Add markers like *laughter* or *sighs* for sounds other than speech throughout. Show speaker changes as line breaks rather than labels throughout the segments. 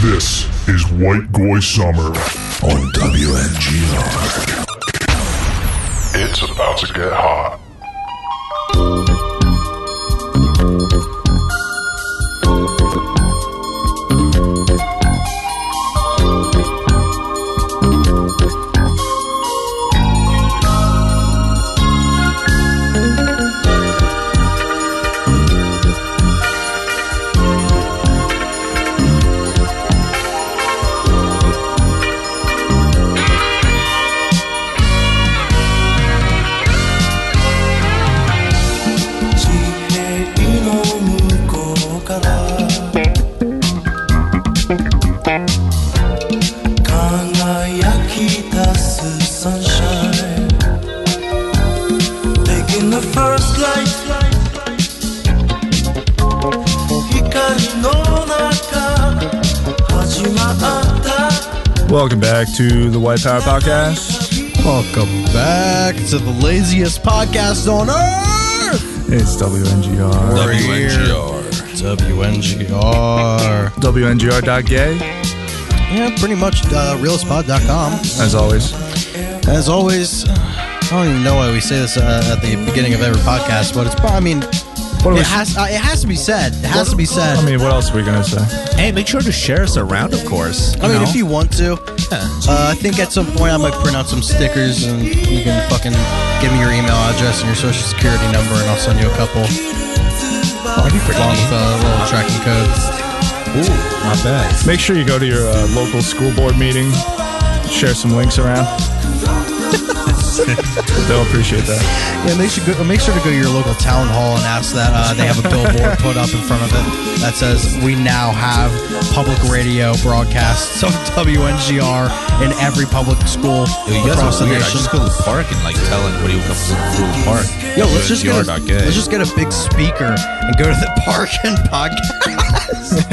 This is White Goy Summer on WNGR. It's about to get hot.
Welcome back to the White Power Podcast.
Welcome back to the laziest podcast on earth.
It's WNGR.
We're here. WNGR.
WNGR.gay,
Yeah, pretty much uh, realspot.com.
as always.
As always, I don't even know why we say this uh, at the beginning of every podcast, but it's. I mean,
What are we-
it has. Uh, it has to be said. It has to be said.
I mean, what else are we going to say?
Hey, make sure to share us around, of course.
I mean,
know?
if you want to,
Yeah.
uh, I think at some point I might print out some stickers and you can fucking give me your email address and your social security number, and I'll send you a couple Oh,
That'd be pretty
along with
neat.
a little tracking code.
Ooh, not bad.
Make sure you go to your uh, local school board meeting, share some links around. *laughs* They'll appreciate that.
Yeah, make sure, go, make sure to go to your local town hall and ask that uh, they have a billboard put up in front of it that says, We now have public radio broadcasts of *laughs* WNGR in every public school
Yo, you
across
guys
the
are weird. I
nation.
just go to the park and like tell anybody who comes to the park.
Yo, let's just, get a,
WNGR.gay.
let's just get a big speaker and go to the *laughs* park and podcast.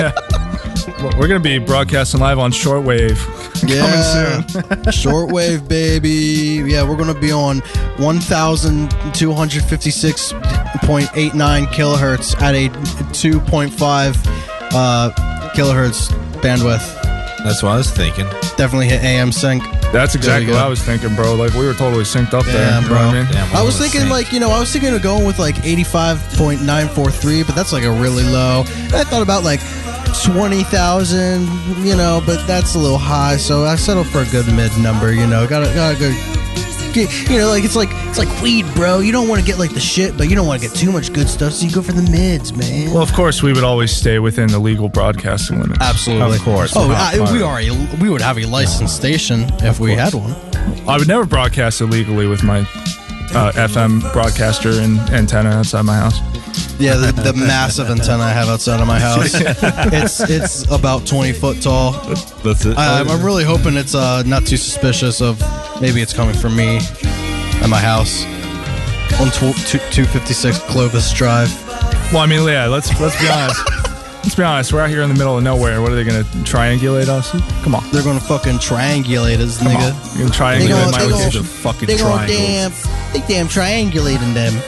Well, We're going to be broadcasting live on shortwave.
Yeah, *laughs* shortwave, baby. Yeah, we're gonna be on 1,256.89 kilohertz at a 2.5 uh, kilohertz bandwidth.
That's what I was thinking.
Definitely hit AM sync.
That's exactly
go.
what I was thinking, bro. Like, we were totally synced up there.
Yeah,
You know
bro.
what I mean?
Damn,
I was
gonna
thinking
sing.
like you know I was thinking of going with like 85.943, but that's like a really low. I thought about like 20,000, you know, but that's a little high, so I settled for a good mid number. You know, gotta gotta go Get, you know, like it's like it's like weed, bro. You don't want to get like the shit, but you don't want to get too much good stuff, so you go for the mids, man.
Well, of course, we would always stay within the legal broadcasting limits.
absolutely,
of course.
Oh,
Not
I, we
fun.
are. A, we would have a licensed station if we had one.
I would never broadcast illegally with my uh, FM broadcaster and antenna outside my house.
Yeah, the, the massive antenna I have outside of my house. it's it's about twenty foot tall.
That's it.
I, Uh, I'm really hoping it's uh, not too suspicious of maybe it's coming from me at my house on two fifty six Clovis Drive.
Well, I mean, yeah, let's let's be honest. let's be honest. We're out here in the middle of nowhere. What are they going to triangulate us? Come on,
They're gonna fucking triangulate us,
come
nigga.
on. You're
They
triangulate
gonna-
my
they
location.
gonna-
The fucking
they gonna damn,
triangles.
they damn triangulating them.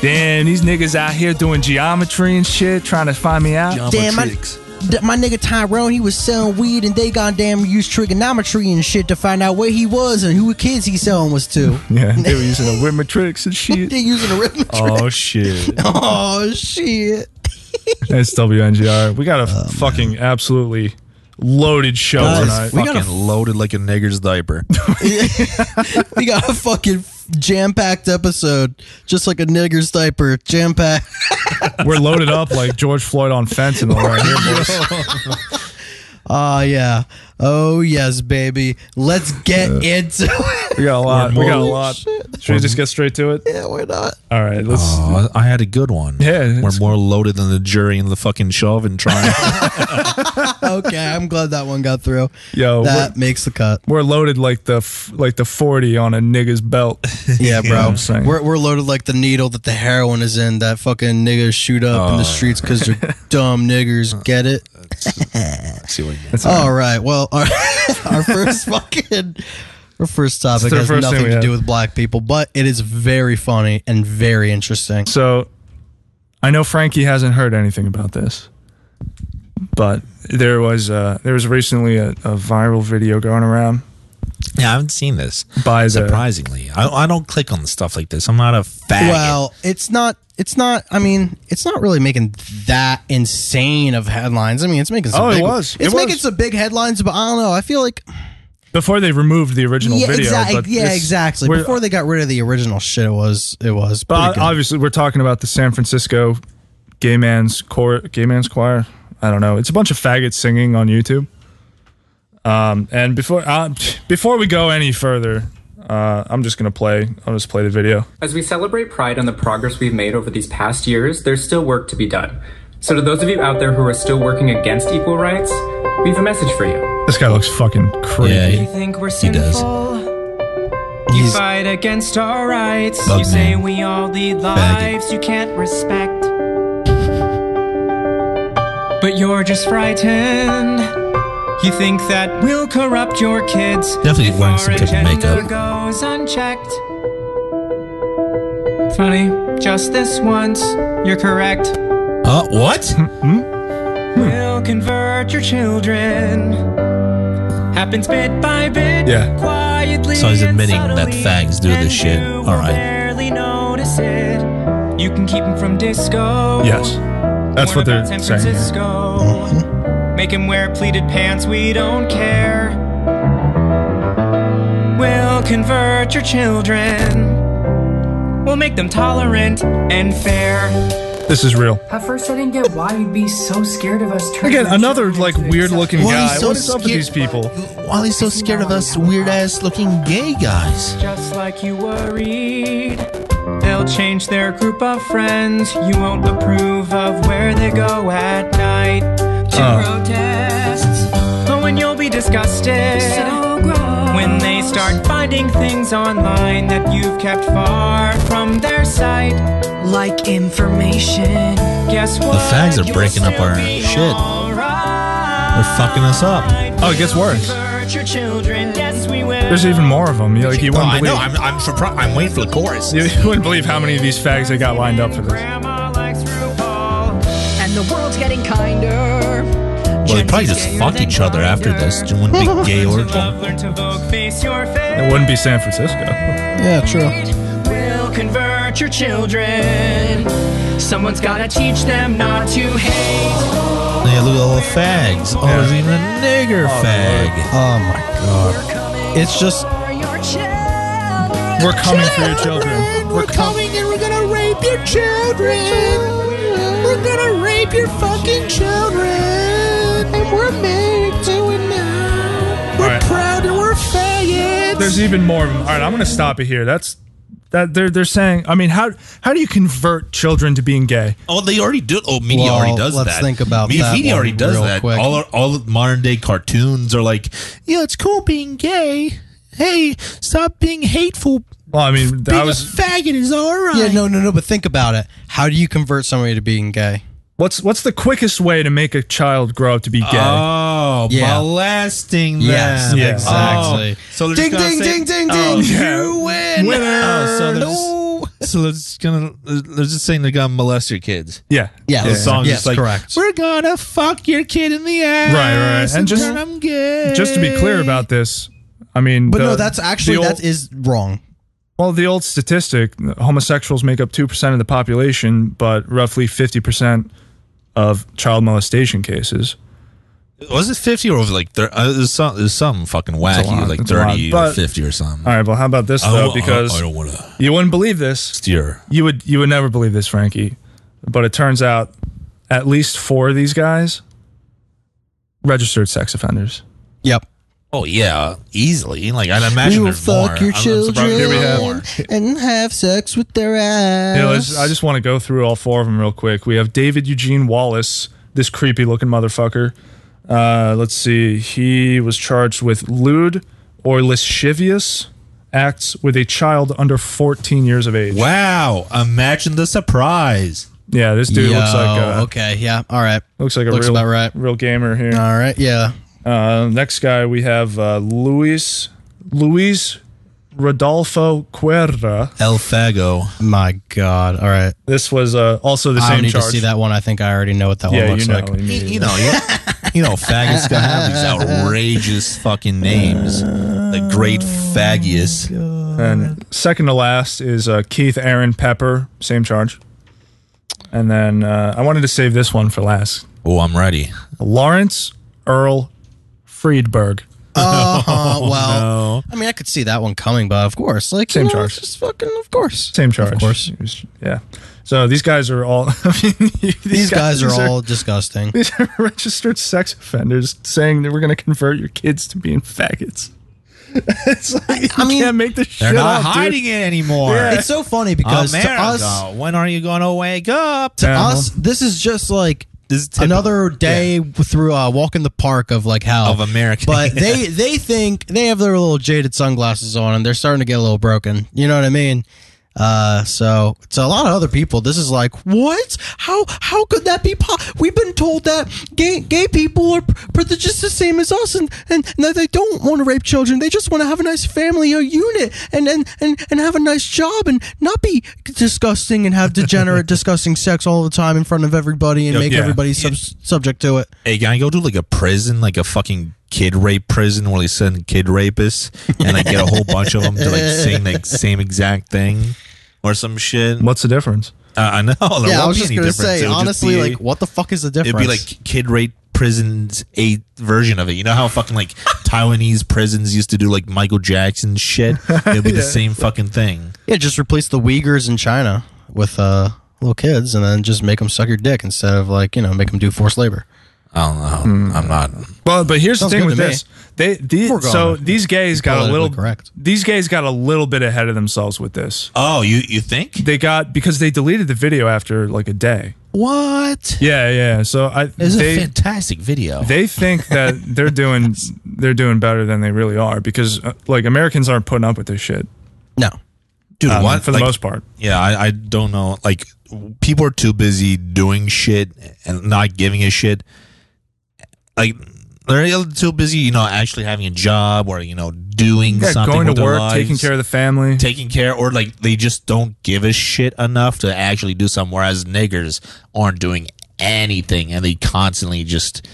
Damn, these niggas out here doing geometry and shit, trying to find me out.
Damn, my, th- my nigga Tyrone, he was selling weed and they goddamn used trigonometry and shit to find out where he was and who the kids he selling
*laughs*
was to.
Yeah, they were using the women tricks and shit.
*laughs* They're using arithmetic.
Oh shit!
Oh shit!
That's WNGR. We got
Oh,
a fucking absolutely loaded show tonight.
we
fucking
got a-
loaded like a
*laughs*
nigger's diaper.
We got a fucking jam-packed episode, just like a nigger's diaper, jam-packed.
We're loaded up like George Floyd on fentanyl right here, boys.
Oh yeah, oh yes, baby. Let's get into it.
We got a lot. We got a
more-
lot. Should we just get straight to it?
yeah, why not?
All right, let's.
Oh, I I had a good one.
Yeah,
we're
it's-
more loaded than the jury in the fucking shove and trial.
*laughs*
*laughs*
Okay, I'm glad that one got through.
Yo,
that makes
*laughs*
the cut.
we're loaded like the f- like the forty on a nigga's belt.
Yeah, bro.
I'm saying.
we're, we're loaded like the needle that the heroin is in that fucking niggas shoot up
Oh.
in the streets
*laughs*
because they're dumb niggers. Get it?
See what you
That's
All right. Well, our, *laughs* our first fucking. Our first topic
the
has
first thing
nothing
we
to do
have.
with black people, but it is very funny and very interesting.
So, I know Frankie hasn't heard anything about this, But there was uh, there was recently a, a viral video going around
Yeah, I haven't seen this.
by the
Surprisingly, I, I don't click on stuff like this. I'm not a faggot.
Well, it's not. It's not. I mean, it's not really making that insane of headlines. I mean, it's making. Some
Oh, it
big,
was.
It's
It
making
was.
some big headlines, but I don't know. I feel like
before they removed the original
yeah,
video.
exactly.
but
Yeah,
it's-
exactly.
we're-
Before they got rid of the original shit, it was. It was. pretty
But
good.
obviously, we're talking about the San Francisco gay man's choir. Gay man's choir. I don't know. It's a bunch of faggots singing on YouTube. Um, and before uh, before we go any further, uh, I'm just gonna play. I'll just play the video.
As we celebrate Pride and the progress we've made over these past years, there's still work to be done. So, to those of you out there who are still working against equal rights, we have a message for you.
This guy looks fucking creepy.
Yeah, he-
Think we're
He does.
You
He's
fight against our rights.
Bug
you say
man.
we all lead lives you can't respect. But you're just frightened. You think that we'll corrupt your kids.
Definitely
if
wearing some
our
type of
agenda
makeup.
goes unchecked. Funny, just this once, you're correct.
uh, what?
We'll convert your children. Happens bit by bit.
Yeah.
Quietly.
So he's
and
admitting that
subtly,
fags do
and
this shit.
you will
All right.
barely notice it. You can keep him from disco.
Yes, that's
Warn
what they're
about San
saying. here.
Francisco. Make him wear pleated pants, we don't care. We'll convert your children. We'll make them tolerant and fair.
This is real.
At first, I didn't get why you'd be so scared of us. turning
Again,
our
another
children
like
into
weird looking
Why
guy.
he's so
What's up with
scared?
these people?
Why are they so scared of us weird ass looking gay guys?
Just like you worried. They'll change their group of friends. You won't approve of where they go at night to protests. Oh, and you'll be disgusted
So gross.
when they start finding things online that you've kept far from their sight.
like information.
Guess what?
fags are
You'll
breaking up
still
our
be
shit.
alright.
They're fucking us up.
Oh, it gets worse.
Hurt your children. Yes, we will.
There's even more of them. You, like you
Oh, I
wouldn't
know.
believe.
I'm, I'm surprised. I'm waiting for the chorus.
*laughs* You wouldn't believe how many of these fags they got lined up for this.
Grandma likes RuPaul.
And the world's getting kinder.
Well, they probably just fuck each other after this. Do one big gay orgy.
Love, learn to vogue, face your
It
fate.
wouldn't be San Francisco.
yeah, true.
We'll convert your children. Someone's gotta teach them not to hate.
Yeah, look at all the fags. Oh, there's even a nigger fag.
Oh my god. It's just.
For your children.
We're coming for your children. We're coming.
and we're gonna rape your children. We're gonna rape your fucking children. And we're made to it now.
We're All right.
proud and we're faggots.
There's even more of them. All right, I'm gonna stop it here. That's that they're they're saying. I mean, how how do you convert children to being gay?
Oh, they already do. Oh, media
Well,
already does
let's
that.
think about
media,
that
Media
one
already does
real
that.
quick.
All our, all the modern day cartoons are like, yeah, it's cool being gay. Hey, stop being hateful.
Well, I mean,
Being
that was
a faggot is all right.
yeah, no, no, no. But think about it. How do you convert somebody to being gay?
what's what's the quickest way to make a child grow up to be gay?
Uh,
Oh,
Yeah.
molesting them.
Yes,
Yeah.
exactly.
Oh, so they're
ding,
just gonna
ding,
say-
ding, ding, ding,
*laughs*
Oh,
yeah.
You win.
Winner.
Oh, so they're
no.
just- So they're just gonna they're just saying they're gonna molest your kids.
yeah,
Yes.
The song's
Yes,
just like
correct.
we're gonna fuck your kid in the ass.
right. And just-
turn 'em gay.
Just to be clear about this, I mean,
But
the-
no, that's actually
the old,
that is wrong.
well, the old statistic: homosexuals make up two percent of the population, but roughly fifty percent of child molestation cases.
was it fifty or was it like thir- uh, it was some it was some fucking
It's a
wacky
lot.
like
It's a lot.
thirty or
But-
fifty or something.
All right, well, how about this
I don't-
though?
I-
Because
I don't want to
you wouldn't believe this.
steer.
You would you would never believe this, Frankie, but it turns out at least four of these guys registered sex offenders.
Yep.
Oh yeah, easily. Like I'd imagine
we will
there's
fuck
more.
your
I'm- I'm surprised there's not more.
children and have sex with their ass.
You know, let's- I just want to go through all four of them real quick. We have David Eugene Wallace, this creepy looking motherfucker. Uh, let's see, he was charged with lewd or lascivious acts with a child under 14 years of age.
Wow! Imagine the surprise.
Yeah, this dude looks like a,
okay, yeah, all right,
looks like a
Looks
real
about right.
real gamer here.
all right, yeah.
Uh, next guy we have uh, Luis Luis Rodolfo Cuerda.
El Fago.
My God, all right.
This was uh, also the
I
same
don't need
charge.
to see that one. I think I already know what that
Yeah,
one
you
looks
know.
like.
immediately.
You know, yeah. you know, faggots gotta have *laughs* these outrageous fucking names. The Great Faggius.
Mm-hmm.
And second to last is uh, Keith Aaron Pepper, same charge. And then uh, I wanted to save this one for last.
Oh, I'm ready.
Lawrence Earl Friedberg.
Uh,
Oh,
well, I mean, I could see that one coming, but of course, like
Same
you know,
charge.
it's just fucking, of course.
Same charge.
Of course.
It was- Yeah. So these guys are all. *laughs* I mean, these,
These guys are all
*laughs*
disgusting.
These are registered sex offenders saying that we're going to convert your kids to being faggots. *laughs* it's like,
I
you
mean,
can't make this shit
They're not
up, dude.
hiding it anymore.
Yeah.
It's so funny because to
America,
us,
when are you going to wake up?
to
Yeah.
us, this is just like
This is typical.
another day through uh, walk in the park of like how
Of America. *laughs*
But they they think they have their little jaded sunglasses on and they're starting to get a little broken. You know what I mean? Uh, so to a lot of other people, this is like, what? How how could that be? Po- We've been told that gay gay people are pr- pr- just the same as us, and, and and that they don't want to rape children. They just want to have a nice family, a unit, and and and and have a nice job, and not be disgusting and have degenerate, *laughs* disgusting sex all the time in front of everybody, and
Yeah,
make
yeah.
everybody sub- subject to it.
Hey, can I go to like a prison, like a fucking kid rape prison where they send kid rapists and like get a whole bunch of them
*laughs*
to like sing like same exact thing or some shit? Uh,
What's the difference?
I know. *laughs* There won't
yeah, I was
be
just
any
gonna
difference.
say,
It would just
honestly,
be-
like, what the fuck is the difference?
it'd be like kid rape prisons eight version of it. You know how fucking
*laughs*
like Taiwanese prisons used to do like Michael Jackson shit. It'd
*laughs*
be the same fucking thing.
yeah, just replace the Uyghurs in China with uh, little kids, and then just make them suck your dick instead of like you know make them do forced labor.
I don't know.
Hmm.
I'm not.
Well, but here's
Sounds
the thing
good
with
to me.
this. They, the-
We're
so
going
these gays got a
politically
little
correct.
These gays got a little bit ahead of themselves with this.
Oh, you you think
They got because they deleted the video after like a day.
what?
Yeah, yeah. So I
It's
they
a fantastic video.
they think
*laughs*
that they're doing they're doing better than they really are because uh, like Americans aren't putting up with this shit
No,
Dude,
um,
what
for the
like,
most part.
Yeah, I, I don't know. Like, people are too busy doing shit and not giving a shit. Like, they're too busy, you know, actually having a job or you know doing
Yeah,
something.
going
with
to
their
work,
lives,
taking care of the family.
taking care, or like they just don't give a shit enough to actually do something. Whereas niggers aren't doing anything and they constantly just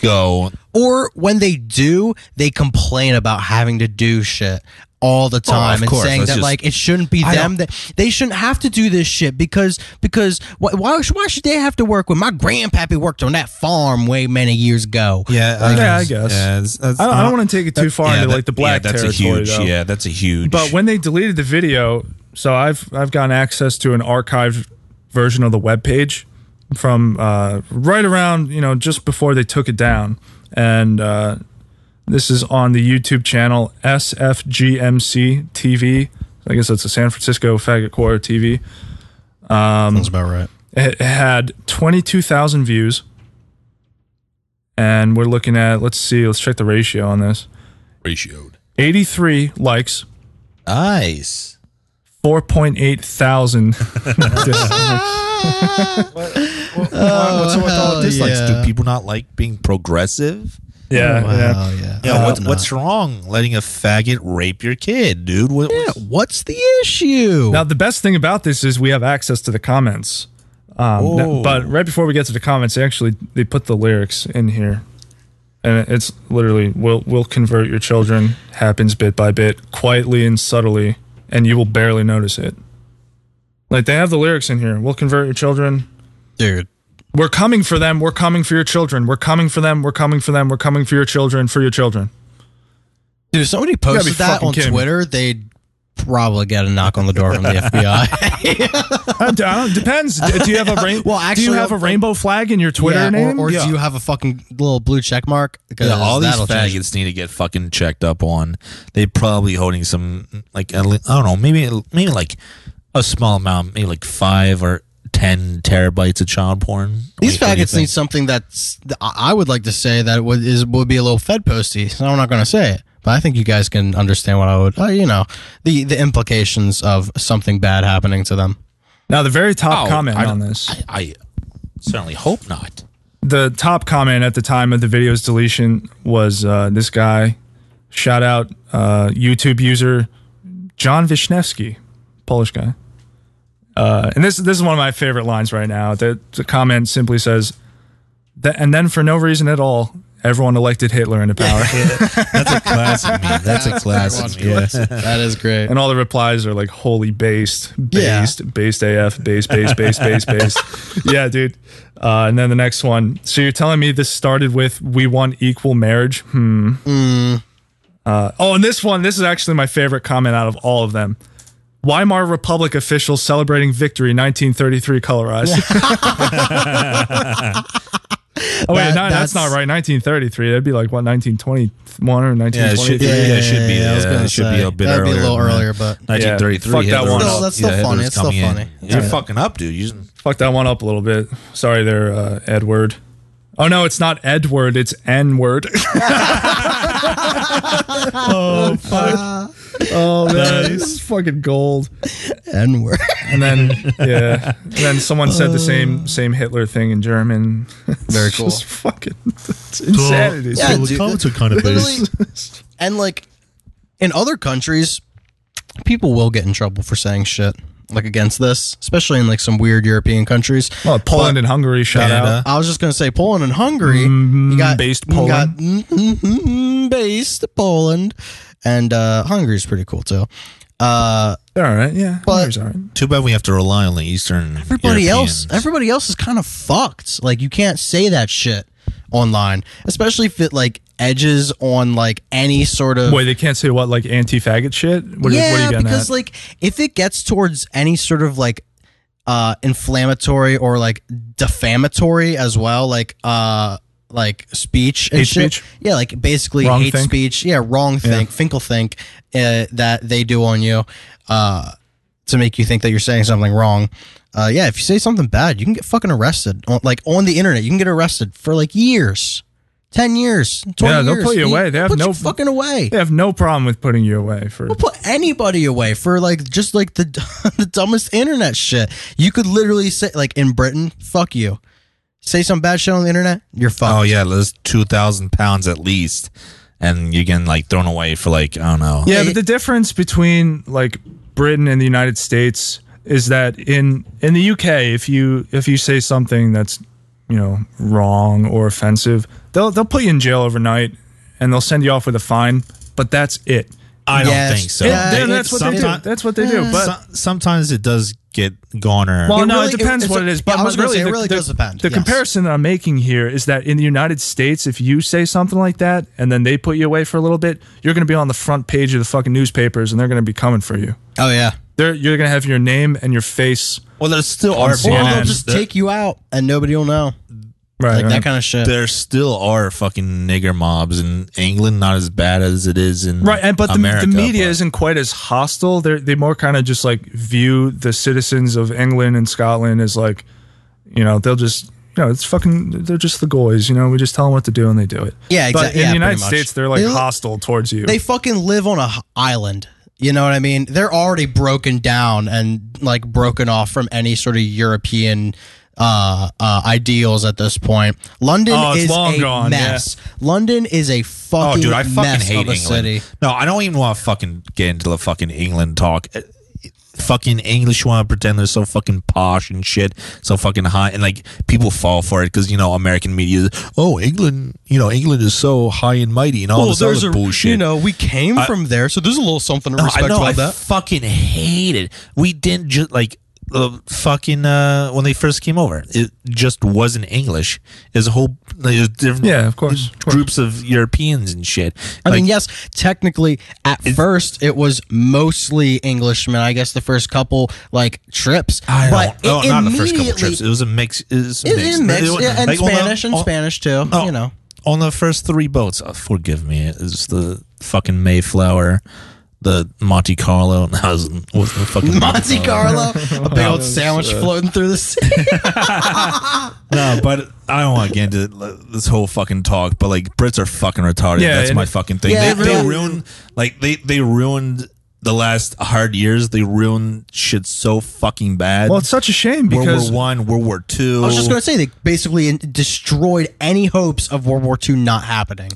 go.
or when they do, they complain about having to do shit all
Oh,
the time and
course,
saying
that's
that
just-
like it shouldn't be
I
them that they shouldn't have to do this shit because because why why, should- why should they have to work when my grandpappy worked on that farm way many years ago?
Yeah,
I Yeah, I guess. guess. Yeah, I don't, I don't want to take it too far into like the black
that's a
territory,
huge.
though.
Yeah, that's a huge.
But when they deleted the video, so I've I've gotten access to an archived version of the web page from uh, right around you know just before they took it down, and uh, this is on the YouTube channel SFGMC TV. I guess that's a San Francisco faggot quarter TV.
Sounds about right.
It had twenty two thousand views, and we're looking at let's see, let's check the ratio on this:
ratioed.
eighty three likes,
Nice.
four point eight thousand.
so with all
hell
the dislikes,
yeah.
do people not like being progressive?
Yeah, yeah.
Oh, yeah.
Yeah, what's what's wrong letting a faggot rape your kid, dude? What,
Yeah,
what's-
what's the issue?
Now the best thing about this is we have access to the comments. Um, n-
Oh.
but right before we get to the comments, they actually they put the lyrics in here, and it's literally "We'll we'll convert your children happens bit by bit, quietly and subtly, and you will barely notice it." Like they have the lyrics in here. We'll convert your children.
dude.
We're coming for them. We're coming for your children. We're coming for them. We're coming for them. We're coming for your children. For your children.
Dude, if somebody
be
posted that
fucking
on
kidding me.
Twitter, they'd probably get a knock on the door from *laughs* the FBI.
I don't- I don't- Uh, depends. D- Do you *laughs* have a rain-
Well,
do
actually,
you have a
uh,
rainbow flag in your Twitter
Yeah,
name?
Or, or
Yeah.
do you have a fucking little blue check mark? Because
Yeah, all these
that'll
faggots
change.
need to get fucking checked up on. They probably holding some like I don't know, maybe maybe like a small amount, maybe like five or ten terabytes of child porn. Like,
These
what do you
faggots need
think?
something that's. I I would like to say that would is would be a little Fed posty. So I'm not going to say it, but I think you guys can understand what I would. Uh, you know, the the implications of something bad happening to them.
Now, the very top
Oh,
comment
I-
on this,
I, I certainly hope not.
the top comment at the time of the video's deletion was uh, this guy, shout out uh, YouTube user John Vishnevsky, Polish guy. Uh, and this this is one of my favorite lines right now. The, the comment simply says, Th- and then for no reason at all, everyone elected Hitler into
*laughs*
power.
That's a classic meme.
*laughs*
That's a classic meme. Yeah.
That is great.
and all the replies are like holy based,
Yeah.
based, based AF, based, based, based,
*laughs*
based, based. Yeah, dude. Uh, and then the next one. So you're telling me this started with we want equal marriage? Hmm.
Mm.
Uh, oh, and this one, this is actually my favorite comment out of all of them. Weimar Republic officials celebrating victory 1933
*laughs*
colorized. oh, wait,
That-
no, that's,
that's-
not right. 1933. That'd be like, what, 1921 or
Yeah, it should,
1923?
yeah, it should be.
Yeah, I was
Yeah,
gonna
it should
say,
be a bit
that'd be a
earlier.
little
than
earlier, but-
Yeah,
1933.
fuck that
Hitler
one
was-
up.
That's still
Hitler
funny.
was
It's still
coming in.
funny.
You're
Yeah.
fucking up, dude. You just,
Fuck that one up a little bit. Sorry there, uh, Edward. Oh, no, it's not Edward. It's N word. *laughs* oh, fuck. Oh, man. This is fucking gold.
N word.
and then yeah, and then someone said the same same Hitler thing in German. *laughs*
Very
It's
cool.
Just fucking it's insanity.
Yeah,
So-
dude, the comments
are kind of
Literally, *laughs* and like in other countries, people will get in trouble for saying shit like against this, especially in like some weird European countries.
Oh,
well, Oh, Poland and Hungary shout
Canada.
out.
I was just gonna say Poland and Hungary.
Mm-hmm,
you got
based
you got mm, mm, mm, based Poland, and uh, Hungary's pretty cool too. Uh,
They're all right. Yeah,
But-
Hungary's all right.
Too bad we have to rely on the Eastern.
everybody else
Europeans.
everybody else is kind of fucked like you can't say that shit online especially if it like edges on like any sort of
Boy, they can't say what like anti faggot shit. What, are-
yeah
what are you getting
because
at?
like if it gets towards any sort of like uh inflammatory or like defamatory as well like uh like speech and
Hate
shit.
speech?
yeah like basically
Wrong
hate
think?
speech yeah wrong think finkel think uh, that they do on you uh to make you think that you're saying something wrong. Uh, yeah, if you say something bad, you can get fucking arrested. On, like on the internet, you can get arrested for like years, ten years, twenty
Yeah,
years.
they'll put you away. They
they'll
have
put
no-
you fucking away.
they have no problem with putting you away for.
They'll put anybody away for like just like the *laughs* the dumbest internet shit. You could literally say like in Britain, fuck you. Say some bad shit on the internet, you're fucked.
Oh yeah, that's two thousand pounds at least, and you're getting like thrown away for like I don't know.
Yeah, but the difference between like Britain and the United States is that in in the UK, if you if you say something that's you know wrong or offensive, they'll they'll put you in jail overnight and they'll send you off with a fine. But that's it.
I don't
Yes.
think so.
It-
Yeah,
They-
and that's what they do.
sometime-
That's what they do. But
so- sometimes it does get goner.
well,
It
no,
really-
it depends
it-
what it
it's-
is. But
yeah, I was
my-
gonna say, it
the-
really
the-
does depend,
The
yes.
comparison that I'm making here is that in the United States, if you say something like that and then they put you away for a little bit, you're going to be on the front page of the fucking newspapers and they're going to be coming for you.
Oh yeah.
They're, you're gonna have your name and your face.
well, there's still are
Or they'll
Or they'll
CNN.
just take you out and nobody will know.
Right.
Like that kind of shit.
there still are fucking nigger mobs in England, not as bad as it is in
right. And but the,
America,
the media
but-
isn't quite as hostile. They they more kind of just like view the citizens of England and Scotland as like, you know, they'll just you know it's fucking they're just the goys. You know, we just tell them what to do and they do it.
Yeah,
But
exac-
in the
yeah, pretty
United
much.
States, they're like
They-
hostile towards you.
they fucking live on a h- island. You know what I mean? They're already broken down and like broken off from any sort of European uh, uh, ideals at this point. London
Oh, it's
is
long
a
gone, yeah.
mess. London is a
Oh,
fucking
dude, I fucking
mess
hate
of a
England.
city.
No, I don't even want to fucking get into the fucking England talk. Uh, Fucking English want to pretend they're so fucking posh and shit, so fucking high, and like people fall for it because you know American media. is, Oh, England, you know England is so high and mighty and all this other bullshit.
you know, we came from there, so there's a little something to
No,
respect
I know,
about
I
that.
fucking hate it. We didn't just like the fucking uh, when they first came over. It just wasn't English. There's a whole like, there's different
Yeah, of course, of course.
groups of Europeans and shit.
I mean,
Like,
yes, technically, at first it was mostly Englishmen. I guess the first couple like trips,
I
but
don't,
it
no, not the first couple
immediately-
trips. It was a mix. It was
It
mixed.
is mixed,
They-
yeah, and
like, on the-
Spanish and
on-
Spanish too.
oh,
You know,
on the first three boats. Oh, forgive me. It's the fucking Mayflower, the Monte Carlo. *laughs* That was, was the fucking
Monte Carlo, a big old sandwich *laughs* floating through the sea.
No, but I don't want to get into this whole fucking talk. But like Brits are fucking retarded.
Yeah,
That's
and-
my fucking thing.
Yeah,
they,
yeah.
they ruined like they they ruined the last hard years. They ruined shit so fucking bad.
well, it's such a shame
World
because
War One, World War Two.
I was just gonna say they basically in- destroyed any hopes of World War II not happening.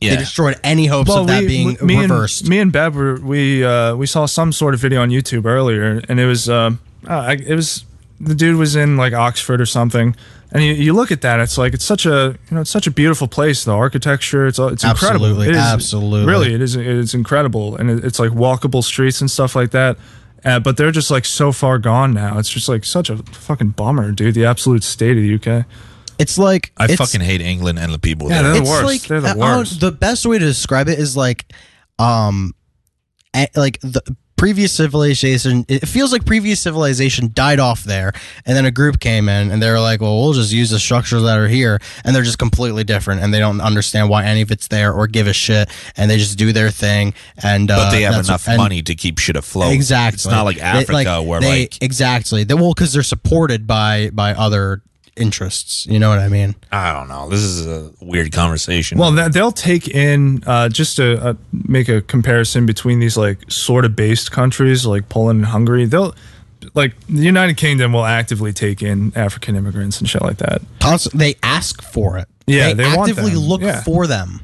They
yeah.
destroyed any hopes
well,
of that
we-
being
me
reversed.
And, me and Bev were, we uh, we saw some sort of video on YouTube earlier, and it was um, uh, I- it was the dude was in like Oxford or something. And you, you look at that, it's like it's such a you know it's such a beautiful place. The architecture, it's uh, it's incredible.
Absolutely,
It is-
absolutely.
really, it is it is incredible, and it, it's like walkable streets and stuff like that. Uh, but they're just like so far gone now. It's just like such a fucking bummer, dude. The absolute state of the UK.
It's like
I
it's,
fucking hate England and the people
Yeah,
there.
they're
it's
the worst.
like
They're the
I don't-
worst.
the best way to describe it is like, um,
eh,
a- like the previous civilization. It feels like previous civilization died off there, and then a group came in and they were like, "Well, we'll just use the structures that are here," and they're just completely different, and they don't understand why any of it's there or give a shit, and they just do their thing. And uh,
But they have
that's-
enough
and-
money to keep shit afloat.
Exactly.
It's not like
They-
Africa where
they-
like
exactly. They, well, because they're supported by by other interests. You know what I mean?
I don't know. This is a weird conversation.
Well, that- they'll take in uh, just to uh, make a comparison between these like sort of based countries like Poland and Hungary. They'll like the United Kingdom will actively take in African immigrants and shit like that.
Constant, they ask for it.
Yeah,
they,
they want
actively
them.
look
Yeah.
for them.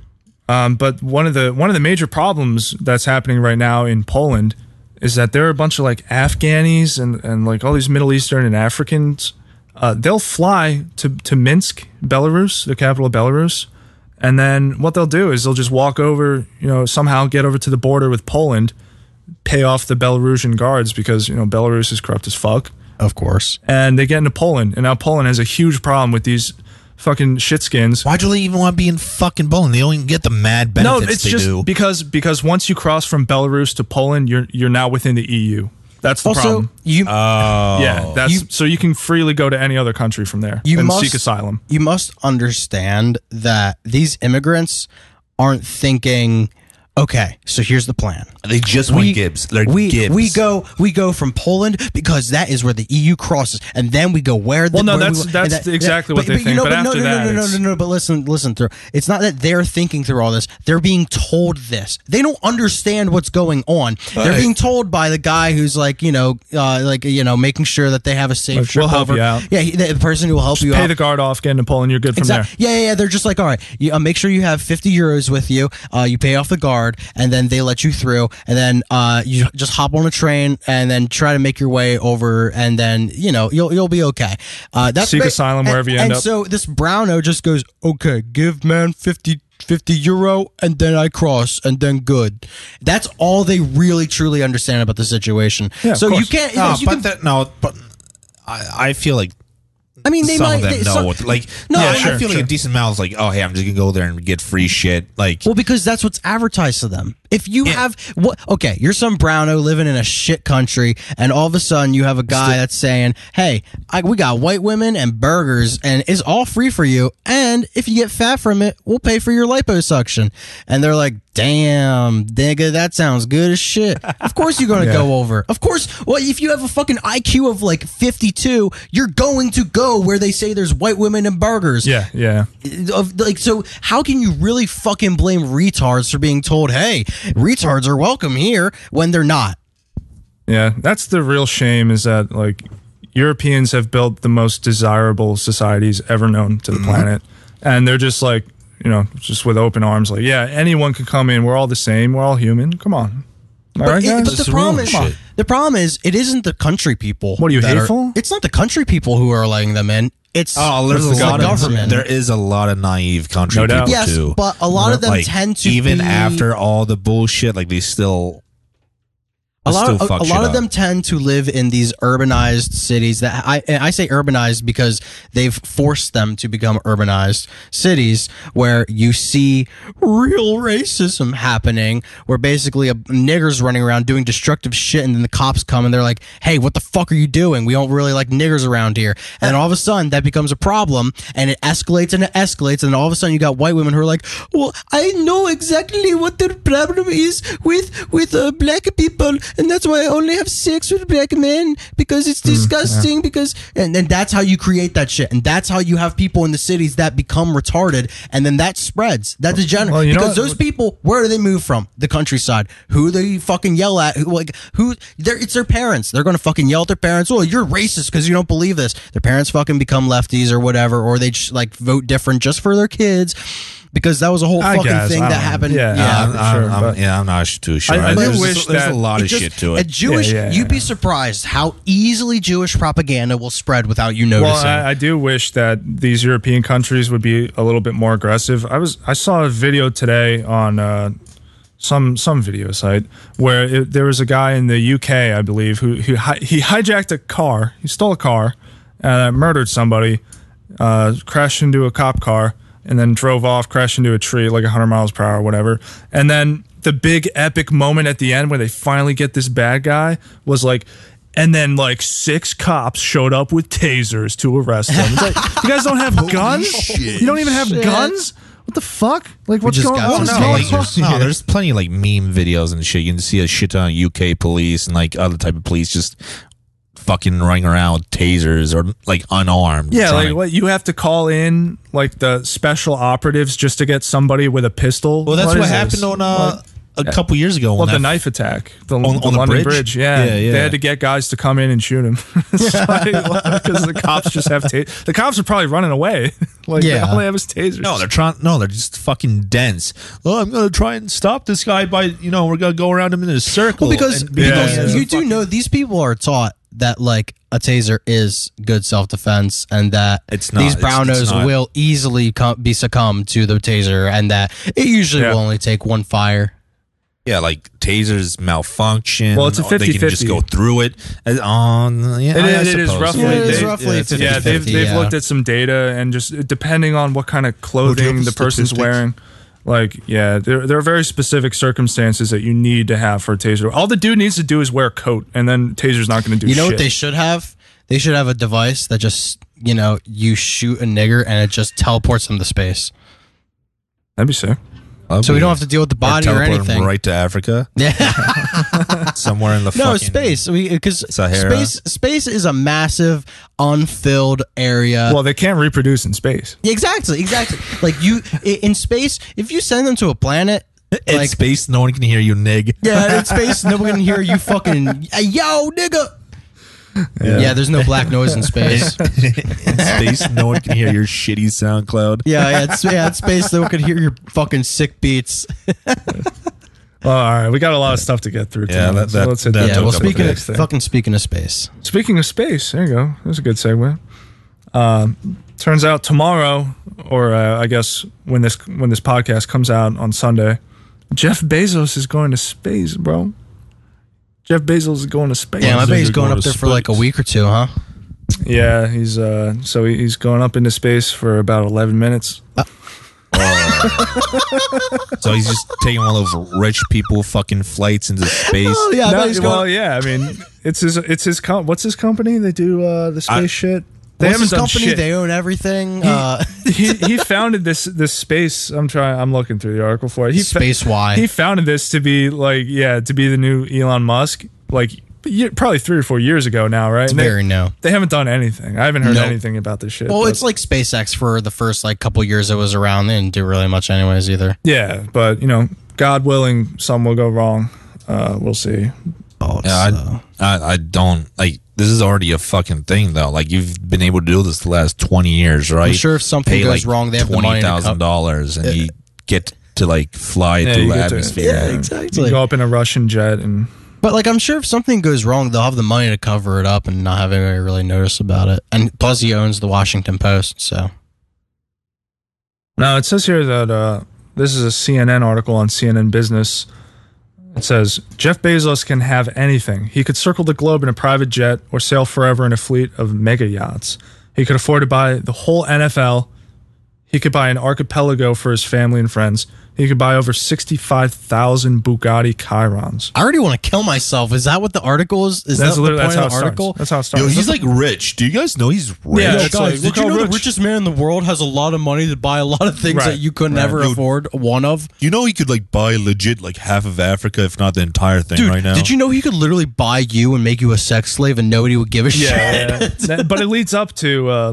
Um, but one of the one of the major problems that's happening right now in Poland is that there are a bunch of like Afghanis and, and like all these Middle Eastern and Africans. Uh, they'll fly to to Minsk, Belarus, the capital of Belarus, and then what they'll do is they'll just walk over, you know, somehow get over to the border with Poland, pay off the Belarusian guards because you know Belarus is corrupt as fuck
Of course.
and they get into Poland, and now Poland has a huge problem with these fucking shitskins.
Why do they even want to be in fucking Poland? They don't even get the mad benefits
no, it's
they
just
do.
because because once you cross from Belarus to Poland, you're you're now within the EU. That's the
Also,
problem.
you
uh, Oh.
yeah, that's
You-
so you can freely go to any other country from there
you
and
must
seek asylum.
You must understand that these immigrants aren't thinking. Okay, so here's the plan.
They just want Gibbs. They're
we,
Gibbs.
we go we go from Poland because that is where the EU crosses, and then we go where. The,
Well, no,
where
that's-
we-
that's
and
exactly what
but,
they
but,
think,
You know,
but
no,
after
no,
that,
no, no, no,
it's-
no, no, But listen, listen through. It's not that they're thinking through all this. They're being told this. They don't understand what's going on. They're being told by the guy who's like you know uh, like you know making sure that they have a safe
Like,
trip
we'll help
over.
you out.
Yeah, he, the person who will help you
Pay
out.
the guard off, get into Poland, you're good from
Exactly.
there.
Yeah, yeah, yeah. They're just like, all right, you, uh, make sure you have 50 euros with you. Uh, you pay off the guard, and then they let you through. And then uh, you just hop on a train, and then try to make your way over, and then you know you'll you'll be okay. Uh, that's
Seek
ba-
asylum
and-
wherever you end
and
up.
so this Browno just goes, okay, give man 50. 50 euro and then I cross and then good. That's all they really truly understand about the situation.
Yeah, of
so you
course.
can't.
no,
you
but
can-
that, no, but I, I feel like
I mean, they
some
might
of them
they-
know
some-
what. Like,
No,
yeah,
I-
I feel like a decent amount is like, oh, hey, I'm just gonna go there and get free shit. Like,
Well, because that's what's advertised to them. If you have what okay, you're some browno living in a shit country, and all of a sudden you have a guy that's saying, "Hey, I, we got white women and burgers, and it's all free for you. And if you get fat from it, we'll pay for your liposuction." And they're like, "Damn, nigga, that sounds good as shit." Of course you're gonna go over. Of course. Well, if you have a fucking IQ of like 52, you're going to go where they say there's white women and burgers
Yeah, yeah.
of like so how can you really fucking blame retards for being told hey retards are welcome here when they're not
Yeah, that's the real shame is that like Europeans have built the most desirable societies ever known to the
Mm-hmm.
planet, and they're just like you know just with open arms like yeah anyone can come in we're all the same we're all human come on all right
it-
guys
but the
the rule
problem
and
is
shit.
the problem is it isn't the country people
What are you,
that
hateful?
it's not the country people who are letting them in it's
oh, there's
it's
a lot
the
of
government
there is a lot of naive country
No doubt.
people
Yes,
too.
but a lot of them
Like,
tend to
even
be-
after all the bullshit, like they still
a lot,
still
of, a,
fuck
a
shit
lot of
up.
them tend to live in these urbanized cities that I, and I say urbanized because they've forced them to become urbanized cities where you see real racism happening where basically a niggers running around doing destructive shit and then the cops come and they're like hey what the fuck are you doing we don't really like niggers around here and then all of a sudden that becomes a problem and it escalates and it escalates and all of a sudden you got white women who are like well I know exactly what the problem is with with uh, black people, and that's why I only have sex with black men because it's
Mm,
disgusting. Because and then that's how you create that shit, and that's how you have people in the cities that become retarded, and then that spreads. That degenerates
Well, you know
because
what?
those people, where do they move from? The countryside. Who they fucking yell at? Who like who? They're, it's their parents. They're gonna fucking yell at their parents. Oh, you're racist because you don't believe this. Their parents fucking become lefties or whatever, or they just like vote different just for their kids. because that was a whole
I
fucking
guess,
thing
I
that
don't know.
happened.
Yeah,
Yeah,
for
I'm,
sure,
I'm-
but-
yeah, I'm not sh- too sure.
I do
there's,
wish
there's
that-
a lot of
Just-
shit to
A
it.
Jewish,
Yeah, yeah,
you'd be
yeah.
surprised how easily Jewish propaganda will spread without you
Well,
noticing.
I, I do wish that these European countries would be a little bit more aggressive. I was I saw a video today on uh, some some video site where it, there was a guy in the UK, I believe, who who hi- he hijacked a car, he stole a car, uh, murdered somebody, uh, crashed into a cop car, and then drove off, crashed into a tree like 100 miles per hour, or whatever, and then. The big epic moment at the end where they finally get this bad guy was like, and then like six cops showed up with tasers to arrest him. It's like, you guys don't
*laughs*
have guns? You don't even have guns? What the fuck? Like, what's
just
going
got
on? What's
some
going
tasers.
on?
Like, no, there's plenty of like meme videos and shit. You can see a shit ton of UK police and like other type of police just fucking running around with tasers or like unarmed.
Yeah,
trying
like
to-
what you have to call in like the special operatives just to get somebody with a pistol.
Well, that's what,
is
happened
this?
on uh, a couple years ago.
Well,
when
the
that-
knife attack the,
on
the
the
London bridge.
bridge?
yeah.
Yeah, yeah.
they had to get guys to come in and shoot him *laughs* because the cops just have ta- the cops are probably running away. *laughs* like
Yeah.
all they have is tasers.
No, they're trying. No, they're just fucking dense. Oh, I'm gonna try and stop this guy by you know we're gonna go around him in a circle.
Well, because,
and-
because
yeah, yeah.
you do know these people are taught that like a taser is good self defense, and that
It's not.
these
It's- it's
browners
not.
will easily com- be succumbed to the taser, and that it usually
Yeah.
will only take one fire.
yeah, like tasers malfunction.
Well, it's a
or They can just
50-50.
go through it. And, um, yeah,
It
I
is- it is
suppose.
roughly-
Yeah, it is
they-
roughly
it's
50-50,
yeah, they've, they've
yeah.
looked at some data and just depending on what kind of
have
clothing the
the
person's
statistics?
wearing, like yeah, there there are very specific circumstances that you need to have for a taser. All the dude needs to do is wear a coat, and then taser's not going to do.
You know
shit.
what they should have? They should have a device that just you know you shoot a nigger and it just teleports them to space,
That'd be sick.
so we don't have to deal with the body or,
teleport him
anything.
Right to Africa,
Yeah.
somewhere in the
*laughs* No,
fucking-
space. Because
Sahara.
space space is a massive unfilled area.
Well, they can't reproduce in space.
exactly, exactly. like you i- in space, if you send them to a planet,
*laughs* In
like
space, no one can hear you,
*laughs*
nig.
yeah, in space, no one can hear you. Fucking yo, nigga. Yeah. there's no black noise *laughs* in space.
In space, no one can hear your shitty SoundCloud.
yeah, yeah, it's, yeah, in space, no one can hear your fucking sick beats.
Well, all right, we got a lot of stuff to get through.
Yeah,
tonight,
that-
so
that-
let's hit
that
the-
Yeah, well,
took up a
speaking
bit.
of fucking speaking of space,
Speaking of space, there you go. That's a good segue. Um, turns out tomorrow, or uh, I guess when this when this podcast comes out on Sunday, Jeff Bezos is going to space, bro. Jeff Bezos is going to space.
yeah, my
They're
baby's going
going
up
to
there for like a
space.
week or two, huh?
Yeah, he's uh, so he- he's going up into space for about eleven minutes.
So he's just taking one of those rich people fucking flights
*laughs*
into space.
yeah, I
No,
bet he's
well,
going-
yeah, I mean, it's his it's his com- what's his company? They do uh, the space
I-
shit. They
What's
haven't
his
done
company?
shit.
They own everything. uh,
he, he founded this this space. I'm trying. I'm looking through the article for it. He
Space Y.
He founded this to be like yeah to be the new Elon Musk. Like ye- probably three or four years ago now, right? And they-
very new.
They haven't done anything. I haven't heard
Nope.
anything about this shit.
Well,
but-
it's like SpaceX for the first like couple years it was around. They didn't do really much, anyways, either.
yeah, but you know, God willing, some will go wrong. Uh, we'll see.
Oh,
Yeah, I, I, I don't like. This is already a fucking thing though. Like you've been able to do this the last twenty years, right?
sure if something
Pay,
goes wrong, they have the money to co-
thousand dollars, and you get to like fly through
you
the
get to-
atmosphere.
You
exactly.
go up in a Russian jet and
But like, I'm sure if something goes wrong, they'll have the money to cover it up and not have anybody really notice about it. And plus, he owns the Washington Post, so
No, it says here that uh, this is a CNN article on CNN Business. It says Jeff Bezos can have anything. He could circle the globe in a private jet or sail forever in a fleet of mega yachts. He could afford to buy the whole NFL. He could buy an archipelago for his family and friends. He could buy over 65,000 Bugatti Chirons.
I already want to kill myself. Is that what the article is? Is
That's
that the
literally-
point
that's how
of
it
the
starts.
article?
That's how it starts.
Yo, he's like rich. Do you guys know he's rich?
Yeah,
Yo,
it's
guys,
like,
did
look
you
how
know
rich-
the richest man in the world has a lot of money to buy a lot of things
Right.
that you could never
Dude.
afford one of?
You know he could like buy legit like half of Africa, if not the entire thing,
Dude,
right now.
did you know he could literally buy you and make you a sex slave and nobody would give a shit?
Yeah, *laughs* yeah. but it leads up to uh,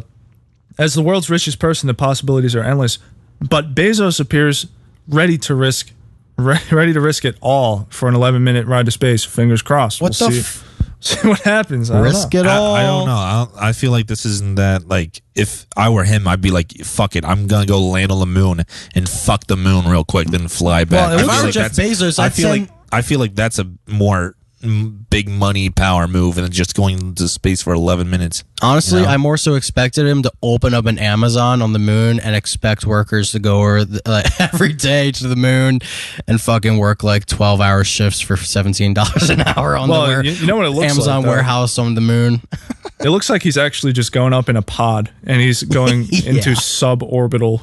as the world's richest person, the possibilities are endless. But Bezos appears ready to *laughs* risk, re- ready to risk it all for an 11 minute ride to space. Fingers crossed.
What
we'll
the
see.
f-
*laughs* See what happens. I don't
Risk
know.
it all.
I, I don't know. I, don't- I feel like this isn't that. Like, if I were him, I'd be like, "Fuck it, I'm gonna go land on the moon and fuck the moon real quick, then fly back."
Well, if
feel
I were
like
Jeff
that's-
Bezos,
I
I'd
feel
send-
like I feel like that's a more mm, big money power move than just going into space for 11 minutes.
*laughs* Honestly, I more so expected him to open up an Amazon on the moon and expect workers to go over the, like, *laughs* every day to the moon and fucking work like 12 hour shifts for $17 an hour on
Well,
the ware-
you- you know what it looks
Amazon
like, though.
warehouse on the moon.
It looks like he's actually just going up in a pod and
*laughs*
he's going into suborbital.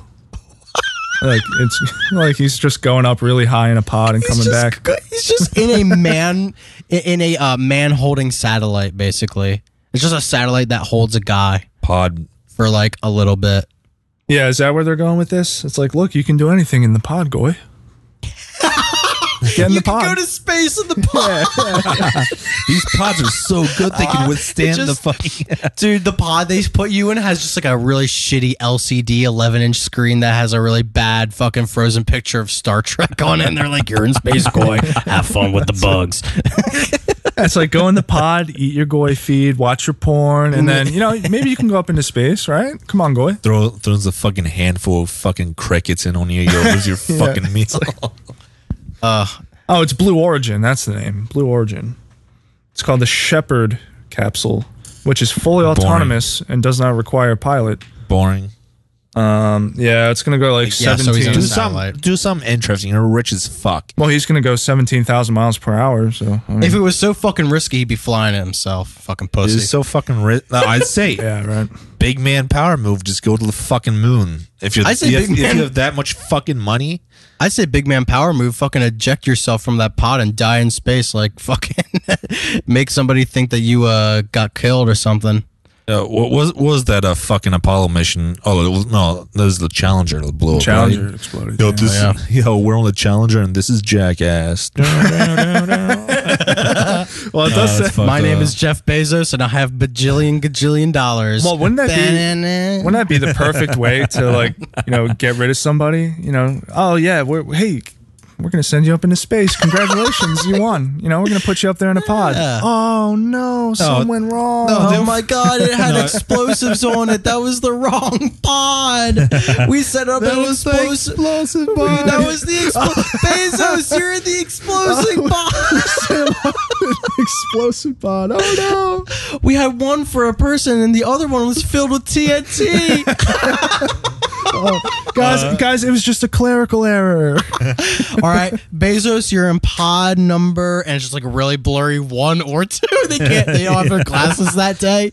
Like it's *laughs* like he's just going up really high in a pod and coming back.
just, He's just in a man *laughs* in- in a uh, man holding satellite basically. It's just a satellite that holds a guy
Pod.
for like a little bit.
Yeah, is that where they're going with this? It's like, look, you can do anything in the pod, goy. Get in the pod.
*laughs*
space in the pod. Uh,
These pods are so good they can withstand
just-
the fucking.
*laughs* Dude, the pod they put you in has just like a really shitty LCD 11 inch screen that has a really bad fucking frozen picture of Star Trek on it. And they're like, you're in space, boy. Have fun with the
*laughs*
bugs.
It's like go in the pod, eat your goy feed, watch your porn, and then you know maybe you can go up into space, right? Come on, goy.
Throw, throws a fucking handful of fucking crickets in on you. Yo, where's *laughs* your fucking meal?
Oh, it's Blue Origin. That's the name. Blue Origin. It's called the Shepherd capsule, which is fully autonomous and does not require a pilot.
*laughs* Boring.
Yeah, it's gonna go like
Yeah, so
seventeen.
he's on
Do
Not
some,
like-
do something interesting. You're rich as fuck.
well, he's gonna go seventeen thousand miles per hour. So I mean,
If it was so fucking risky, he'd be flying it himself. Fucking pussy.
It's so fucking rich. No, I'd *laughs* say
yeah, right.
big man power move. Just go to the fucking moon. If you
I say
if,
big
if
man-
you have that much fucking money,
I say big man power move. Fucking eject yourself from that pod and die in space. Like *laughs* fucking make somebody think that you uh, got killed or something.
uh, what was what was that a fucking Apollo mission? Oh it was, no, that was the Challenger. The blow up,
Challenger
right?
exploded.
Yo, this
Yeah.
*laughs* yo, we're on the Challenger, and this is Jackass.
Well, it does say.
My name is Jeff Bezos, and I have bajillion gajillion dollars.
Well, wouldn't that be
Ba-na-na.
wouldn't that be the perfect way
*laughs*
to like you know get rid of somebody? You know, oh yeah, we're hey, we're gonna send you up into space. Congratulations, you won. You know, we're gonna put you up there in a pod. Oh no, something went wrong.
Oh my god, it had explosives on it. That was the wrong pod. We
*laughs*
set up an explosive.
explosive bomb.
That was the expl- Bezos, you're in
*laughs*
the explosive pod.
explosive pod. Oh no.
We had one for a person and the other one was filled with TNT. *laughs*
guys,
Uh,
guys, it was just a clerical error.
All right, Bezos, you're in pod number and it's just like a really blurry one or two. They can't they don't have their glasses that day.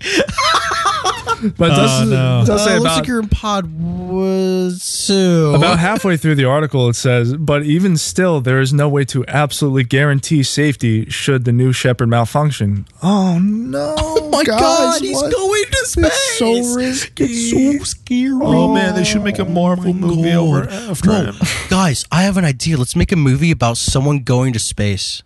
But it does, it does
Uh,
say
looks
about
like you're in pod was two.
About halfway through the article, it says, but even still, there is no way to absolutely guarantee safety should the new Shepard malfunction. Oh, no.
Oh my god, he's going to space.
It's so risky.
It's so scary.
Oh man, they should make a Marvel movie over after
No,
him.
guys, I have an idea. Let's make a movie about someone going to space.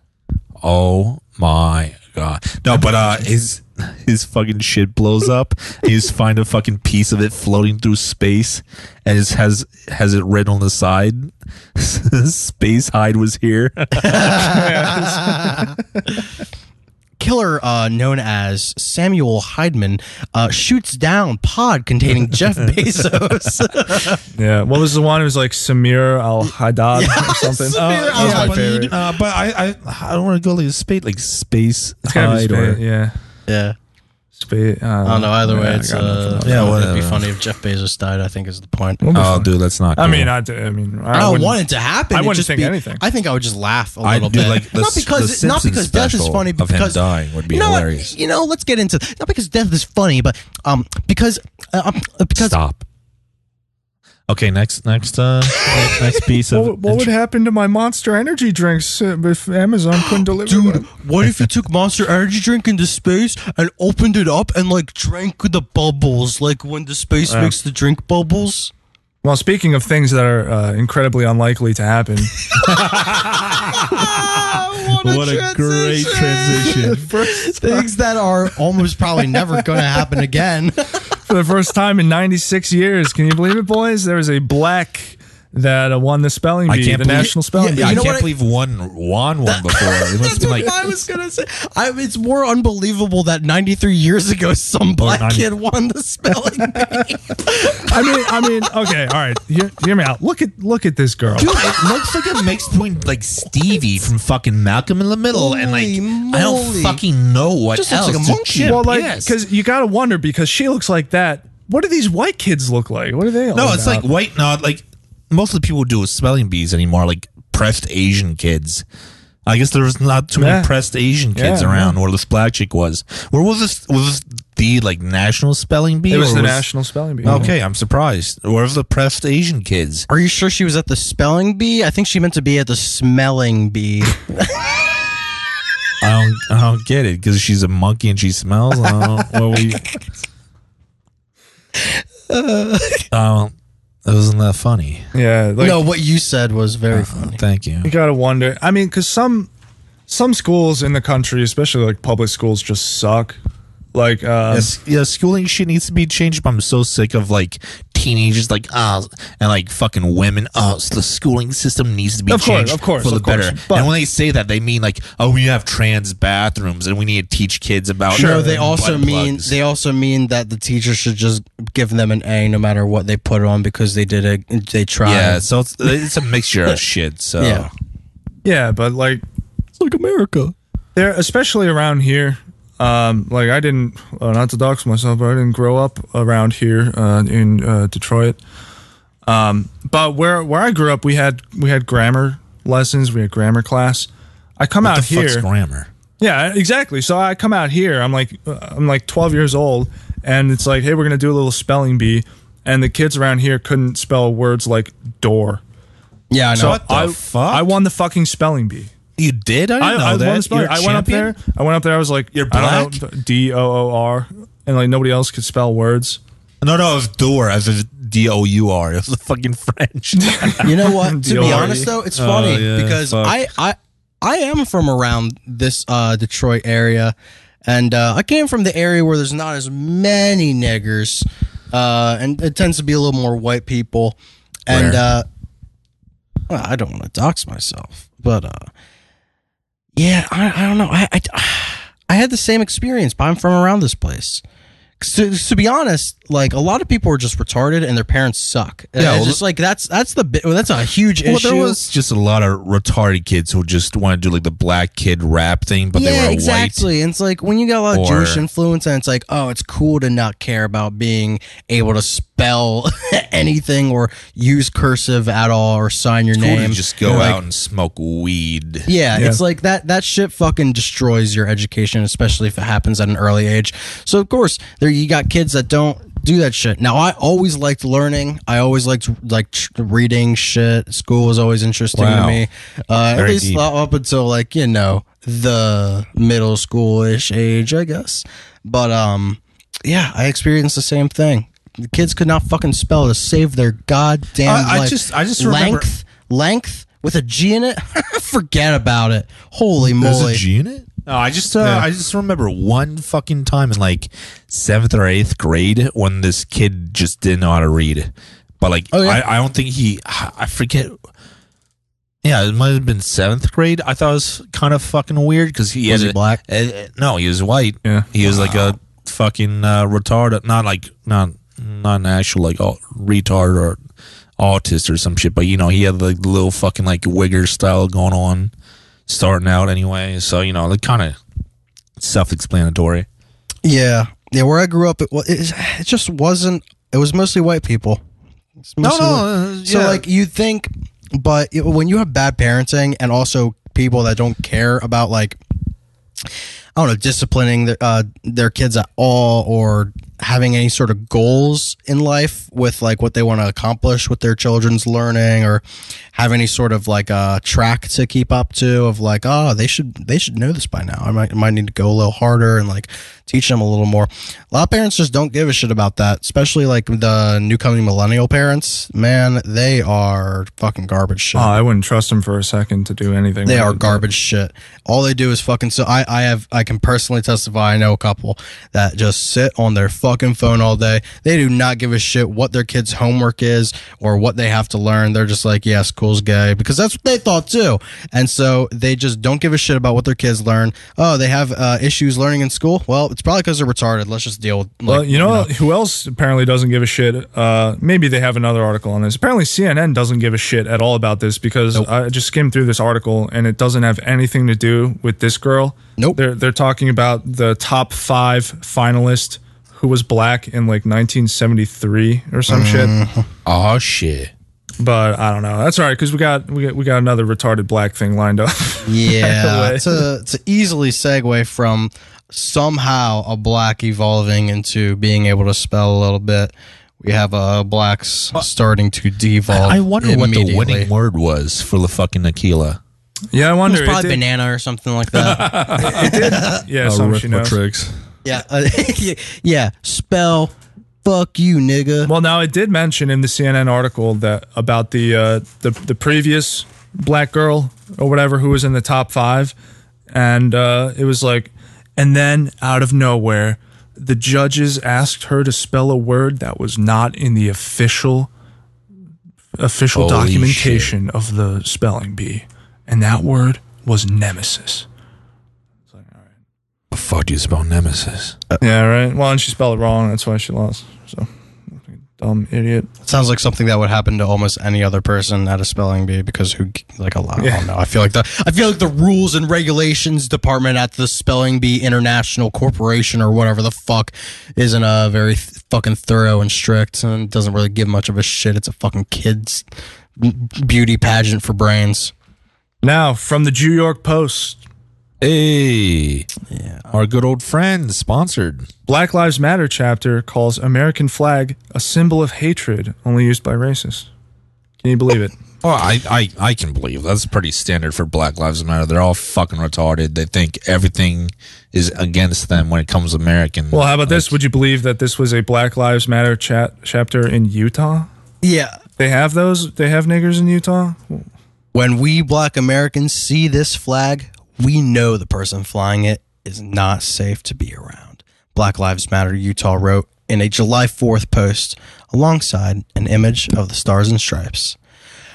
Oh my god. No, but uh his his fucking shit blows up. *laughs* and you just find a fucking piece of it floating through space and it has has it written on the side. *laughs* space hide was
*laughs*
here.
Killer uh, known as Samuel Hydeman uh, shoots down pod containing *laughs* Jeff Bezos.
Yeah. What was the one? It was like Samir al Haddad or something.
Samir
Oh,
Al-
yeah.
my favorite.
but, uh, but I, I I don't want to go like space like space
It's gotta be
hide or
spa- yeah.
yeah,
Spa- uh,
I don't know. Either way,
yeah, I
it's
got nothing
uh,
else.
Yeah,
yeah. It'd be
whatever.
funny if Jeff Bezos died. I think is the point.
Oh dude, that's not
I
cool.
mean, I, d- I mean, I,
I don't
wouldn't-
want it to happen.
I
It'd
wouldn't
just
think
be-
anything.
I think I would just laugh a
I
little
do
bit.
like the
not
S- the
because not
Simpsons
because death is
special
funny.
of him
Because
dying would be
you know what?
hilarious.
You know, let's get into not because death is funny, but um, because uh, um, because
stop.
*laughs*
Okay, next next uh next piece of
What, what would happen to my monster energy drinks uh, if Amazon couldn't deliver
Dude,
them?
what if you took Monster Energy drink into space and opened it up and like drank the bubbles, like when the space makes the drink bubbles?
Well, speaking of things that are uh, incredibly unlikely to happen,
what a great
*laughs*
transition.
Things that are almost probably never going to happen *laughs* again.
for the first time in 96 years. Can you believe it, boys? There was a black that uh, won the spelling
I
bee,
can't
the
believe-
national spelling
Yeah,
bee.
I
know
can't
what I-
believe one won one before. It
*laughs*
must
That's
be
what
like
I was gonna say. I, it's more unbelievable that 93 years ago some black
90
kid won the spelling *laughs* bee.
I mean, I mean, okay, all right. Hear, hear me out. Look at look at this girl.
Dude, it looks like a mix between like Stevie from fucking Malcolm in the Middle and like
Holy
I don't
moly.
fucking know what
Just looks
else.
like a
to
monkey.
chip.
well, like,
Yes.
because you gotta wonder because she looks like that. What do these white kids look like? What are they? all
no, it's
about?
like white. No, like most of the people do with spelling bees anymore. Like pressed Asian kids. I guess there was not too
Yeah.
many pressed Asian kids
Yeah,
around where this black chick was. Where was this? Was this the like national spelling bee?
it was
or
the national spelling bee.
Okay, I'm surprised. Where was the pressed Asian kids?
Are you sure she was at the spelling bee? I think she meant to be at the smelling bee.
I don't. I don't get it because she's a monkey and she smells. I don't
*laughs*
know what we. Um, it wasn't that funny.
Yeah. Like,
no, what you said was very
Uh,
funny.
Thank you.
You gotta wonder. I mean, because some some schools in the country, especially like public schools, just suck. Like, uh,
Yes, yeah, schooling shit needs to be changed. But I'm so sick of like teenagers, like ah, and like fucking women. Oh, so the schooling system needs to be
Of course,
changed
of course,
for the
of course,
better.
but-
and when they say that, they mean like, oh, we have trans bathrooms, and we need to teach kids about.
No, they
butt
also mean
plugs.
they also mean that the teacher should just give them an A no matter what they put on because they did it. They tried.
yeah, so it's, it's a mixture of shit. So
Yeah.
yeah, but like
It's like America.
there, especially around here. Um, like I didn't, uh, not to dox myself, but I didn't grow up around here uh, in uh, Detroit. Um, but where where I grew up, we had we had grammar lessons, we had grammar class. I come out
what the
here.
fuck's grammar?
Yeah, exactly. So I come out here. I'm like, uh, I'm like 12 years old, and it's like, hey, we're gonna do a little spelling bee, and the kids around here couldn't spell words like door.
Yeah, I know.
So
What the
I,
fuck?
I won the fucking spelling bee.
You did? I didn't
I,
know
I won
that.
the spelling.
You're
I went up
champion?
there. I went up there. I was like,
You're
I don't know, D O O R, and like nobody else could spell words.
No, no, it was door as a D O U R. It was the fucking French.
*laughs* You know what? to be
D.O.R.E..
honest though, it's funny
Oh, yeah,
because
fuck.
I, I I am from around this uh, Detroit area, and uh, I came from the area where there's not as many niggers, uh, and it tends to be a little more white people. And
Where?
uh, well, I don't want to dox myself, but uh, yeah, I, I don't know. I, I *sighs* I had the same experience, but I'm from around this place. 'Cause To, to be honest, like a lot of people are just retarded and their parents suck. Yeah,
Yeah, well,
just like that's that's the bit. Well, that's a huge
well,
issue.
there was just a lot of retarded kids who just want to do like the black kid rap thing, but
yeah,
they were
exactly. And it's like when you got a lot of
Or-
Jewish influence, and it's like, oh, it's cool to not care about being able to spell *laughs* anything or use cursive at all or sign your
white. Cool to
name.
just go
You're like,
out and smoke weed.
Yeah,
Yeah.
it's like that that shit fucking destroys your education, especially if it happens at an early age. So of course, there you got kids that don't do that shit. Now I always liked learning. I always liked like tr- reading shit. School was always interesting to
Wow.
me. Uh, at
Very
least
deep.
up until like, you know, the middle schoolish age, I guess. But um yeah, I experienced the same thing. The kids could not fucking spell to save their goddamn
I- I
life.
just- I just remember-
length length with a G
*laughs*
in it. Forget about it. Holy
There's
moly!
a G in it? No, I just uh,
Yeah.
I just remember one fucking time in like seventh or eighth grade when this kid just didn't know how to read. But like
yeah.
I, I don't think he I forget yeah, it might have been seventh grade. I thought it was kind of fucking weird because he
Was
had
he
a-
black?
uh, uh, no, he was white.
Yeah.
he was like a fucking uh, retard. Not like not not an actual like au- retard or autist or some shit. But you know, he had like the little fucking like wigger style going on, starting out anyway. So you know, like kind of self-explanatory.
yeah, yeah. Where I grew up, it was it, it just wasn't. It was mostly white people. It's mostly white-
no, uh,
So like you think, but it- when you have bad parenting and also people that don't care about like I don't know disciplining their, uh, their kids at all or having any sort of goals in life with like what they want to accomplish with their children's learning or have any sort of like a track to keep up to of like oh they should they should know this by now I might, might need to go a little harder and like teach them a little more a lot of parents just don't give a shit about that especially like the new coming millennial parents man they are fucking garbage shit
Oh, I wouldn't trust him for a second to do anything.
they
with
are
it.
garbage shit. All they do is fucking. So I, I have, I can personally testify. I know a couple that just sit on their
fucking phone all day. They do not give a shit what their kids' homework is or what they have to learn. They're just like, yeah, school's gay because that's what they thought too. And so they just don't give a shit about what their kids learn. Oh, they have uh, issues learning in school. Well, it's probably because they're retarded. Let's just deal with.
*laughs*
Like,
Well, you know, who else apparently doesn't give a shit? Uh, maybe they have another article on this. Apparently, CNN doesn't give a shit at all about this because I just skimmed through this article and it doesn't have anything to do with this girl.
Nope.
They're they're talking about the top five finalist who was black in like 1973 or some
Mm.
shit.
Oh shit.
But I don't know. That's all right because we got we got we got another retarded black thing lined up.
Yeah,
way.
to to easily segue from somehow a black evolving into being able to spell a little bit. We have uh, blacks starting to devolve.
I wonder what the
immediately.
winning word was for the fucking Aquila.
yeah, I
It
wonder.
was
It
probably
did-
banana or something like that.
Yeah, some she knows.
Arithmetrix.
yeah, uh, *laughs* yeah. Spell, fuck you, nigga.
Well, now it did mention in the CNN article that about the uh, the the previous black girl or whatever who was in the top five, and uh, it was like, and then out of nowhere, the judges asked her to spell a word that was not in the official official
Holy
documentation of the spelling bee, and that word was nemesis.
The fuck do you spell nemesis?
yeah, right. Well, and she spelled it wrong. That's why she lost. So, dumb idiot.
Sounds like something that would happen to almost any other person at a spelling bee because who like a lot. I
Yeah.
don't know. I feel like the I feel like the rules and regulations department at the spelling bee international corporation or whatever the fuck isn't uh, very th- fucking thorough and strict and doesn't really give much of a shit. It's a fucking kids beauty pageant for brains.
Now from the New York Post.
Hey. Our good old friend sponsored.
Black Lives Matter chapter calls American flag a symbol of hatred only used by racists. Can you believe it?
Oh, I, I, I can believe that's pretty standard for Black Lives Matter. They're all fucking retarded. They think everything is against them when it comes to American.
Well, how about this? Would you believe that this was a Black Lives Matter chat chapter in Utah?
Yeah.
They have those? They have niggers in Utah?
When we black Americans see this flag, we know the person flying it is not safe to be around. Black Lives Matter Utah wrote in a July 4th post alongside an image of the stars and stripes.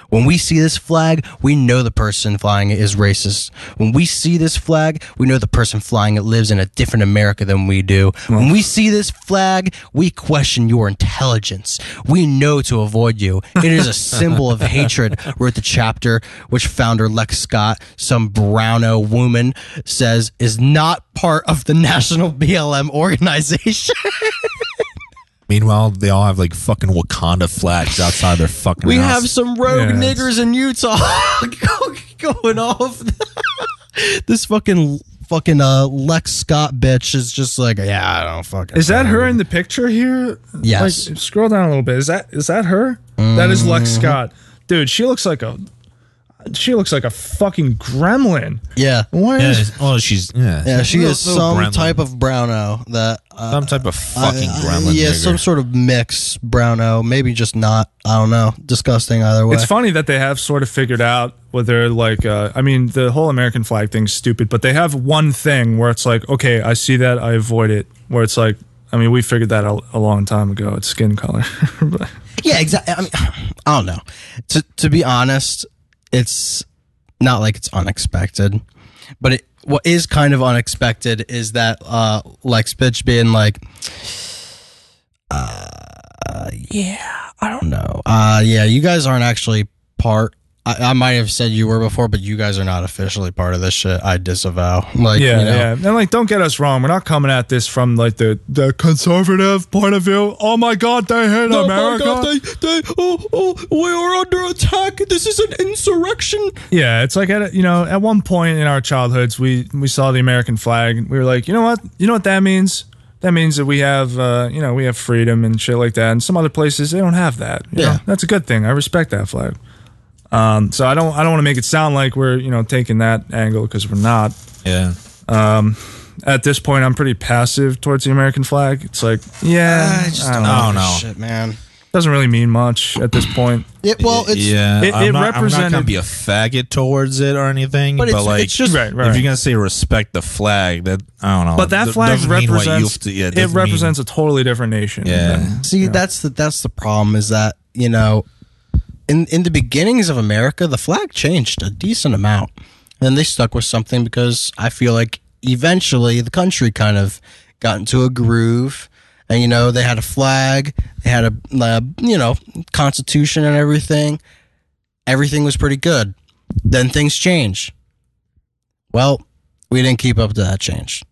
When we see this flag, we know the person flying it is racist. When we see this flag, we know the person flying it lives in a different America than we do. When we see this flag, we question your intelligence. We know to avoid you. It is a *laughs* symbol of hatred, wrote the chapter, which founder Lex Scott, some browno woman, says is not part of the national BLM organization.
Meanwhile, they all have like fucking Wakanda flags outside their fucking
We
house.
have *laughs* some rogue
Yeah, it's-
niggers in Utah *laughs* go- going off. *laughs* this fucking fucking uh, Lex Scott bitch is just like, yeah, I don't fucking.
Is that her in the picture here?
Yes.
Like, scroll down a little bit. Is that is that her? That is Lex Scott. Dude, she looks like a she looks like a fucking gremlin.
Yeah.
What
Yeah,
is
it's- oh, she's yeah.
Yeah, she
Little-
is
little
some
gremlin.
type of browno that uh,
some type of fucking
uh,
gremlin.
yeah,
nigger.
some sort of mix browno, maybe just not. I don't know. Disgusting either way.
It's funny that they have sort of figured out whether, like, uh, I mean, the whole American flag thing's stupid, but they have one thing where it's like, okay, I see that, I avoid it. Where it's like, I mean, we figured that out a long time ago. It's skin color. *laughs* But-
Yeah, exactly. I mean, *sighs* I don't know. To to be honest, it's not like it's unexpected, but it, what is kind of unexpected is that uh, Lex bitch being like, uh, yeah, I don't know. Uh, yeah, you guys aren't actually part. I, I might have said you were before, but you guys are not officially part of this shit. I disavow. Like,
yeah,
you know,
yeah. And, like, don't get us wrong. We're not coming at this from, like, the, the conservative point of view. Oh my God, they hate America.
Oh they, oh, oh, we are under attack. This is an insurrection.
Yeah, it's like at a- you know at one point in our childhoods we we saw the American flag and we were like, you know what, you know what that means? That means that we have uh, you know we have freedom and shit like that. And some other places they don't have that. you
Yeah.
know? that's a good thing. I respect that flag. Um, so I don't I don't want to make it sound like we're you know taking that angle because we're not.
yeah.
At this point, I'm pretty passive towards the American flag. It's like, yeah,
I just
I
don't,
don't know.
know.
know.
Shit, man.
Doesn't really mean much at this point.
It, well, it's
yeah,
it-
I'm
it
not, I'm not gonna
represented-
be a faggot towards it or anything,
But
but,
it's-
like,
it's just-
Right, right.
if you're gonna say respect the flag, that I don't know,
But that
Th-
flag
doesn't mean what you
represents
have to- yeah,
it
doesn't mean-
represents a totally different nation.
yeah,
See, that's the that's the problem is that you know, in in the beginnings of America, the flag changed a decent amount. Then they stuck with something because I feel like eventually the country kind of got into a groove, and you know they had a flag, they had a uh, you know constitution and everything. Everything was pretty good. Then things changed. Well, we didn't keep up to that change.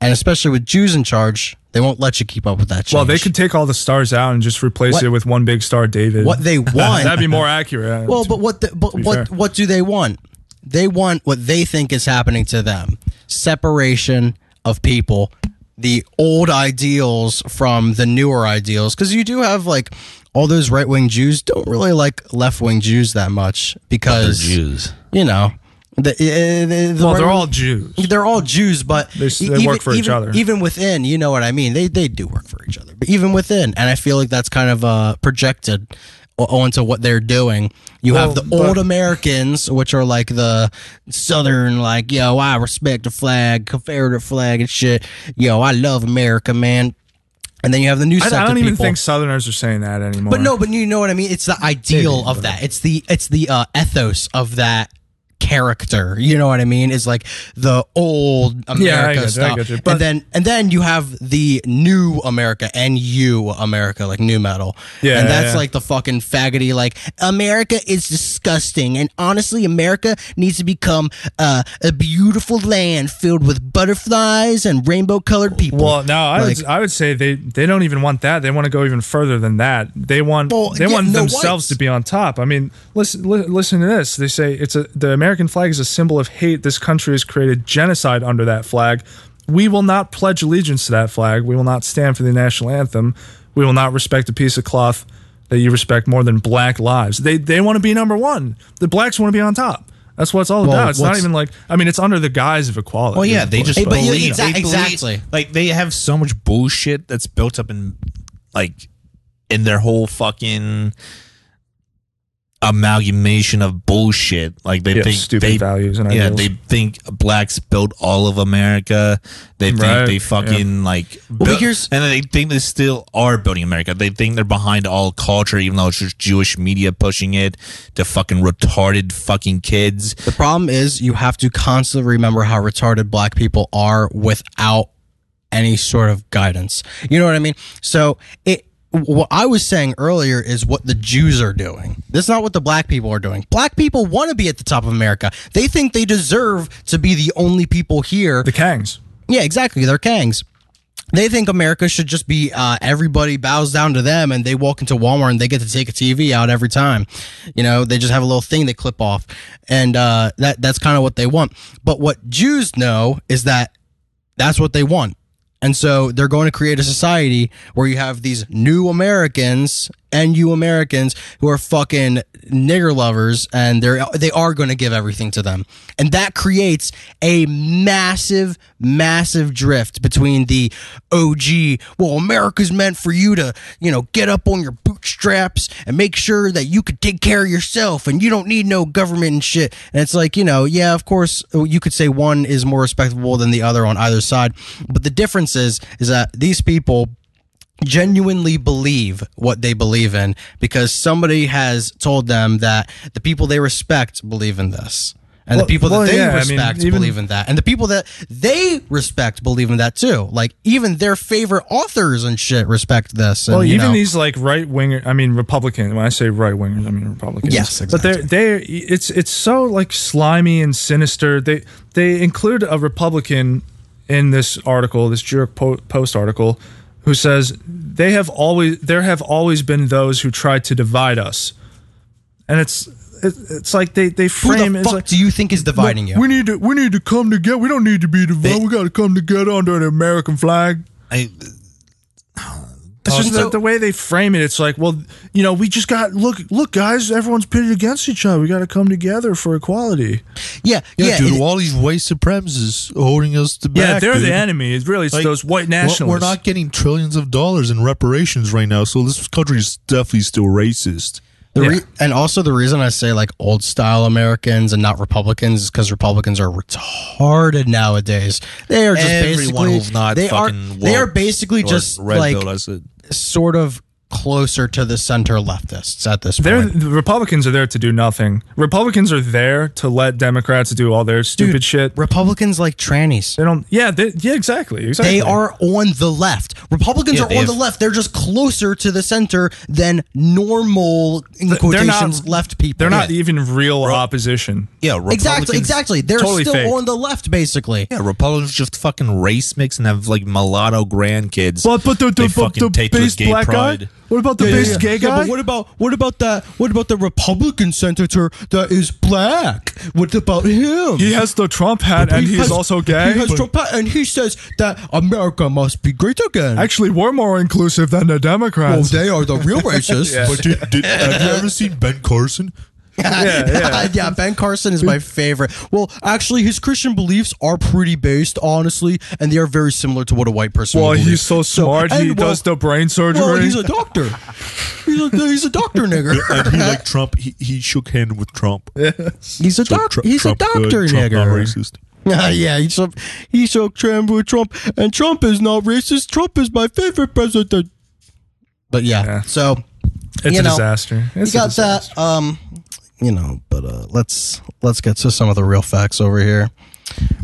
And especially with Jews in charge, they won't let you keep up with that change.
Well, they could take all the stars out and just replace
What-
it with one big star, David.
what *laughs*
*laughs*
they want.
That'd be more accurate.
well, but what the, but
be
what
fair.
what do they want? They want what they think is happening to them: separation of people, the old ideals from the newer ideals. Because you do have like all those right wing Jews don't really like left wing Jews that much because
Jews.
you know. The, uh, the- the
well, they're
right-wing-
all Jews.
they're all Jews, but
They s- they work for each
even-
other.
Even within, you know what I mean. They they do work for each other, but even within, and I feel like that's kind of uh, projected o- onto what they're doing. You have
Well,
the
but-
old Americans, which are like the Southern, like yo, I respect the flag, Confederate flag, and shit. Yo, I love America, man. And then you have the new.
I,
sect
I
of
don't even
people.
think Southerners are saying that anymore.
But no, but you know what I mean. It's the ideal of that. It's the it's the uh, ethos of that character. You know what I mean? Is like the old America
get you, I
stuff,
get you. But-
and then and then you have the new America and you America, like new metal.
Yeah,
and
yeah,
that's
yeah.
like the fucking faggoty. Like America is disgusting, and honestly, America needs to become uh, a beautiful land filled with butterflies and rainbow colored people.
Well, no, I
Like-
would I would say they they don't even want that. They want to go even further than that. They want
Well,
they
yeah,
want
no
themselves
whites.
to be on top. I mean, listen li- listen to this. They say it's a the American flag is a symbol of hate. This country has created genocide under that flag. We will not pledge allegiance to that flag. We will not stand for the national anthem. We will not respect a piece of cloth that you respect more than black lives. They they want to be number 1. The blacks want to be on top. That's what it's all about. It's not
what's-
even like I mean, it's under the guise of equality.
Well, yeah,
of
they
course,
just
Hey,
but-
but yeah,
believe,
exac-
they believe-
exactly.
Like they have so much bullshit that's built up in, like, in their whole fucking amalgamation of bullshit. Like they
Yeah,
think
stupid
they,
values and
yeah,
ideals.
they think blacks built all of America. They think
Right,
they
yeah.
fucking like,
but
built-
here's-
and they think they still are building America. They think they're behind all culture, even though it's just Jewish media pushing it to fucking retarded fucking kids.
The problem is you have to constantly remember how retarded black people are without any sort of guidance. You know what I mean? So it what I was saying earlier is what the Jews are doing. That's not what the black people are doing. Black people want to be at the top of America. They think they deserve to be the only people here.
the Kangs.
Yeah, exactly. They're kangs. They think America should just be uh, everybody bows down to them and they walk into Walmart and they get to take a TV out every time. You know, they just have a little thing they clip off, and uh, that that's kind of what they want. But what Jews know is that that's what they want. And so they're going to create a society where you have these new Americans and you Americans who are fucking nigger lovers and they're they are going to give everything to them. And that creates a massive massive drift between the OG, well America's meant for you to, you know, get up on your bootstraps and make sure that you could take care of yourself and you don't need no government and shit. And it's like, you know, yeah, of course you could say one is more respectable than the other on either side, but the difference is is that these people genuinely believe what they believe in because somebody has told them that the people they respect believe in this. And
Well-
the people that
well,
they
yeah, I mean,
respect
even-
believe in that. And the people that they respect believe in that too. Like even their favorite authors and shit respect this. And,
Well,
you
even
know,
these like right winger, I mean Republican. When I say right wingers, I mean Republicans.
Yes,
But they're they it's it's so like slimy and sinister. They they include a Republican in this article, this New York Po- Post article, who says they have always there have always been those who tried to divide us, and it's it, it's like they they
who
frame
the
it's
fuck
like,
do you think is dividing you?
We need to we need to come together. We don't need to be divided. we got to come together under the American flag.
I
It's
Oh,
just
so-
the, the way they frame it. It's like, well, you know, we just got look, look, guys. Everyone's pitted against each other. We got to come together for equality.
Yeah,
Yeah,
yeah,
dude,
it-
all these white supremacists holding us to
Yeah,
back.
they're
dude.
the enemy. It's really it's
Like,
those white
we're-
nationalists.
We're not getting trillions of dollars in reparations right now, so this country is definitely still racist.
The
Yeah.
re- and also the reason I say like old style Americans and not Republicans is because Republicans are retarded nowadays. They are just
Everyone
basically
who's not
they are
fucking
they are
woke
basically
or
just
red
like
pill, that's it.
sort of closer to the center leftists at this point.
They're the Republicans are there to do nothing. Republicans are there to let Democrats do all their stupid
Dude,
shit.
Republicans like trannies.
They don't. Yeah. They, yeah. Exactly. Exactly.
They are on the left. Republicans
Yeah,
are
they
on
have-
the left. They're just closer to the center than normal in
Th- they're not-
quotations left people.
They're not
Yeah.
even real opposition.
Yeah, Republicans,
exactly exactly. They're
totally
still
fake.
on the left basically.
Yeah, Republicans just fucking race mix and have like mulatto grandkids.
But but the, the,
They fucking
the,
take to
base
gay
black guy.
pride.
What about the base gay guy?
but what about what about that? What about the Republican senator that is black? What about him?
he has the Trump hat and he's also gay.
He has Trump, and he says that America must be great again.
Actually, we're more inclusive than the
well,
Democrats.
they are the
*laughs*
real racists.
But did, did, have
*laughs*
you ever seen Ben Carson?
Yeah, yeah.
yeah, Ben Carson is my favorite. Well, actually, his Christian beliefs are pretty based, honestly, and they are very similar to what a white person.
well,
would believe.
he's so smart. he
and, well,
does the brain surgery.
Well, he's a doctor. He's a, he's a
*laughs*
doctor, nigger.
And he like Trump. He, he shook hand with Trump.
He's
So
a doctor.
Tru-
He's
Trump
a
good,
doctor,
Trump not
nigger.
racist.
*laughs* Ah, yeah, he shook, he shook Trump with Trump, and Trump is not racist. Trump is my favorite president. But yeah,
Yeah.
so
it's
you
a
know,
disaster.
you
It's a
got
disaster.
that. Um, you know, but uh, let's let's get to some of the real facts over here.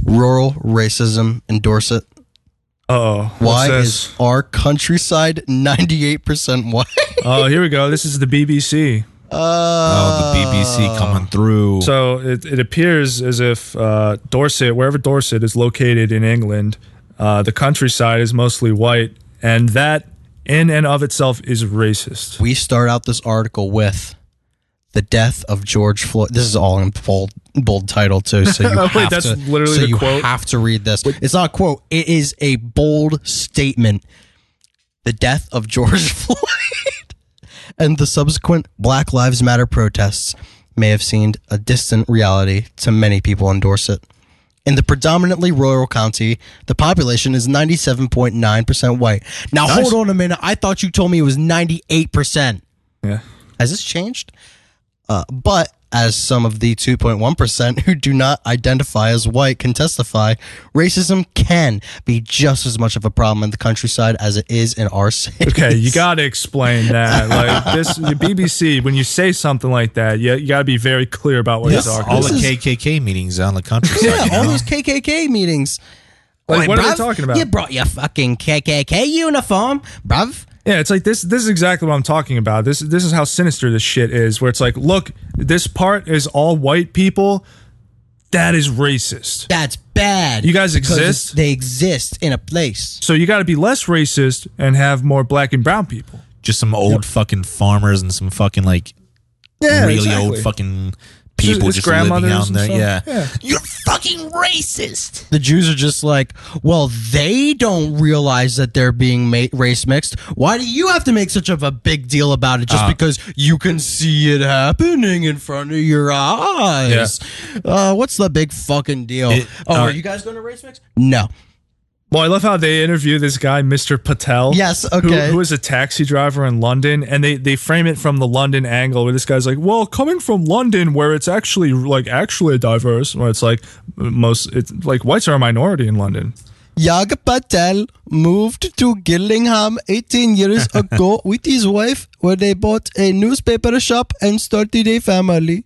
Rural racism in Dorset.
Oh, what's
Why
this?
is our countryside ninety eight percent white?
Oh, here we go. This is the BBC.
Oh, the BBC coming through.
So it, it appears as if uh, Dorset, wherever Dorset is located in England, uh, the countryside is mostly white, and that in and of itself is racist.
we start out this article with the death of George Floyd. This is all in bold, bold title too,
*laughs*
so you have
that's
to,
literally
so
the
you
quote?
have to read this. It's not a quote. It is a bold statement. The death of George *laughs* Floyd and the subsequent Black Lives Matter protests may have seemed a distant reality to many people in Dorset. In the predominantly rural county, the population is 97.9% white. Now, hold on a minute. I thought you told me it was 98%.
Yeah.
Has this changed? Uh, but as some of the 2.1% who do not identify as white can testify, racism can be just as much of a problem in the countryside as it is in our *laughs* city.
Okay, you got to explain that. Like this, the BBC. When you say something like that, you, you got to be very clear about what
Yes,
you're talking
all
about.
the
is-
KKK meetings out in the countryside.
Yeah,
you
all
know?
those KKK meetings.
Like,
Oi,
what are they
bruv,
talking about?
You brought your fucking KKK uniform, bruv.
Yeah, it's like this. This is exactly what I'm talking about. This this is how sinister this shit is. Where it's like, look, this part is all white people. That is racist.
That's bad.
You guys
because
exist?
They exist in a place.
So you got to be less racist and have more black and brown people.
just some old fucking farmers and some fucking like really old fucking people
it's
just living
grandmothers
out
and
there. Yeah.
stuff. Yeah.
you're fucking racist.
The Jews are just like, well, they don't realize that they're being ma- race mixed. Why do you have to make such of a big deal about it just
Uh.
because you can see it happening in front of your eyes? Uh, what's the big fucking deal?
It-
oh,
uh,
are you guys going to race mix? No.
Well, I love how they interview this guy, Mr. Patel.
Yes,
who-
okay.
who is a taxi driver in London, and they they frame it from the London angle, where this guy's like, "Well, coming from London, where it's actually like actually diverse, where it's like most, it's like whites are a minority in London."
Yaga Patel moved to Gillingham 18 years ago with his wife, where they bought a newspaper shop and started a family.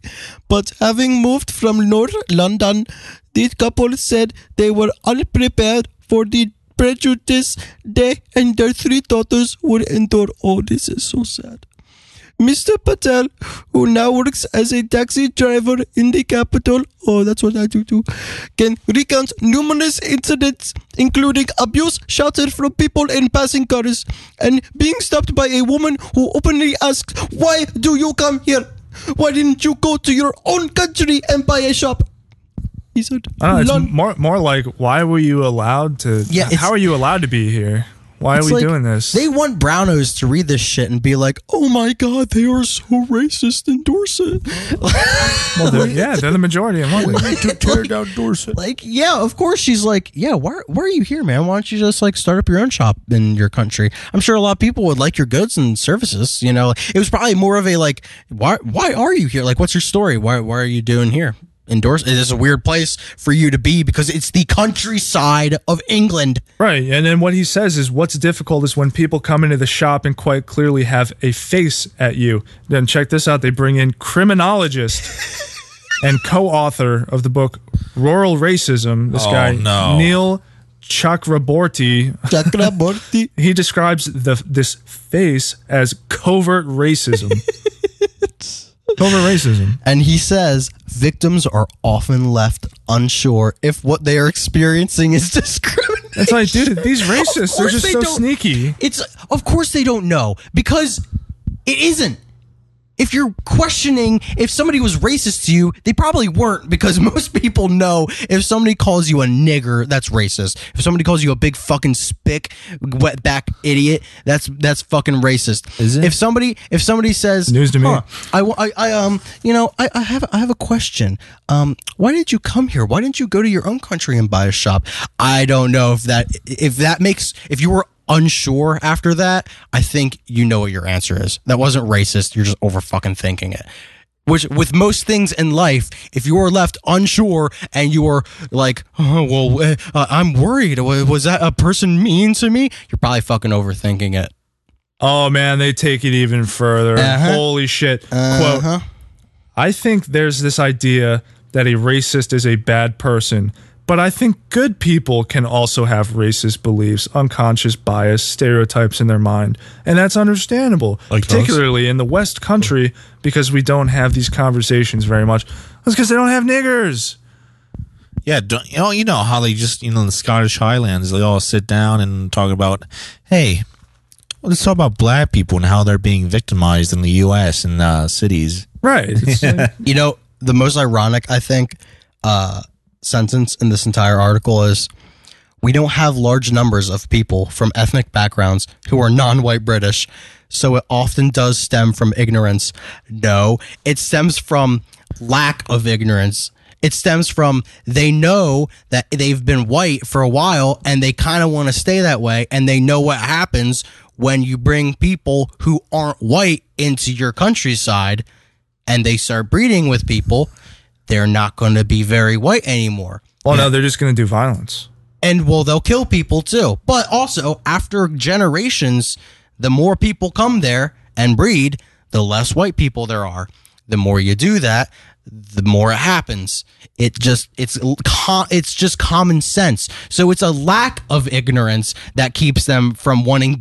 But having moved from North London, the couple said they were unprepared for the prejudice they and their three daughters would endure. Oh, this is so sad. Mr. Patel, who now works as a taxi driver in the capital, oh, that's what I do too, can recount numerous incidents, including abuse shouted from people in passing cars and being stopped by a woman who openly asked, Why do you come here? Why didn't you go to your own country and buy a shop? He said,
I don't know. It's
"Lon-
more more like, why were you allowed to?
Yeah, it's-
how are you allowed to be here? Why
It's
are we
like,
doing this?
They want Brownos to read this shit and be like, "Oh my god, they are so racist in Dorset." *laughs*
Well, they're- yeah, they're the majority in London.
to tear down Dorset.
like, yeah, of course she's like, "Yeah, why, why are you here, man? Why don't you just like start up your own shop in your country?" I'm sure a lot of people would like your goods and services. You know, it was probably more of a like, "Why, why are you here? Like, what's your story? Why, why are you doing here?" In Dorset, it is a weird place for you to be because it's the countryside of
*laughs*
England.
Right. And then what he says is what's difficult is when people come into the shop and quite clearly have a face at you. Then check this out they bring in
*laughs*
criminologist and co author of the book Rural Racism. This
Oh,
guy,
no.
Neil Chakraborty.
Chakraborty.
He describes the this face as covert
*laughs*
racism. covert racism.
And he says victims are often left unsure if what they are experiencing is *laughs* discrimination.
That's like, dude, these racists are
course
just
they
so
don't-
sneaky.
It's of course they don't know because it isn't. If you're questioning if somebody was racist to you, they probably weren't because *laughs* most people know if somebody calls you a nigger, that's racist. If somebody calls you a big fucking spick, wetback idiot, that's that's fucking racist. Is
it?
If somebody if somebody says
News to me.
"Huh, I, wa- I, I um you know I, I have I have a question. Um, why did you come here? Why didn't you go to your own country and buy a shop? I don't know if that if that makes if you were unsure after that. I think you know what your answer is. That wasn't racist. You're just over fucking thinking it. Which with most things in life, if you are left unsure and you are like, oh, well, eh, uh, I'm worried. Wa- Was that a person mean to me? You're probably fucking overthinking it.
Oh man, they take it even further.
Uh-huh.
Holy shit.
Uh-huh.
Quote I think there's this idea that a racist is a bad person, but I think good people can also have racist beliefs, unconscious bias, stereotypes in their mind. And that's understandable,
Like us?
particularly in the West Country because we don't have these conversations very much. That's because they don't have niggers.
Yeah, don't, you know, you know how they just you know in the Scottish Highlands they all sit down and talk about, hey, let's talk about black people and how they're being victimized in the U.S. and uh, cities.
Right.
*laughs*
It's like-
You know, the most ironic, I think, uh, sentence in this entire article is we don't have large numbers of people from ethnic backgrounds who are non white British, so it often does stem from ignorance. No, it stems from lack of ignorance. It stems from they know that they've been white for a while and they kind of want to stay that way, and they know what happens when you bring people who aren't white into your countryside and they start breeding with people, they're not going to be very white anymore.
well, no, they're just going to do violence.
And well, they'll kill people too. But also, after generations, the more people come there and breed, the less white people there are. The more you do that, the more it happens. It just it's co- it's just common sense. So it's a lack of ignorance that keeps them from wanting *laughs*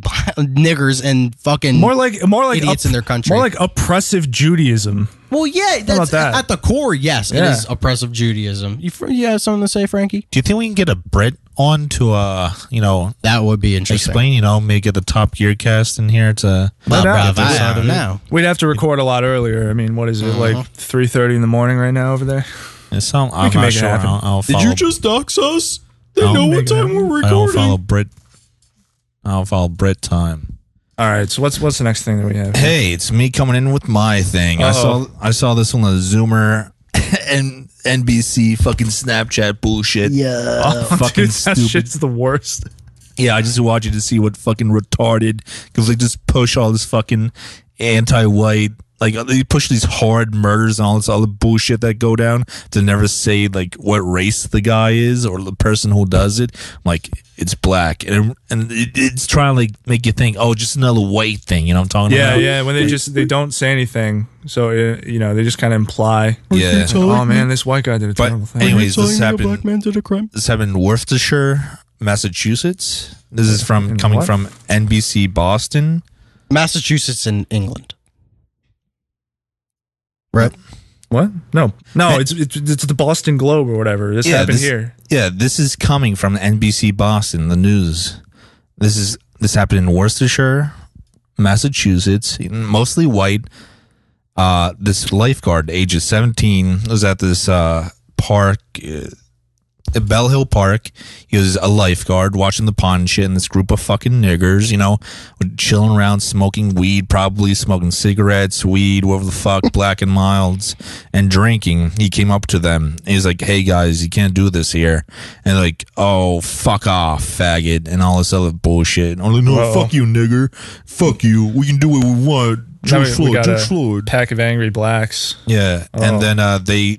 niggers and fucking
More like more like
Idiots in their country.
More like oppressive Judaism.
Well, yeah, that's
that?
at the core. Yes, it
Yeah.
is oppressive Judaism. You fr- you have something to say, Frankie?
Do you think we can get a Brit on to uh you know
That would be interesting.
explain you know make it the Top Gear cast in here uh, to
Well,
No
bruv,
doubt.
I don't know.
We'd have to record a lot earlier. I mean, what is it like three thirty in the morning right now over there?
It sound, I'm
can
not
make it
sure.
happen.
I'll, I'll follow,
just dox us? They
I'll know what make it time
we're
I don't follow Brit. I don't follow Brit time.
All right. So what's what's the next thing that *laughs* we have?
Hey, it's me coming in with my thing. I saw
Uh-oh.
I saw this on the Zoomer *laughs* and NBC fucking Snapchat bullshit.
Yeah.
*laughs*
fucking
Dude, that
stupid.
shit's the worst.
Yeah, I just watch it to see what fucking retarded because they just push all this fucking anti-white. Like uh, they push these hard murders and all this all the bullshit that go down to never say like what race the guy is or the person who does it. Like it's black and and it, it's trying to like make you think oh just another white thing. You know what I'm talking
Yeah,
about?
yeah. When they just they don't say anything, so uh, you know they just kind of imply.
yeah.
Oh man, this white guy did a terrible
But
thing.
anyways, this happened.
man did a crime.
This happened in Worcestershire, Massachusetts. This is from
In
coming
what?
from NBC Boston.
Massachusetts and England. Right.
what? No, no. It's, it's it's the Boston Globe or whatever. This happened
this-
here.
Yeah, this is coming from NBC Boston, the news. This is this happened in Worcestershire, Massachusetts, mostly white. Uh, this lifeguard, ages seventeen, was at this uh, park. Uh, at Bell Hill Park. He was a lifeguard watching the pond and shit, and this group of fucking niggers, you know, were chilling around, smoking weed, probably smoking cigarettes, weed, whatever the
*laughs*
fuck, black and milds, and drinking. He came up to them. And he's like, "Hey guys, you can't do this here." And like, "Oh fuck off, faggot," and all this other bullshit. And I'm like, "No,
Uh-oh.
fuck you, nigger. Fuck you. We can do what we want."
Now we-
George
we
Floyd.
got
George
a
Floyd.
pack of angry blacks.
Yeah, and then uh, they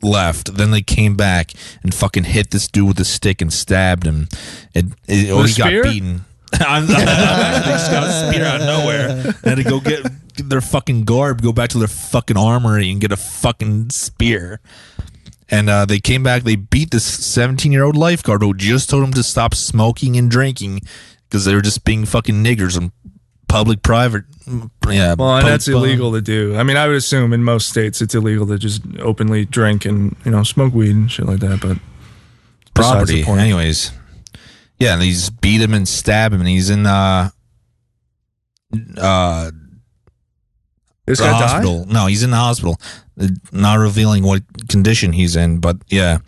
left. Then they came back and fucking hit this dude with a stick and stabbed him. And it, oh,
With a
he got
spear?
beaten. *laughs* I'm, I'm, actually just got a spear out of nowhere. *laughs* They had to go get, get their fucking garb, go back to their fucking armory, and get a fucking spear. And uh, they came back. They beat this 17 year old lifeguard who just told him to stop smoking and drinking because they were just being fucking niggers and public private. mm, Yeah,
Well, and
public-
that's illegal to do. I mean, I would assume in most states it's illegal to just openly drink and you know smoke weed and shit like that. But besides
property.
the point.
Anyways, yeah, and he's beat him and stab him, and he's in uh, uh,
this
the
guy died.
hospital. No, he's in the hospital. Uh, Not revealing what condition he's in, but yeah,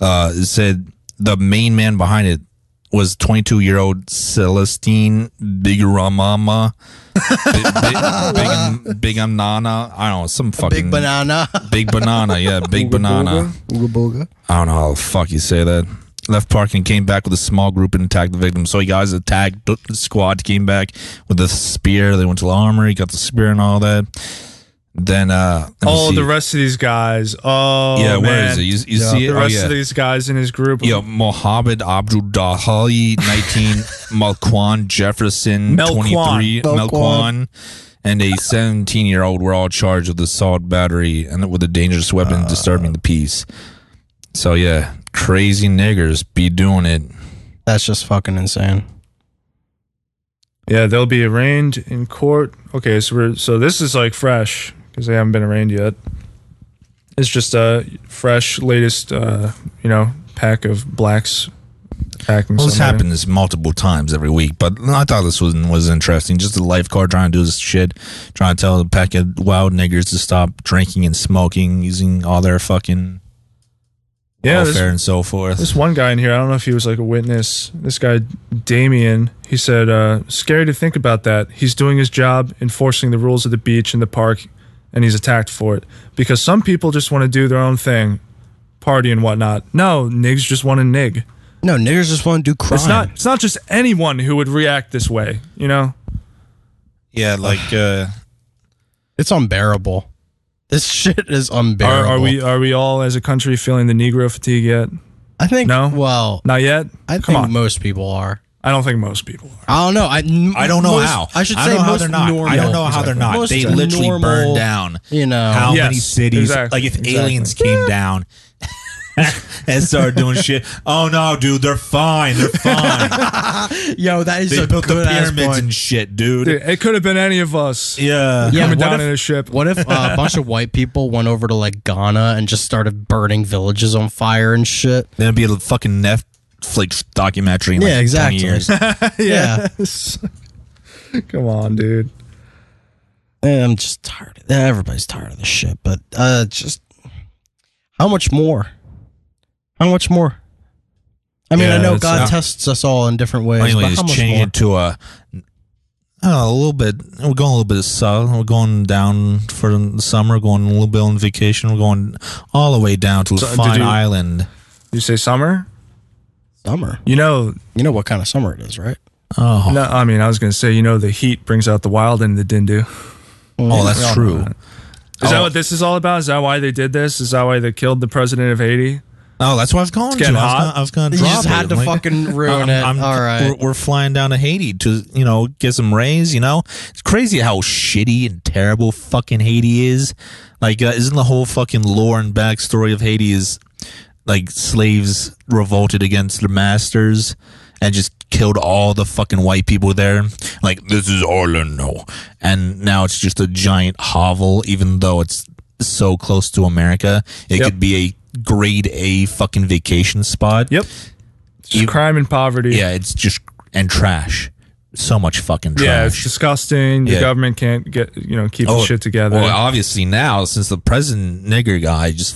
uh, it said the main man behind it was 22 year old Celestine Bigaramama.
*laughs*
big, big, big, big Nana. I don't know some
Mm.
fucking
Big banana. *laughs*
Big banana, yeah, big banana.
Ooga booga.
I don't know how the fuck you say that. Left parking came back with a small group and attacked the victim. So you guys attacked the squad came back with a spear. They went to the armory, got the spear and all that. Then uh let me
Oh,
see.
the rest of these guys. Oh,
Yeah,
man.
where is it? You, you see it?
The
Oh,
rest
yeah.
of these guys in his group.
yeah, Mohammed
*laughs*
Abdul Dahali, 19, Malquan Jefferson,
Melquan.
23, Melquan, and a 17 year old were all charged with assault battery and with a dangerous weapon
Uh,
disturbing the peace. So, yeah, crazy niggers be doing it.
That's just fucking insane.
Yeah, they'll be arraigned in court. Okay, so we're so this is like fresh because they haven't been arraigned yet. It's just a fresh, latest, uh, you know, pack of blacks attacking.
Well, this
somebody.
happened this multiple times every week, but I thought this was was interesting. Just a lifeguard trying to do this shit, trying to tell a pack of wild niggers to stop drinking and smoking, using all their fucking
Yeah, this,
welfare and so forth.
this one guy in here. I don't know if he was like a witness. This guy Damien. He said, uh, "Scary to think about that. He's doing his job, enforcing the rules of the beach and the park, and he's attacked for it because some people just want to do their own thing." Party and whatnot. No, niggas just want to nig.
No, niggers just want to do crime.
It's not. It's not just anyone who would react this way. You know.
yeah, like uh,
It's unbearable. This *laughs* shit is
Are,
unbearable.
are we? Are we all as a country feeling the Negro fatigue yet?
I think.
No?
Well,
Not yet.
I
Come
think
on.
most people are.
I don't think most people. Are.
I don't know. I, n-
I don't know
most-
how.
I should
I
say
don't know how
most
they're not.
normal-
I don't know how they're not.
Most
They literally
normal,
burned down.
You know.
how
Yes,
many cities?
exactly,
Like if
exactly.
aliens came down. *laughs* and started doing shit. Oh no, dude, they're fine. They're fine.
*laughs* Yo, that is
they
a
built the
good ass
pyramids
point.
and shit, dude.
Dude, it could have been any of us.
Yeah.
Yeah,
coming
what
down
if-
in a ship.
What if uh, a bunch of white people went over to like Ghana and just started burning villages on fire and shit?
Then it'd be a fucking Netflix documentary. In
Yeah,
like 20
exactly.
years.
Yeah.
Come on, dude.
And I'm just tired. Of, everybody's tired of this shit, but uh, just how much more? How much more? I mean, I
Yeah,
know
it's
God
not-
tests us all in different ways, but
Anyway,
how
just
much
change
more?
it to a. Oh, a little bit. We're going a little bit south. We're going down for the summer. Going a little bit on vacation. We're going all the way down to a
So, did
fine
you-
island.
You say summer?
Summer.
You know,
You know what kind of summer it is, right?
Oh,
no, I mean, I was gonna say, you know, the heat brings out the wild in the Dindu.
oh, that's true.
Is that
Oh.
what this is all about? Is that why they did this? Is that why they killed the president of Haiti?
Oh, that's what I was going to. I
getting
was
hot.
gonna- I was going to
You
drop
just
it.
had to
Like,
fucking
*laughs* I'm-
ruin it.
I'm-
all right.
We're, we're flying down to Haiti to you know get some rays. You know, it's crazy how shitty and terrible fucking Haiti is. Like, uh, isn't the whole fucking lore and backstory of Haiti is like slaves revolted against their masters and just killed all the fucking white people there. Like, this is Orlando, and now it's just a giant hovel. Even though it's so close to America, it
Yep.
could be a grade A fucking vacation spot.
Yep. It's just
You-
crime and poverty.
Yeah, it's just and trash. so much fucking trash.
Yeah, it's disgusting. The
Yeah.
government can't get you know keep
Oh,
the shit together.
Well, obviously now since the president nigger guy just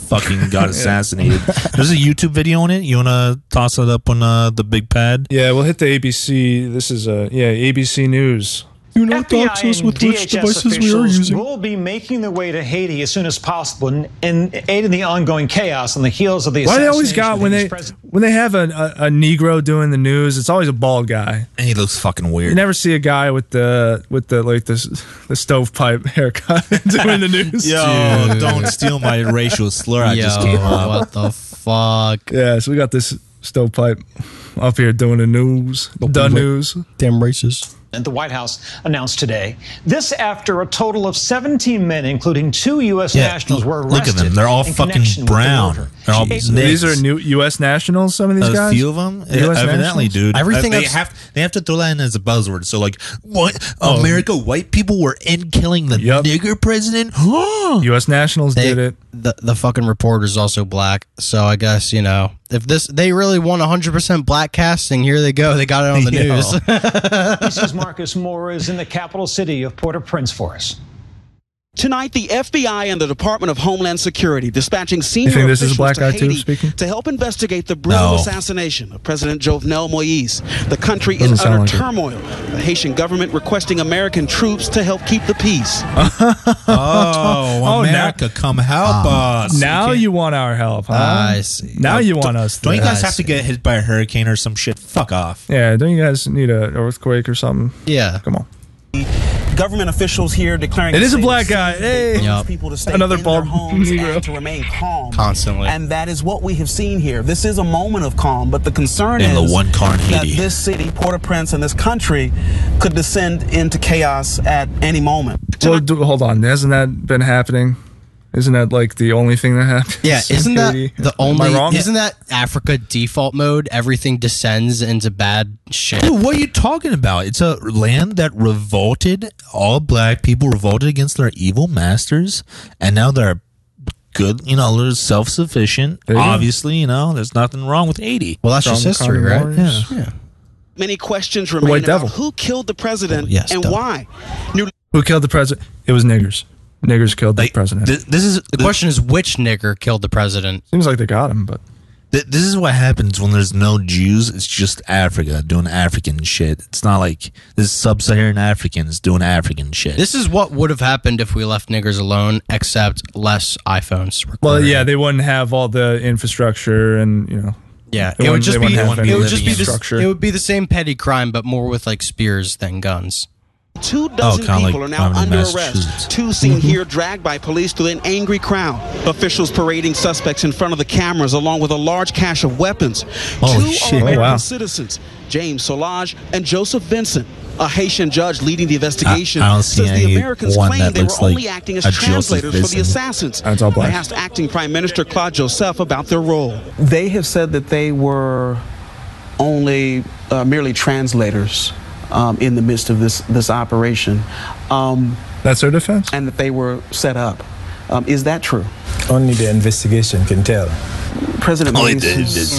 *laughs*
fucking got assassinated. There's a YouTube video on it. You wanna toss it up on uh, the big pad?
yeah, we'll hit the ABC. This is uh, yeah ABC News.
Do
FBI
not dox us
and
with which
DHS
devices we are
officials
using.
Will be making their way to Haiti as soon as possible and, and aid in the ongoing chaos on the heels of the.
Why they always
assassination
got
of
when
Haiti's
they
president.
when they have a, a a Negro doing the news? It's always a bald guy.
And he looks fucking
You
weird.
never see a guy with the with the like this the stovepipe *laughs* haircut doing
*laughs*
the news.
Yo,
*laughs*
don't steal my racial slur. I
Yo,
just came up.
what the fuck?
Yeah, so we got this stovepipe up here doing the news, the
wait.
news.
Damn racist.
that the White House announced today. This after a total of 17 men, including two U.S.
Yeah,
nationals, were
look
arrested.
at them. They're all
in
fucking
connection with the
brown.
murder.
They're all
Eight-
niggas.
These are new U.S. nationals. Some of these
a
guys.
few of them,
US
evidently,
nationals?
dude.
Everything
Uh,
I've
they
s-
have they have to throw that in as a buzzword. So like, what America? White people were in killing the
Oh. Yup.
nigger president. *laughs*
U.S. nationals
They,
did it.
The, the fucking reporter's also black, so I guess, you know, if this, they really want 100% black casting, here they go. They got it on
*laughs*
the
Yo.
news.
This is Marcus Moore is in the capital city of Port-au-Prince for us.
Tonight, the FBI and the Department of Homeland Security dispatching senior
think this is a
officials
black
to
guy too
Haiti
speaking?
to help investigate the brutal
No.
assassination of President Jovenel Moise. The country
Doesn't
is
sound
under
like it.
turmoil. The Haitian government requesting American troops to help keep the peace.
Oh, America, come help us!
Ah. Now you want our help, huh?
I see.
Now you want us.
Don't you
to-
guys
I
have
see.
to get hit by a hurricane or some shit? Fuck off.
yeah. Don't you guys need an earthquake or something?
yeah.
Come on.
Government officials here declaring
It is a black guy. Hey.
Yup.
people to stay
Another
in their
bald
homes
Negro.
and to remain calm
Constantly.
And that is what we have seen here. This is a moment of calm, but the concern
In
is
the one car in
that
Haiti.
this city, Port-au-Prince, and this country could descend into chaos at any moment.
Well, do, hold on. Hasn't that been happening? Isn't that like the only thing that *laughs* happens?
Yeah,
in
isn't that
Haiti?
the only?
Am I wrong?
Isn't that Africa default mode? Everything descends into bad shit.
Dude, what are you talking about? It's a land that revolted. All black people revolted against their evil masters, and now they're good. You know, they're self-sufficient.
you go.
Obviously, you know, there's nothing wrong with Haiti.
Well, that's just
Strong
history,
Carter
right?
Morris.
Yeah.
Many questions remain
White
about
Devil.
who killed the president
Oh, yes,
and
devil.
why. New
Who killed the president? It was niggers. Niggers killed the
Like,
president.
thi- this is
The question is, which nigger killed the president?
Seems like they got him, but
Th- this is what happens when there's no Jews. It's just Africa doing African shit. It's not like this sub-Saharan Africans doing African shit.
This is what would have happened if we left niggers alone, except less iPhones. were
well,
created.
yeah, they wouldn't have all the infrastructure and you know.
yeah.
They
it
wouldn't-
would
they
just be.
wouldn't have any
It would just
living
be this,
infrastructure.
It would be the same petty crime, but more with like spears than guns.
Two dozen
Oh, kinda
people
like
are now
I'm in
under
Massachusetts. Mm-hmm.
arrest. Two seen here dragged by police through an angry crowd. Officials parading suspects in front of the cameras along with a large cache of weapons.
Oh,
Two
shit.
are American
Oh, wow.
citizens, James Solage and Joseph Vincent. A Haitian judge leading the investigation
I- I don't see
says the
any
Americans
one
claimed
that
they were
looks like
only acting as
a Joseph
translators for the
Vincent.
assassins.
That's all black.
They asked acting Prime Minister Claude Joseph about their role.
They have said that they were only uh, merely translators um, in the midst of this this operation, um,
That's their defense.
and that they were set up. Um, is that true?
Only the investigation can tell.
President uh, Moise's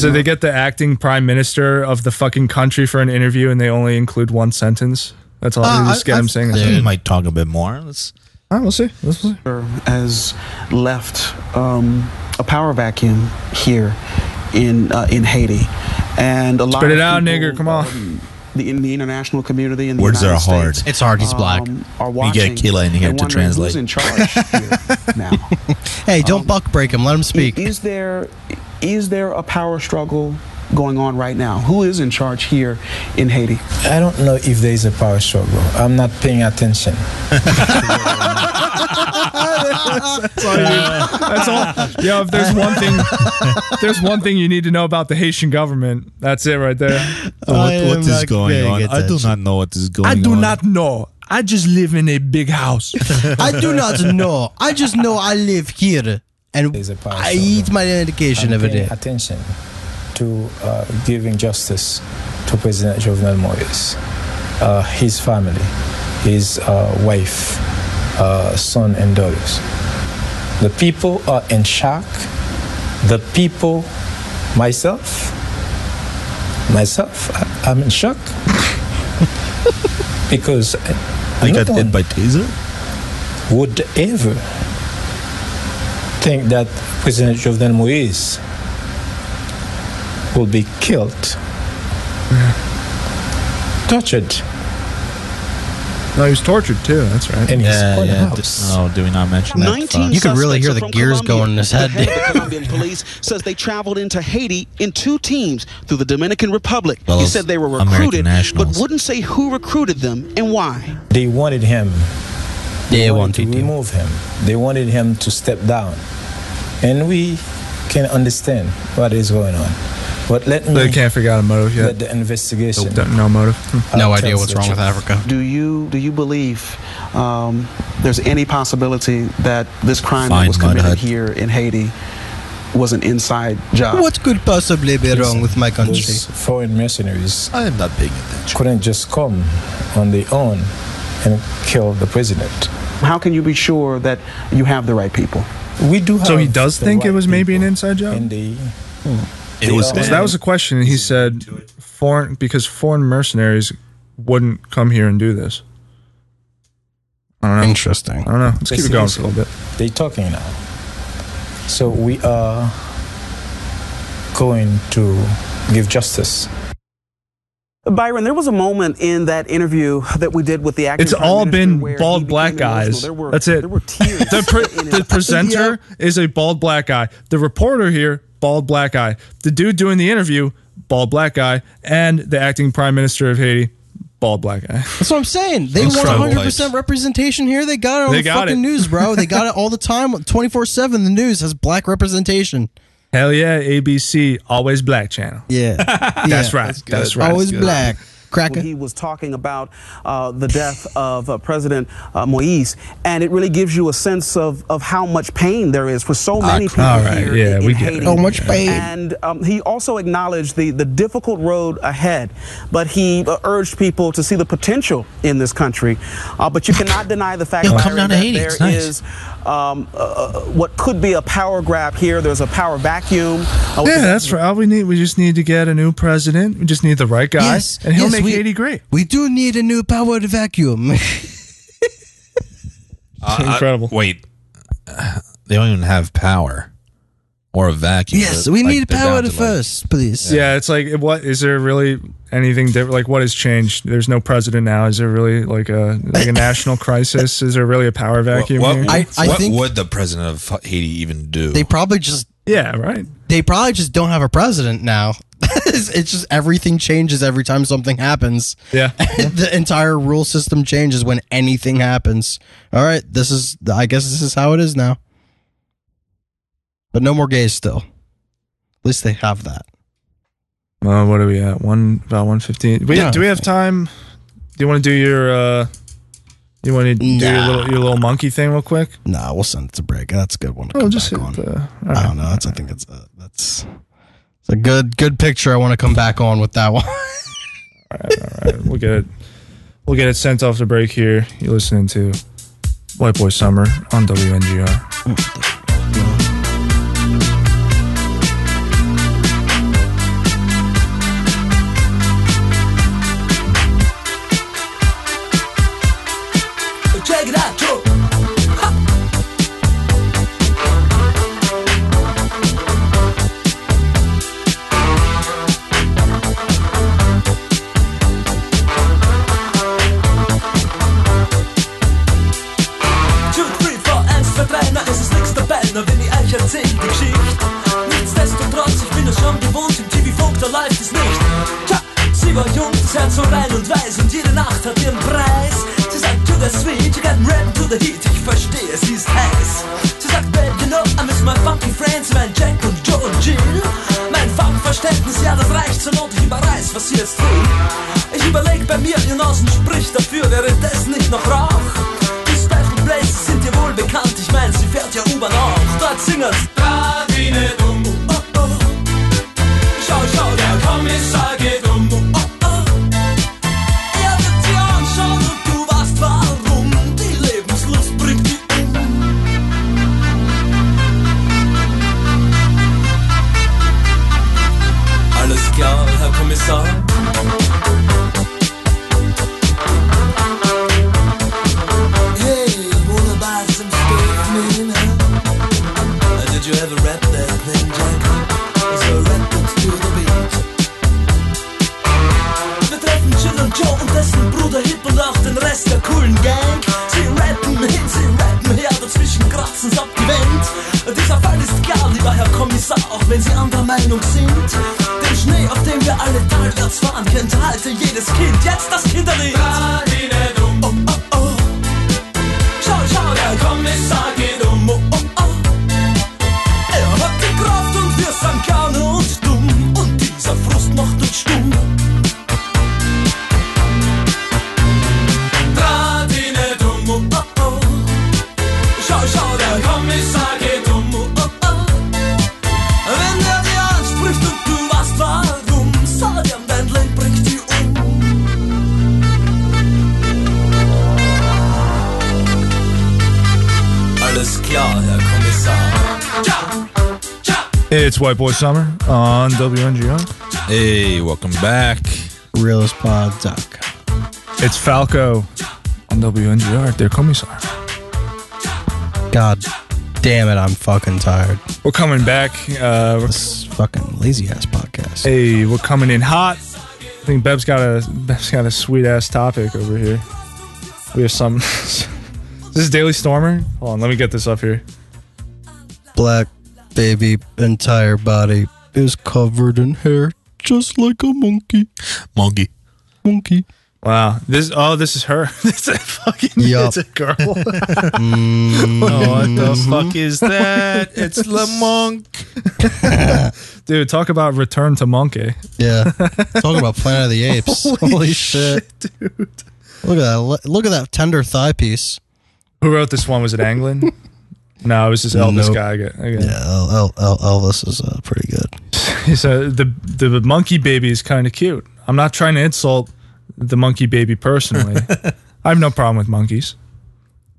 So they get the acting prime minister of the fucking country for an interview, and they only include one sentence. That's all.
Uh,
they just
I-
get him
I-
saying.
I
that.
think we might talk a bit more. Let's,
All right, we'll see. We'll see.
has left um, a power vacuum here in uh, in Haiti, and a lot.
Spit
of
it out,
people,
nigger, come on.
um, the, in the international community and the
Words
United
are hard.
States,
It's hard. He's black.
um, are
You
watching
get Kila in here to
wondering
translate.
Who's in charge here now? Um,
Hey, don't buck break him. Let him speak.
Is there is there a power struggle going on right now? Who is in charge here in Haiti?
I don't know if there is a power struggle. I'm not paying attention.
That's all. Yo, if there's one thing, if there's one thing you need to know about the Haitian government. That's it right there.
I am not paying attention.
not know what is going
know. I just live in a big house.
I do
*laughs*
not know. I just know I live here,
There's a
and
power
I
struggle.
eat my medication
I'm
every
paying
day.
attention to uh, giving justice to President Jovenel Moise, uh, his family, his uh, wife, uh, son, and daughters. The people are in shock. The people, myself, myself, I, I'm in shock.
*laughs* because
I got hit by taser.
Would ever think that President Jovenel Moise will be killed, tortured.
No, he was tortured too. That's right.
In his
Yeah,
own
yeah.
house.
D- no, Oh, do we not mention that? Fuck.
You can really hear
suspects
the
are from
gears
Colombia.
going in his
The
head.
head of the
*laughs*
Colombian police says they traveled into Haiti in two teams through the Dominican Republic. he
Those
said they were
American
recruited, but
nationals.
wouldn't say who recruited them and why.
They wanted him. They,
want
to remove him. They wanted him to step down, and we can understand what is going on. But let me
They can't figure out a motive
let
yet.
the investigation.
Don't- No motive. Hmm.
No idea what's wrong with Africa.
Do you do you believe um, there's any possibility that this crime that
Fine,
was committed
Mudhut.
here in Haiti was an inside job?
What could possibly be wrong with my country?
Those foreign mercenaries
I am not paying attention.
couldn't just come on their own and kill the president.
How can you be sure that you have the right people?
We do. Have
So he does
the
think it
right
was maybe an
people
inside job?
in the
It was
Yeah.
So that was a question. and He said, "Foreign because foreign mercenaries wouldn't come here and do this." I don't know.
Interesting.
I don't know. Let's keep it going for a little bit.
they talking now. So we are going to give justice.
Byron, there was a moment in that interview that we did with the actor.
It's all been bald black guys. That's it. The, pre- *laughs* the presenter is a bald black guy. The reporter here, bald black guy. The dude doing the interview, bald black guy, and the acting prime minister of Haiti, bald black guy. *laughs*
That's what I'm saying. They want
Incredible
100
place.
percent representation here. They got it on
They
the
got
fucking
it.
news, bro. They got it all the time, 24 seven. The news has black representation.
Hell yeah, ABC, always black channel.
*laughs*
Yeah,
That's
Yeah.
right. That's, right.
Always black. Cracker.
when he was talking about uh, the death of uh, President uh, Moise, and it really gives you a sense of, of how much pain there is for so many people
all right,
here
yeah,
in,
we
in
get it.
Haiti.
So much pain.
And um, he also acknowledged the, the difficult road ahead, but he uh, urged people to see the potential in this country. Uh, but you cannot deny the fact
Yo,
Byron,
come down to
that
Haiti.
there
It's nice.
is, um, uh, uh, what could be a power grab here. There's a power vacuum. Uh,
Yeah, that's right. All we need, we just need to get a new president. We just need the right guy, and he'll make
we,
Haiti great.
We do need a new
*laughs*
powered vacuum.
Incredible.
Uh, wait, they don't even have power or a vacuum.
yes,
They're-
we
like,
need
they're
power
down to, like-
first, please.
Yeah, it's like what is there really anything different? Like what has changed? There's no president now. Is there really like a like a
*laughs*
national crisis? Is there really a power vacuum?
What,
here?
what,
I- I
what
think-
would the president of Haiti even do?
They probably just
yeah, right.
they probably just don't have a president now. *laughs* it's it's just everything changes every time something happens. *laughs*
Yeah.
the entire rule system changes when anything happens. All right, this is I guess this is how it is now. But no more gays still. At least they have that.
Uh, what are we at? One about one fifteen. We
Yeah.
do we have time? Do you want to do your uh you want to do your
Nah.
little your little monkey thing real quick?
Nah, we'll send it to break. That's a good one to come
Oh, just
back
hit
on.
the, all
I
right.
don't know. That's I think that's a, that's it's a good good picture. I want to come back on with that *laughs* one.
We'll get it. We'll get it sent off the break here. You're listening to White Boy Summer on WNGR.
Check it out, yo. Two, three, four, eins, zwei, drei, na, es ist nix dabei, na, wenn ich euch erzähl die Geschichte. Nichtsdestotrotz, ich bin es schon gewohnt, im TV-Funk, da läuft es nicht. Tja, sie war jung, das Herz so rein und weiß und jede Nacht hat ihren Preis. Sie sagt, to the sweet, you got rap to the heat, ich verstehe, sie ist heiß. Sie sagt, babe, you know, I miss my funky friends, mein Jack und Joe und Jill. Mein Funkverständnis, ja, das reicht zur Not, ich überreiß, was sie jetzt will. Ich überleg bei mir, ihr Nasen spricht dafür, wäre das nicht noch Rauch? Die Special Places sind dir wohl bekannt, ich mein, sie fährt ja U-Bahn auch. Dort singen's. Da wie ne Dumm. Oh, oh, oh. Schau, schau, der Kommissar geht um. Oh, oh. Er wird sie anschauen und du weißt warum. Die Lebenslust bringt die um. Alles klar, Herr Kommissar? anderer Meinung sind. Den Schnee, auf dem wir alle talwärts fahren, kennt heute jedes Kind. Jetzt das Kinderlied. Oh, oh, oh. Schau, schau, der Kommissar geht um. Oh, oh, oh. Er hat die Kraft und wir sind gerne und dumm. Und dieser Frust macht uns stumm. Radine dumm, oh, oh, oh. Schau, schau, der Kommissar geht um. Oh, oh, oh. Wenn er dir anspricht und du weißt warum, sag ihm, dein Leben bringt dich um. Alles klar, Herr Kommissar. Ja,
It's White Boy Summer on WNGR.
Hey, welcome back.
Realistpod.com.
It's Falco on WNGR. They're Commissar.
God damn it, I'm fucking tired.
We're coming back. Uh,
this fucking lazy ass podcast.
Hey, we're coming in hot. I think Bev's got a Bev's got a sweet ass topic over here. We have some. *laughs* Is this Daily Stormer? Hold on, let me get this up here.
Black baby, entire body is covered in hair, just like a monkey.
Monkey.
Monkey.
Wow. This oh, this is her. *laughs* this is fucking
Yup.
it's a
*laughs*
girl. Mm-hmm. Oh, what the fuck is that? *laughs* It's Le Monk. Dude, talk about return to *laughs* monkey.
*laughs* Yeah. Talk about Planet of the Apes. Holy, shit. dude. Look at that. le- Look at that tender thigh piece.
Who wrote this one? Was it Anglin? no, it was this Elvis
Nope.
guy. Again.
Yeah, El- El- El- Elvis is uh, pretty good.
*laughs* He said the the monkey baby is kind of cute. I'm not trying to insult the monkey baby personally. I have no problem with monkeys,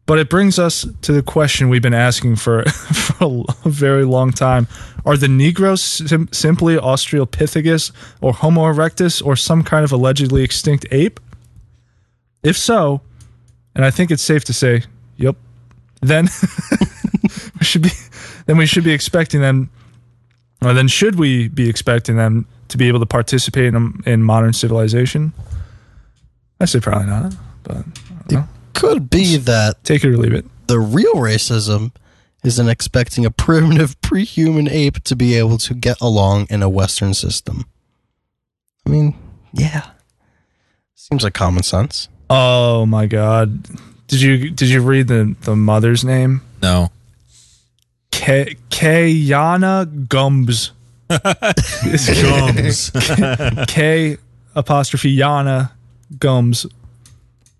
but it brings us to the question we've been asking for *laughs* for a l- very long time: Are the Negroes sim- simply Australopithecus or Homo erectus or some kind of allegedly extinct ape? If so, and I think it's safe to say, yep, then *laughs* we should be then we should be expecting them well, then should we be expecting them to be able to participate in, in modern civilization? I say probably not, but
Could be that
take it or leave it.
The real racism is in expecting a primitive *laughs* pre-human ape to be able to get along in a Western system. I mean, yeah, seems like common sense.
oh my god, did you did you read the the mother's name?
No.
K- Kayana Gums.
Gums.
K apostrophe Yana Gums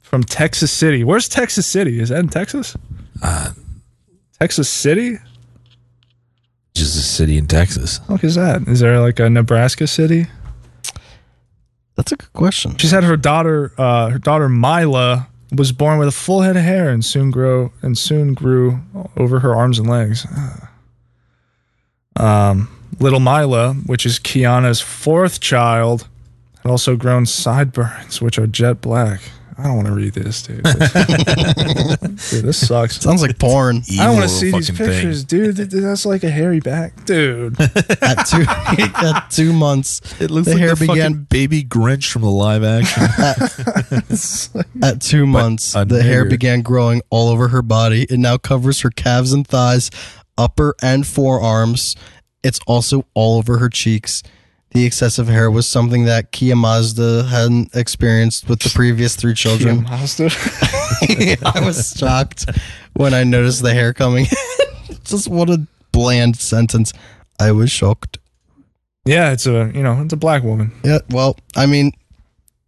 from Texas City. Where's Texas City? Is that in Texas? Texas City?
Just a city in Texas.
fuck is that? Is there like a Nebraska city?
That's a good question.
She said her daughter, uh, her daughter Mila, was born with a full head of hair and soon grow and soon grew over her arms and legs. Um, little Mila, which is Kiana's fourth child, had also grown sideburns, which are jet black. I don't want to read this,
*laughs*
dude. dude, this sucks.
Sounds like porn.
I don't want to see these pictures, dude. Th- th- That's like a hairy back,
*laughs*
dude.
at two *laughs* at two months,
It looks
the
like
hair
the
began.
fucking baby Grinch from the live action.
At two months,
a
the hair
nigger.
began growing all over her body. It now covers her calves and thighs, upper and forearms. It's also all over her cheeks. The excessive hair was something that Kia Mazda hadn't experienced with the previous three children. *laughs* I was shocked when I noticed the hair coming. *laughs* Just what a bland sentence. I was shocked.
yeah, it's a you know, it's a black woman.
Yeah, well, I mean,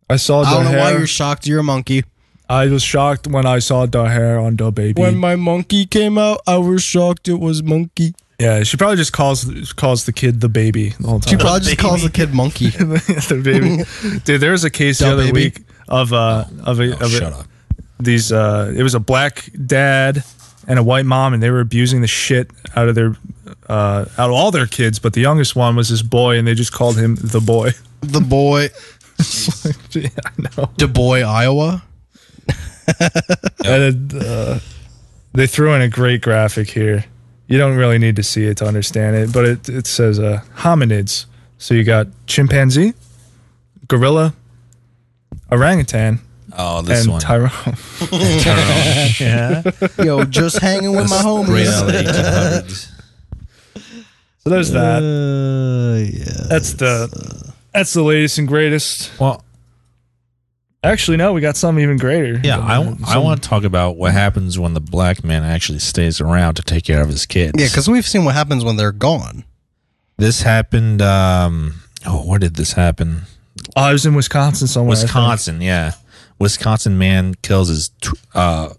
I saw the
I don't know
hair.
why you're shocked. You're a monkey.
I was shocked when I saw the hair on the baby.
When my monkey came out, I was shocked it was monkey.
yeah, she probably just calls calls the kid the baby the whole
She
time.
probably *laughs* just calls the kid monkey.
the baby, *laughs* dude. There was a case the
Da
other
baby.
week of uh of a of
Shut
a,
up.
these uh it was a black dad and a white mom and they were abusing the shit out of their uh out of all their kids, but the youngest one was this boy and they just called him the boy. *laughs*
the boy,
yeah, I know.
the boy, Iowa.
And, uh, they threw in a great graphic here. You don't really need to see it to understand it, but it, it says uh, hominids. So you got chimpanzee, gorilla, orangutan,
*laughs* Oh, this
and
one.
Tyrone. *laughs*
Yo, just hanging with my
Straight
homies.
*laughs* out of the 1800s.
So there's that.
Uh,
yeah, that's the that's the latest and greatest.
Well,
actually, no, we got something even greater.
Yeah, I, w- I
Some-
want to talk about what happens when the black man actually stays around to take care of his kids.
*laughs* Yeah, because we've seen what happens when they're gone.
this happened. Um, oh, where did this happen?
I Oh, was in Wisconsin somewhere. I think.
Wisconsin, yeah. Wisconsin man kills his tw- uh,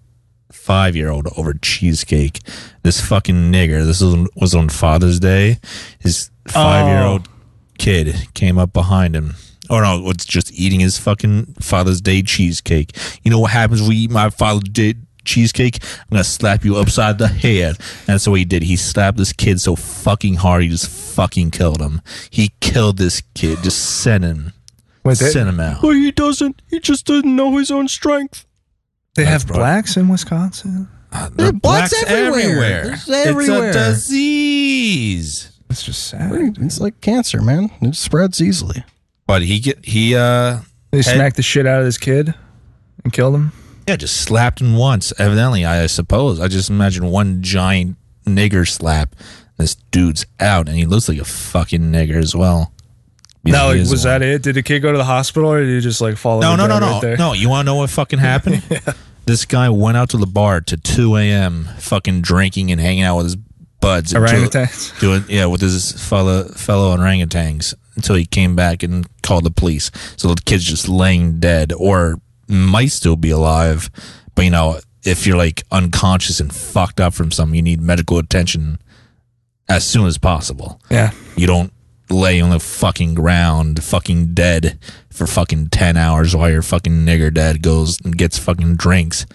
five year old over cheesecake. This fucking nigger. This was on, was on Father's Day. His five year
Oh.
old kid came up behind him. Oh no, it's just eating his fucking Father's Day cheesecake. You know what happens when you eat my Father's Day cheesecake? I'm gonna slap you upside the head. And so he did. He slapped this kid so fucking hard he just fucking killed him. He killed this kid. Just sent him.
Wait, they-
sent him out.
Well, he doesn't. He just doesn't know his own strength.
They have blacks in Wisconsin.
There are
blacks everywhere.
There's everywhere.
It's a disease.
That's just sad.
It's like cancer, man. It spreads easily.
But he get he uh
They
had-
smacked the shit out of this kid and killed him.
yeah just slapped him once. Evidently, I suppose. I just imagine one giant nigger slap. This dude's out, and he looks like a fucking nigger as well.
no,
he
like,
is
was
one.
that it? Did the kid go to the hospital or did he just like fall?
No,
in the
no, no,
bed
no,
right there?
no. You want to know what fucking happened?
*laughs*
This guy went out to the bar to 2 a.m. fucking drinking and hanging out with his buds, until- *laughs*
Orangutans?
Doing yeah, with his fellow fellow orangutans until he came back and called the police. So the kid's just laying dead, or might still be alive, but you know, if you're like unconscious and fucked up from something, you need medical attention as soon as possible.
Yeah.
You don't lay on the fucking ground, fucking dead for fucking 10 hours while your fucking nigger dad goes and gets fucking drinks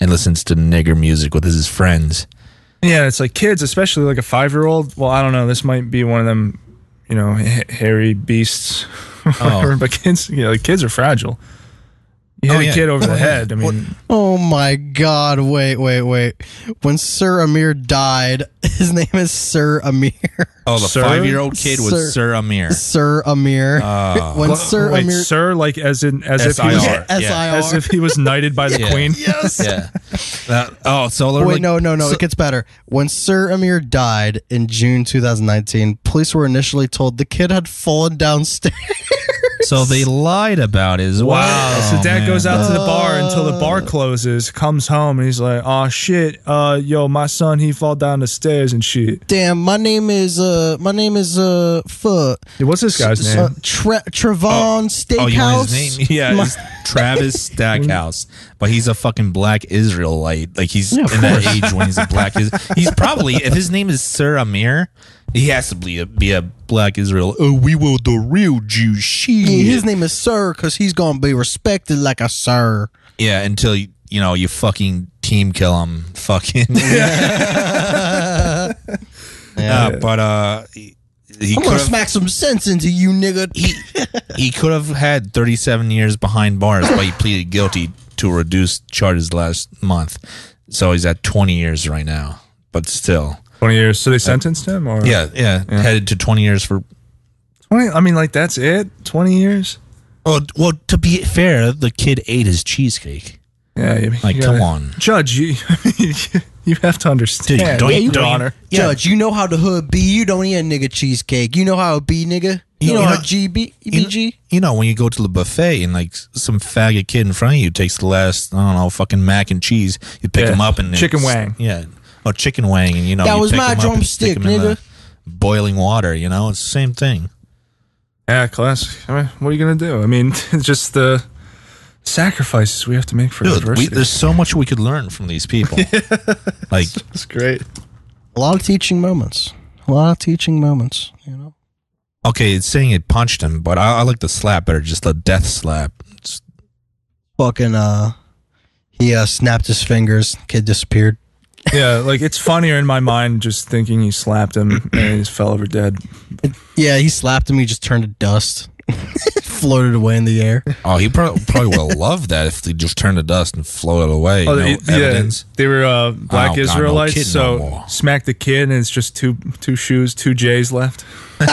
and listens to nigger music with his friends.
Yeah, it's like kids, especially like a five year old. Well, I don't know. This might be one of them, you know, ha- hairy beasts. *laughs*
Oh.
whatever, But kids, you know, like kids are fragile. You hit
Oh,
a
yeah.
kid over
Oh,
the
yeah.
head. I mean,
Oh my God! Wait, wait, wait! When Sir Amir died, *laughs* his name is Sir Amir. *laughs*
Oh, the
Sir?
five-year-old kid was Sir Amir.
Sir Amir.
Ah.
when
Well,
Sir
wait,
Amir,
sir, like as in as if he was,
SIR, Yeah, yeah.
as if
*laughs*
he was knighted by the
Yeah.
queen.
Yes.
Yeah. That- oh, so
Wait,
like-
no, no, no.
so-
it gets better. When Sir Amir died in June 2019, police were initially told the kid had fallen downstairs. *laughs*
So they lied about his. Oh,
Wow. So dad goes out to the bar until the bar closes, comes home, and he's like, "Oh shit, uh, yo, my son, he fall down the stairs and shit."
Damn, my name is uh, my name is uh, Foot.
What's this guy's name?
Uh, Tre- Trevon Steakhouse.
Oh, you want his name? *laughs* Yeah,
My-
it's Travis Stackhouse. But he's a fucking black Israelite. Like he's
Yeah, of
in that
course.
age when he's a black. Is- he's probably if his name is Sir Amir, he has to be a, be a black Israel. Oh, we will the real Jew.
Yeah,
She.
his name is Sir because he's gonna be respected like a sir.
Yeah, until you, you know you fucking team kill him. Fucking. *laughs* yeah, but uh, he, he
I'm gonna
could've-
smack some sense into you, nigga.
he could have had 37 years behind bars, but he pleaded guilty to reduced charges last month. So he's at 20 years right now, but still.
Twenty years. So they sentenced him, or
uh, Yeah, yeah, headed to 20 years for.
twenty. I mean, like that's it. Twenty years.
Well, well, to be fair, the kid ate his cheesecake.
Yeah, I mean,
Like,
you
come
gotta-
on.
Judge. You, *laughs* you have to understand,
Dude, don't you-
Your
don't you-
Honor.
Judge, you know how the hood be. You don't eat a nigga cheesecake. You know how it be, nigga. You,
You
know,
know-
how E GB
You
BG.
know, you know, when you go to the buffet and like some faggot kid in front of you takes the last, I don't know, fucking mac and cheese, you pick
Yeah.
him up and it's-
Chicken wang.
yeah, or chicken wang, and you know
That
you
was
pick
my
'em up and stick
drumstick,
'em in the
nigga.
Boiling water, you know, it's the same thing.
Yeah, classic. I mean, what are you gonna do? I mean, *laughs* it's just the sacrifices we have to make for
Dude, we,
diversity.
there's so much we could learn from these *laughs* people. like,
It's great.
A lot of teaching moments. A lot of teaching moments. You know.
okay, it's saying it punched him, but I, I like the slap better, just the death slap. It's-
Fucking uh, he uh snapped his fingers. Kid disappeared.
Yeah, like it's funnier in my mind just thinking he slapped him and he just fell over dead.
Yeah, he slapped him. He just turned to dust. *laughs* Floated away in the air.
oh, he probably, probably would love that if they just turned to dust and floated away.
Oh,
you know,
it-
evidence.
they were uh, black
God, no
Israelites,
kid no
so
more.
smack the kid and it's just two two shoes, two J's left.
pile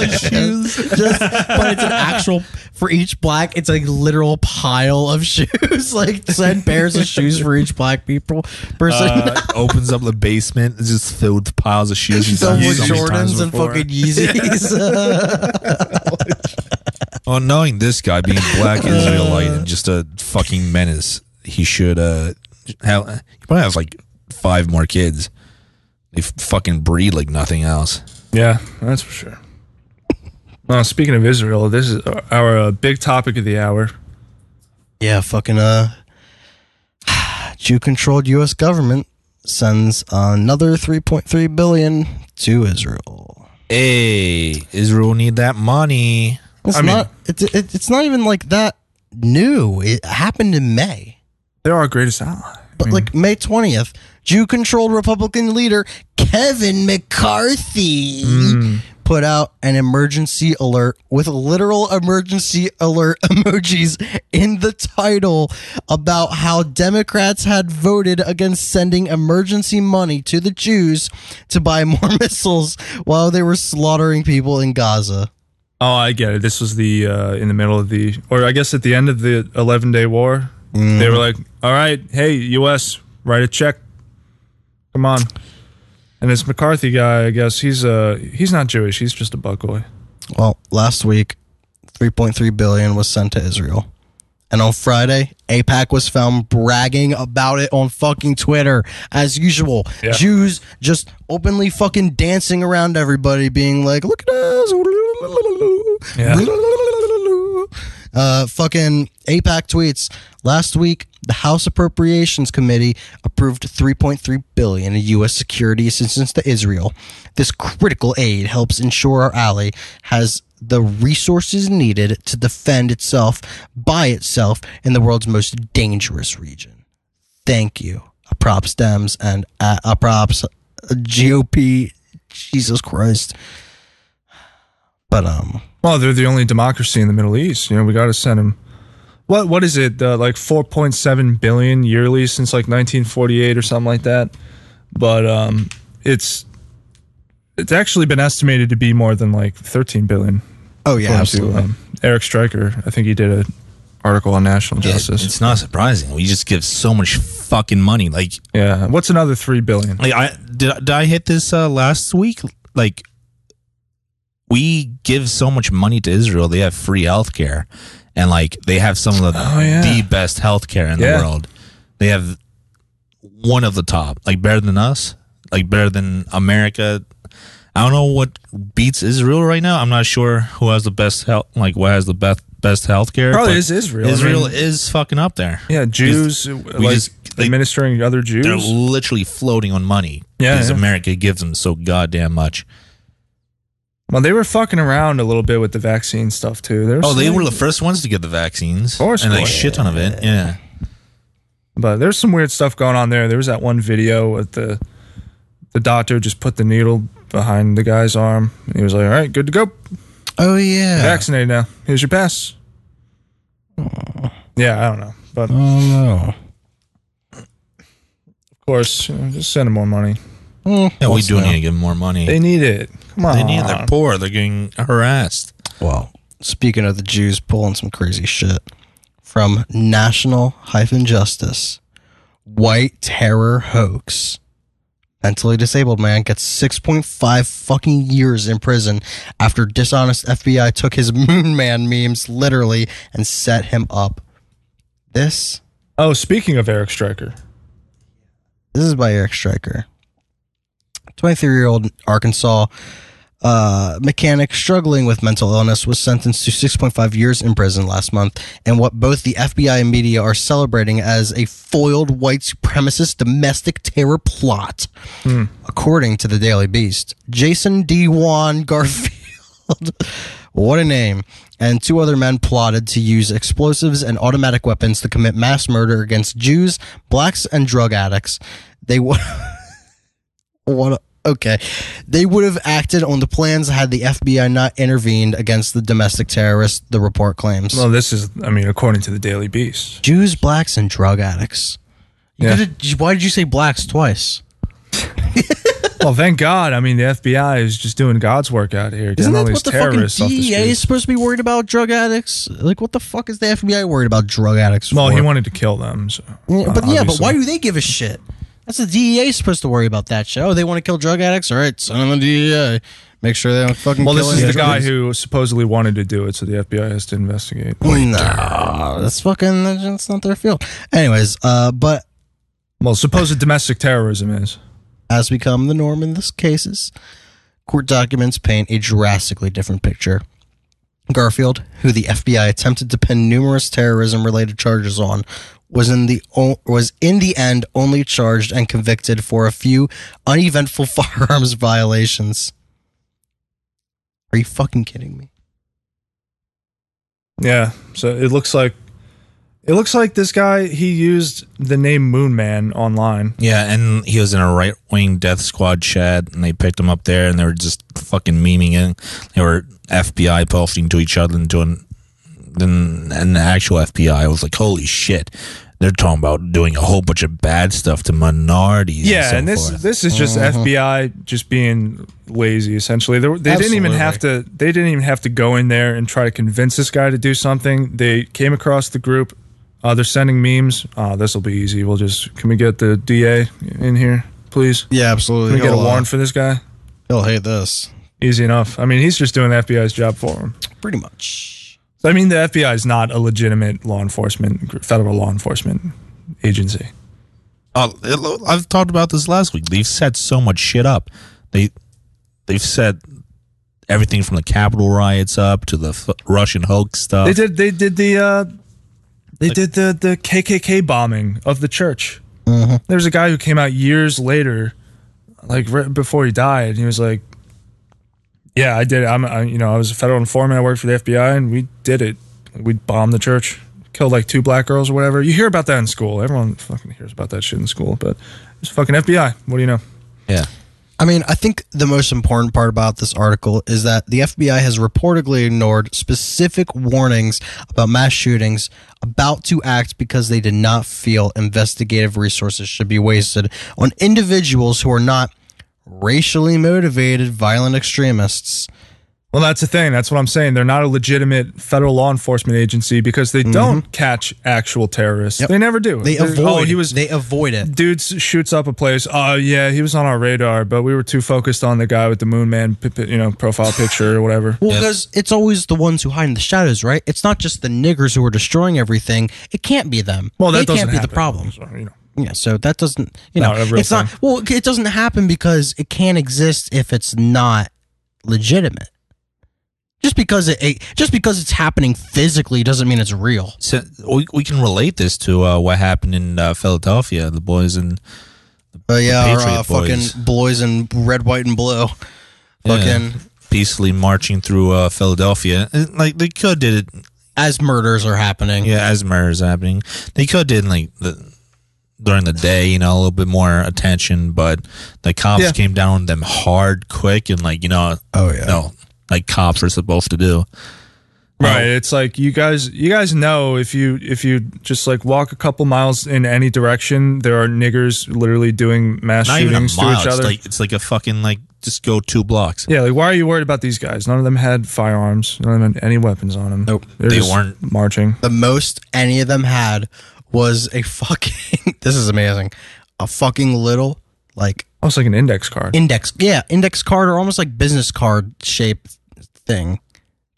of shoes.
Just, but it's an actual for each black. It's a literal pile of shoes, *laughs* like ten pairs of shoes for each black people person.
Uh, opens up the basement, it's just filled with piles of shoes. she's
Filled
done
with
so many times
Jordans and
before.
fucking Yeezys.
Well, Oh, knowing this guy being black Israelite and just a fucking menace, he should uh have he probably has like five more kids. They f- fucking breed like nothing else.
Yeah, that's for sure. Well, speaking of Israel, this is our uh, big topic of the hour.
yeah, fucking uh, Jew-controlled U.S. *laughs* government sends another 3.3 billion to Israel.
Hey, Israel need that money.
It's not. It's it, it's not even like that new. It happened in May.
They're our greatest ally.
But like May twentieth, Jew-controlled Republican leader Kevin McCarthy put out an emergency alert with literal emergency alert *laughs* emojis in the title about how Democrats had voted against sending emergency money to the Jews to buy more *laughs* missiles while they were slaughtering people in Gaza.
Oh, I get it. This was the uh, in the middle of the, or I guess at the end of the eleven day war. They were like, "All right, hey U.S., write a check. Come on." And this McCarthy guy, I guess he's uh he's not Jewish. He's just a buckoy.
Well, last week, 3.3 billion was sent to Israel. And on Friday, APAC was found bragging about it on fucking Twitter as usual.
Yeah.
Jews just openly fucking dancing around everybody being like, "Look at us." Uh, fucking APAC tweets. Last week, the House Appropriations Committee approved 3.3 billion in U.S. security assistance to Israel. This critical aid helps ensure our ally has the resources needed to defend itself by itself in the world's most dangerous region. Thank you, props Dems and uh, uh, props uh, GOP. Jesus Christ. But um,
well, they're the only democracy in the Middle East. You know, we got to send them. What what is it? Uh, like four point seven billion yearly since like nineteen forty eight or something like that. But um, it's it's actually been estimated to be more than like thirteen billion. um,
Oh yeah, absolutely.
Eric Stryker, I think he did a article on national justice.
It's not surprising. We just give so much fucking money. Like,
yeah, what's another three billion?
Like, I did. Did I hit this uh, last week? Like, we give so much money to Israel. They have free healthcare, and like they have some of the,
Oh, yeah.
the best healthcare in
Yeah.
the world. They have one of the top, like better than us, like better than America. I don't know what beats Israel right now. I'm not sure who has the best health, like what has the best best healthcare.
Probably
but
is Israel. I
Israel
mean-
is fucking up there.
Yeah, Jews, like, administering other Jews.
They're literally floating on money.
Yeah,
because
yeah.
America gives them so goddamn much.
Well, they were fucking around a little bit with the vaccine stuff too. There was
Oh, they
some-
were the first ones to get the vaccines, of
course,
and
of
a
course.
shit ton of it. Yeah,
But there's some weird stuff going on there. There was that one video with the the doctor just put the needle behind the guy's arm. He was like, "All right, good to go.
Oh yeah,
vaccinated now. Here's your pass." Yeah, I don't know, but
oh no.
Of course, you know, just send them more money.
Hmm.
yeah, we
What's
do
now?
need to give them more money.
They need it. Come on,
They need. They're poor. They're getting harassed.
Well, speaking of the Jews pulling some crazy shit from National Hyphen Justice, white terror hoax. Mentally disabled man gets 6.5 fucking years in prison after dishonest FBI took his *laughs* Moon Man memes literally and set him up. This
Oh, speaking of Eric Stryker.
This is by Eric Stryker. 23 year old Arkansas uh, mechanic struggling with mental illness was sentenced to 6.5 years in prison last month, and what both the FBI and media are celebrating as a foiled white supremacist domestic terror plot. According to the Daily Beast, Jason D. Juan *laughs* Garfield, what a name, and two other men plotted to use explosives and automatic weapons to commit mass murder against Jews, blacks, and drug addicts. They would. *laughs* what a- Okay. They would have acted on the plans had the FBI not intervened against the domestic terrorists, the report claims.
Well, this is, I mean, according to the Daily Beast.
Jews, blacks, and drug addicts. You
Yeah.
could've- why did you say blacks twice?
well, thank God. I mean, the FBI is just doing God's work out here.
Isn't
getting all
that
these
what the fucking
terrorists off the
DEA is
streets.
supposed to be worried about? Drug addicts? Like, what the fuck is the FBI worried about drug addicts?
Well,
for?
he wanted to kill them. So, uh,
Yeah, but yeah, but
obviously.
why do they give a shit? That's the DEA supposed to worry about that shit. Oh, they want to kill drug addicts. All right, send them to DEA. E Make sure they don't fucking.
Well,
kill
this is
any
the guy
druggies.
who supposedly wanted to do it, so the FBI has to investigate.
Nah, that's fucking. That's not their field. Anyways, uh, but
well, supposed domestic terrorism is
has become the norm in this cases. Court documents paint a drastically different picture. Garfield, who the FBI attempted to pin numerous terrorism-related charges on, was in the o- was in the end only charged and convicted for a few uneventful *laughs* firearms violations. Are you fucking kidding me?
Yeah. So it looks like it looks like this guy he used the name Moon Man online.
Yeah, and he was in a right wing death squad chat, and they picked him up there, and they were just fucking memeing it. They were FBI posting to each other and doing. Then and the actual FBI was like, "Holy shit!" They're talking about doing a whole bunch of bad stuff to minorities.
yeah,
so
and this
forth.
this is just
Mhm.
FBI just being lazy essentially. They, were- they didn't even
Absolutely.
have to they didn't even have to go in there and try to convince this guy to do something. They came across the group. Uh, they're sending memes. Oh, this will be easy. We'll just can we get the DA in here, please?
Yeah, absolutely.
Can we get a
He'll, uh,
warrant for this guy?
He'll hate this.
Easy enough. I mean, he's just doing the FBI's job for him.
Pretty much.
So, I mean, the FBI is not a legitimate law enforcement, gr- federal law enforcement agency.
Oh, it- I've talked about this last week. They've set so much shit up. They they've set everything from the Capitol riots up to the f- Russian hoax stuff.
They did. They did the. Uh, they did the the KKK bombing of the church.
Mhm.
There was a guy who came out years later, like right before he died. And he was like, "Yeah, I did. It. I'm, I, you know, I was a federal informant. I worked for the FBI, and we did it. We bombed the church, killed like two black girls or whatever. You hear about that in school. Everyone fucking hears about that shit in school. But it's fucking FBI. What do you know?
Yeah.
I mean, I think the most important part about this article is that the FBI has reportedly ignored specific warnings about mass shootings about to act because they did not feel investigative resources should be wasted on individuals who are not racially motivated violent extremists.
Well, that's the thing. That's what I'm saying. They're not a legitimate federal law enforcement agency because they don't catch actual terrorists. They never do.
They
They're-
avoid.
Oh, he was.
they avoid it.
Dude s- shoots up a place. Oh yeah, he was on our radar, but we were too focused on the guy with the moon man, p- p- you know, profile picture or whatever.
Well, because it's always the ones who hide in the shadows, right? It's not just the niggers who are destroying everything. It can't be them.
Well, that
they
doesn't
can't be
happen,
the problem. Yeah, so that doesn't, you know,
Not a real
it's not. Well, it doesn't happen because it can't exist if it's not legitimate. Just because it, it just because it's happening physically doesn't mean it's real.
So we, we can relate this to uh, what happened in uh, Philadelphia. The boys and
But yeah,
the
or, uh, fucking boys in red, white, and blue.
Yeah,
Fucking
peacefully marching through uh, Philadelphia. And, like they could did it
as murders are happening.
Yeah, as murders are happening, they could did like the during the day, you know, a little bit more attention. But the cops
Yeah.
came down on them hard, quick, and like you know,
oh yeah,
no, like cops are supposed to do.
Right. It's like you guys you guys know if you if you just like walk a couple miles in any direction, there are niggers literally doing mass
Not even a
shootings to
mile.
each
It's
other.
like it's like a fucking like just go two blocks.
yeah, like why are you worried about these guys? None of them had firearms. None of them had any weapons on them. Nope. *laughs*
They weren't.
marching.
The most any of them had was a fucking. *laughs* this is amazing. A fucking little like
almost Oh, like an index card.
Index, yeah, index card or almost like business card shape thing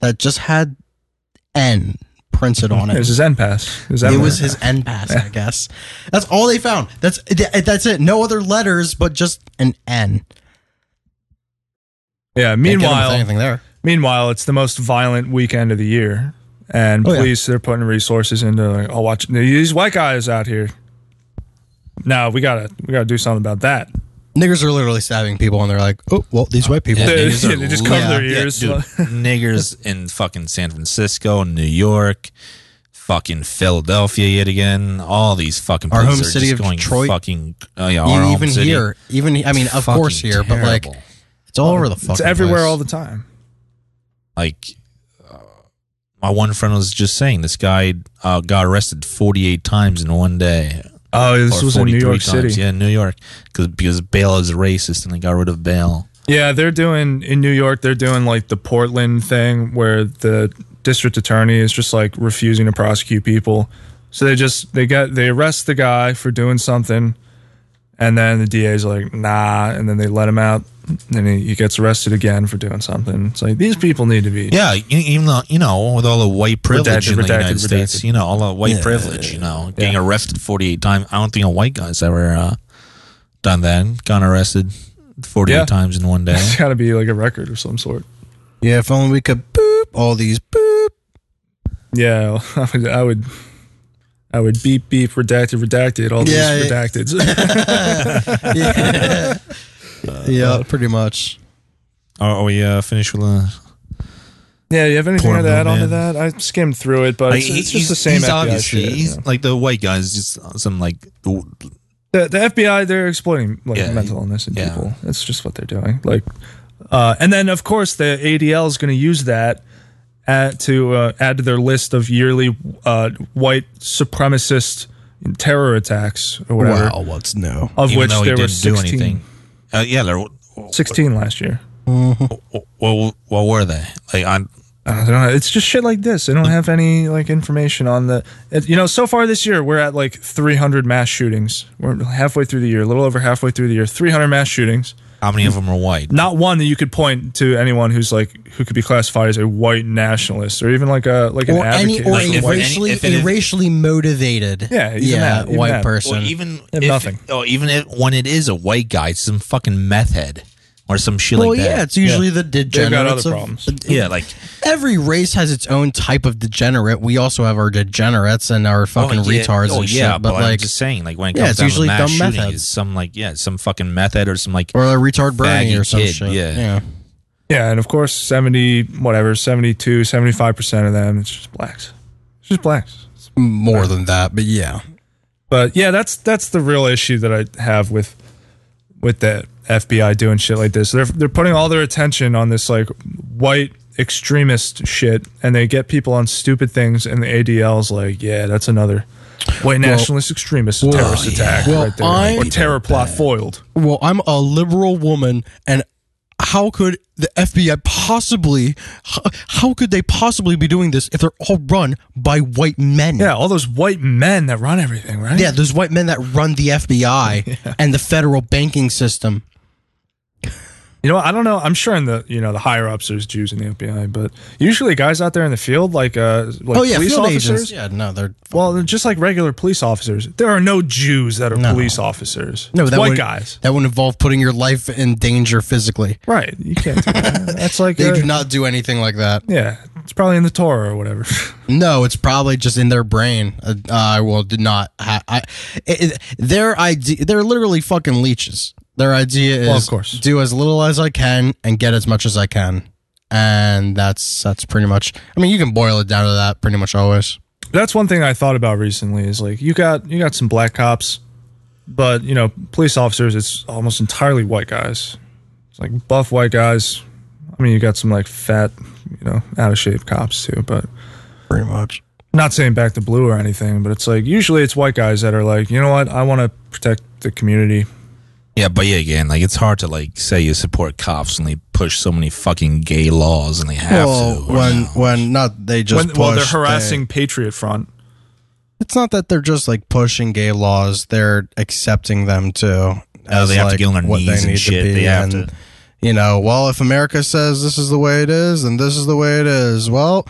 that just had N printed on
*laughs*
it.
It was his N pass. It was,
it was his N pass, I guess. That's all they found. That's that's it. No other letters, but just an N.
Yeah.
get him with
Meanwhile,
anything there.
Meanwhile, it's the most violent weekend of the year, and
Oh, yeah.
police they're putting resources into like, oh, watch these white guys out here. Now we gotta we gotta do something about that.
Niggers are literally stabbing people, and they're like, "Oh, well, these white people."
Yeah, niggers are
cover their
lit. Yeah,
ears.
dude, niggers in fucking San Francisco, New York, fucking Philadelphia yet again. All these fucking
Our
places
home
are
city
just
of
going
Detroit. E
Fucking oh yeah, our home
even
city.
here, even I mean,
It's
of
fucking
course here, but like,
terrible.
it's all over the fucking.
It's everywhere
place.
all the time.
like uh, my one friend was just saying this guy uh, got arrested 48 times in one day
Oh, this was in New
43
York City.
Yeah, New York, because because Bale is racist and they got rid of Bale.
Yeah, they're doing in New York. They're doing like the Portland thing where the district attorney is just like refusing to prosecute people. So they just they get they arrest the guy for doing something, and then the DA's like nah, and then they let him out, and he, he gets arrested again for doing something. It's like these people need to be
Yeah, e- even though you know with all the white privilege
Redacted,
in the
redacted,
United
redacted.
States, you know all the white
Yeah.
privilege, you know getting arrested forty eight times. I don't think a white guy's ever uh, done that. Gone arrested forty eight
Yeah.
times in
*laughs*
one day.
*laughs* It's got to be like a record of some sort.
Yeah, if only we could boop all these boop.
Yeah, *laughs* I would. I would I would beep beep redacted redacted all
Yeah, yeah.
these redacted. *laughs*
yeah. yeah, Uh, pretty much.
Are, are we uh, finished with the?
Yeah, you have anything
Poor
to add
Moon
on to
Man.
that? I skimmed through it, but
Like,
it's,
he-
it's just
he's-
the same
He's
FBI
obviously
shit.
he's like the white guy is just some like w-
the, the FBI they're exploiting like
Yeah,
mental illness in people. That's just what they're doing. Like, uh, and then of course the ADL is going to use that at, to uh, add to their list of yearly uh, white supremacist terror attacks or whatever.
Wow, what's no?
Of
even
which
though he
there were
didn't do
16,
anything. Uh, yeah, there,
16 last year.
what what were they like? I'm,
I don't know. It's just shit like this. I don't have any like information on the. It, you know, so far this year we're at like 300 mass shootings. We're halfway through the year, a little over halfway through the year. 300 mass shootings.
How many of them are white?
Not one that you could point to anyone who's like who could be classified as a white nationalist or even like a like an
or
advocate
any or
for
a
white-
racially
if it
a
is-
racially motivated
Yeah, even
yeah
that, even
white
that.
person
Or even
If nothing.
Oh, even if, when it is a white guy, it's some fucking meth head or some shit
well
like that.
yeah it's usually the
They've got other
degenerates of-
problems.
Yeah, like
every race has its own type of degenerate we also have our degenerates and our fucking
oh, yeah,
retards
oh,
and
yeah,
shit but
I'm
like
just saying, like when it
yeah, it's
comes down
usually
to mass
dumb meth
shooting,
heads.
it's some like yeah, some fucking meth head or some like
or a retard Bernie
faggot
or some
kid,
shit
yeah.
Yeah, and of course 70 whatever 72 75 percent of them it's just blacks. It's just blacks.
more than that but yeah
But yeah, that's that's the real issue that I have with with the FBI doing shit like this. They're they're putting all their attention on this like white extremist shit, and they get people on stupid things, and the ADL's like, yeah, that's another white nationalist extremist
well,
terrorist
yeah.
attack
Well,
right there,
I'm-
or terror plot foiled.
well i'm a liberal woman and how could the fbi possibly how, how could they possibly be doing this if they're all run by white men
Yeah, all those white men that run everything, right?
Yeah, those white men that run the
*laughs*
FBI and the federal banking system.
You know, I don't know. I'm sure in the you know the higher ups there's Jews in the FBI, but usually guys out there in the field like uh like
oh yeah,
police
field
officers.
agents. Yeah, no, they're
Well, they're just like regular police officers, there are no Jews that are police officers.
no
It's
that
white
would,
guys.
That would involve putting your life in danger physically.
Right, you can't. Do
*laughs*
that. That's like
They
uh,
do not do anything like that.
Yeah, it's probably in the Torah or whatever. *laughs*
No, it's probably just in their brain. Uh, I will did not. Ha- I, it, it- their idea. They're literally fucking leeches. Their idea is
Well, of course.
do as little as I can and get as much as I can, and that's that's pretty much. I mean, you can boil it down to that pretty much always.
That's one thing I thought about recently. Is like you got you got some black cops, but you know police officers. It's almost entirely white guys. It's like buff white guys. I mean, you got some like fat, you know, out of shape cops too. But
Pretty much.
not saying back to blue or anything. But it's like usually it's white guys that are like, you know what, I want to protect the community.
Yeah, but yeah, again, like it's hard to like say you support cops and they push so many fucking gay laws and they have
Well,
to. or-
when when not they just
When, well, they're
push,
harassing Patriot Front.
they- it's not that they're just like pushing gay laws; they're accepting them too.
Oh,
as,
they have to
like,
get on their
what
knees and
need to
shit.
be,
They have
and,
to-
You know, well, if America says this is the way it is, then this is the way it is. Well,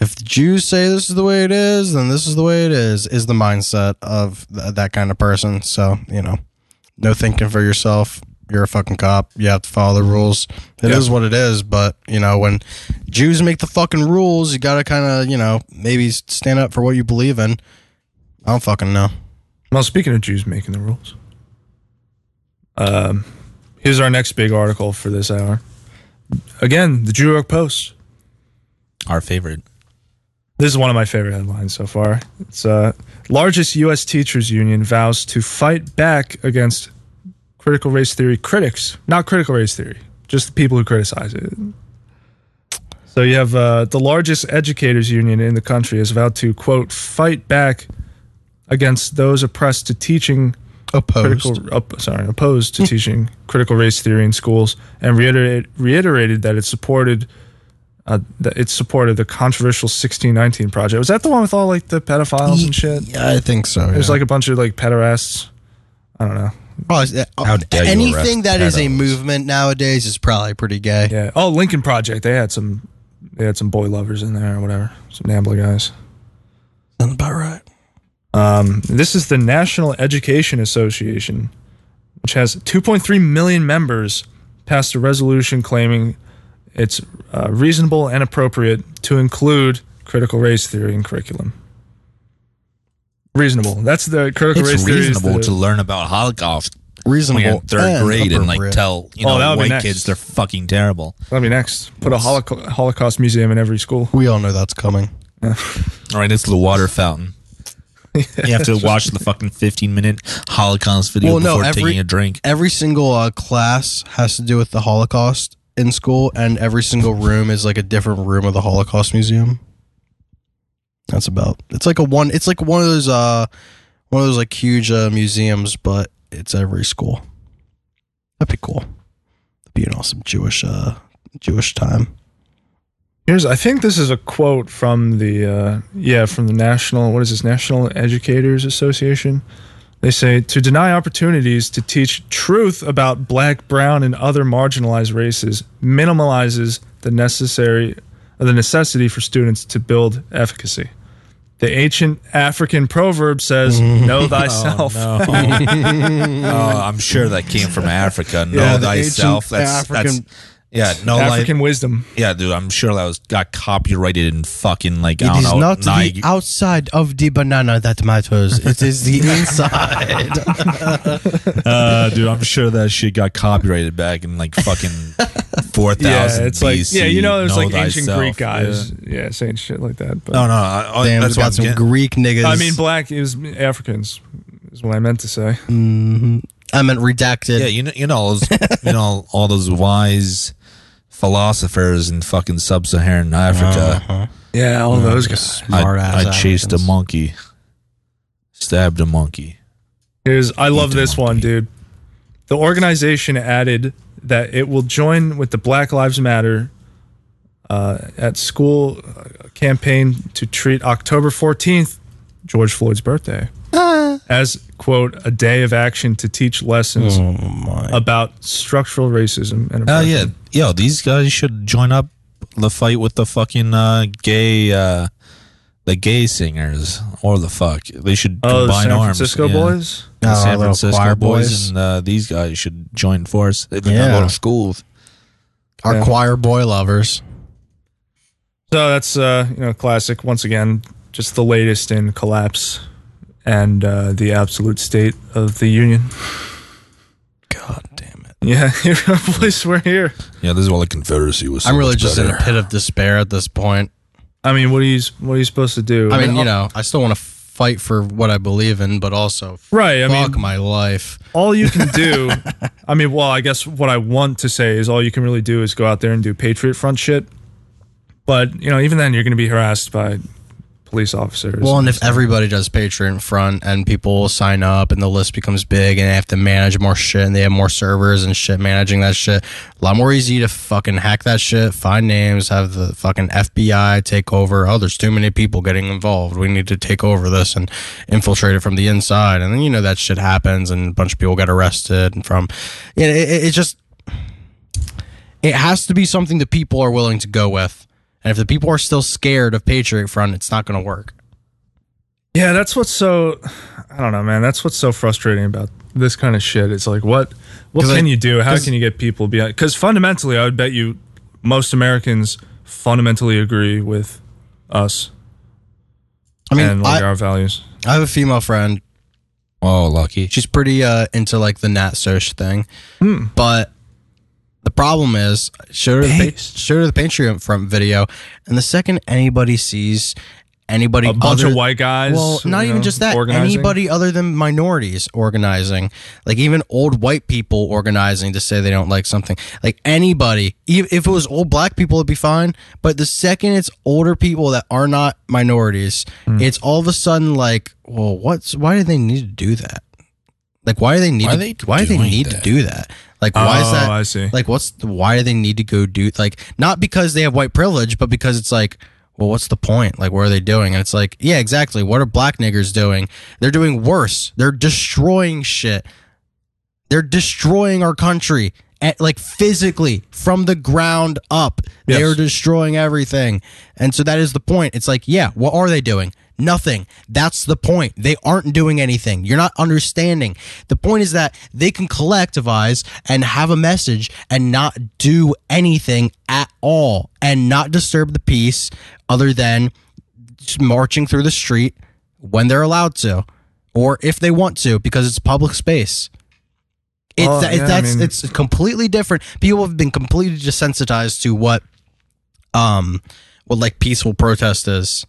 if the Jews say this is the way it is, then this is the way it is. Is the mindset of th- that kind of person. So you know, no thinking for yourself. You're a fucking cop. You have to follow the rules. It is
Yeah.
what it is, but you know, when Jews make the fucking rules, you gotta kind of, you know, maybe stand up for what you believe in. I don't fucking know.
Well, speaking of Jews making the rules, um, here's our next big article for this hour. Again, the Jew York Post.
Our favorite.
This is one of my favorite headlines so far. It's uh, largest U.S. teachers union vows to fight back against critical race theory critics, not critical race theory, just the people who criticize it. So you have uh, the largest educators union in the country has vowed to quote fight back against those oppressed to teaching
opposed
critical, op- sorry opposed
*laughs*
to teaching critical race theory in schools and reiterate, reiterated that it supported uh, that it supported the controversial 1619 project. Was that the one with all like the pedophiles and shit?
Yeah, I think so.
It was
yeah.
like a bunch of like pederasts. I don't know.
Probably, uh, anything that is a movement nowadays is probably pretty gay.
Yeah. Oh, Lincoln Project. They had some. They had some boy lovers in there or whatever. Some Nambla guys.
Sounds about right.
Um, this is the National Education Association, which has 2.3 million members, passed a resolution claiming it's uh, reasonable and appropriate to include critical race theory in curriculum. Reasonable. That's the critical
It's
race theory. is
reasonable
the-
to learn about Holocaust.
Reasonable
when you're in third
and
grade and like
appropriate.
tell you
Oh,
know
that would be
white
next.
kids they're fucking terrible.
That'll be next. Put a Holocaust, Holocaust museum in every school.
We all know that's coming.
All right, it's the
*laughs*
water fountain. You have to watch the fucking 15 minute Holocaust video before taking a drink.
Every single uh, class has to do with the Holocaust in school, and every single room is like a different room of the Holocaust Museum. That's about. It's like a one. It's like one of those. Uh, one of those like huge uh, museums, but it's every school. That'd be cool. That'd be an awesome Jewish, uh, Jewish time.
Here's, I think this is a quote from the, uh, yeah, from the National, what is this, National Educators Association. They say to deny opportunities to teach truth about black, brown, and other marginalized races minimalizes the necessary, uh, the necessity for students to build efficacy. The ancient African proverb says,
Mm-hmm.
"Know thyself." *laughs*
*laughs* Oh, no. Oh, I'm sure that came from Africa. Know
Yeah, the
thyself.
ancient
That's
African-
that's yeah. No
African wisdom.
Yeah, dude. I'm sure that was got copyrighted in fucking like I
It
don't
is
know.
not the
Nig-
outside of the banana that matters. It is
*laughs*
the inside.
uh, dude, I'm sure that shit got copyrighted back in
*laughs*
like fucking 4000
yeah, it's like
BC.
yeah, you know, there's
Know
like ancient
thyself.
Greek guys,
Yeah.
yeah. saying shit like that. But
No, no, I, I-
Damn,
Oh, that's
we
what
got
I'm
some
getting-
Greek niggas.
I mean, black is Africans is what I meant to say.
Mhm. I meant redacted.
Yeah, you know, you know, those, you know, all those wise philosophers in fucking sub-Saharan Africa.
Uh-huh.
Yeah, all those guys.
I,
Smart-ass
I chased a monkey, stabbed a monkey.
Here's, I love this one, dude. The organization added that it will join with the Black Lives Matter uh, at school uh, campaign to treat October 14th, George Floyd's birthday, as, quote, a day of action to teach lessons about structural racism and
Oh
oppression.
yeah, yo, these guys should join up the fight with the fucking uh, gay, uh, the gay singers or the fuck. They should
Oh, the
combine
San
arms.
Francisco
yeah.
boys?
The
Oh,
San
little
Francisco
choir
boys,
boys.
and uh, these guys should join force. They're gonna
Yeah.
go to school.
Our
Yeah.
choir boy lovers.
So that's uh, you know classic once again, just the latest in collapse and uh, the absolute state of the union. *laughs*
God damn it!
Yeah, *laughs* here, boys, we're here.
Yeah, this is why the Confederacy was. So
I'm really
much
just
better.
in a pit of despair at this point.
I mean, what are you what are you supposed to do?
I mean, you know, I still want to fight for what I believe in, but also
Right, I
fuck
mean-
my life.
all you can
*laughs*
do. I mean, well, I guess what I want to say is all you can really do is go out there and do Patriot Front shit. But you know, even then, you're going to be harassed by police officers.
Well, and if everybody does Patreon front and people sign up and the list becomes big and they have to manage more shit and they have more servers and shit managing that shit, a lot more easy to fucking hack that shit, find names, have the fucking FBI take over. Oh, there's too many people getting involved. We need to take over this and infiltrate it from the inside. And then, you know, that shit happens and a bunch of people get arrested and from, it, it, it just, it has to be something that people are willing to go with. And if the people are still scared of Patriot Front, it's not going to work.
Yeah, that's what's so I don't know, man. That's what's so frustrating about this kind of shit. It's like what what
'Cause,
can
like,
you do? How
'cause-
can you get people behind? Because fundamentally, I would bet you most Americans fundamentally agree with us.
I mean,
and like
I-
our values.
I have a female friend.
Oh, lucky.
She's pretty uh, into like the Nat Soch thing,
Hmm.
but the problem is, showed her the, pa- showed her the Patreon front video, and the second anybody sees anybody
A bunch
other-
of white guys,
Well, not
you
even
know,
just that.
organizing.
Anybody other than minorities organizing, like even old white people organizing to say they don't like something. Like anybody, e- if it was old black people, it'd be fine. But the second it's older people that are not minorities,
Hmm.
it's all of a sudden like, well, what's why do they need to do that? Like, why do they need?
Why
to,
are they
why do they
doing
need
that?
to do that? Like, why is
Oh,
that?
I see.
Like, what's the, why do they need to go do like not because they have white privilege, but because it's like, well, what's the point? Like, what are they doing? And it's like, yeah, exactly. What are black niggers doing? They're doing worse. They're destroying shit. They're destroying our country. At, like physically from the ground up, they are destroying everything. And so that is the point. It's like, yeah, what are they doing? Nothing. That's the point. They aren't doing anything. You're not understanding. The point is that they can collectivize and have a message and not do anything at all and not disturb the peace other than just marching through the street when they're allowed to or if they want to because it's public space. It's,
Well,
that
Oh, yeah, I
it's that's
mean-
it's completely different. People have been completely desensitized to what um what like peaceful protest is.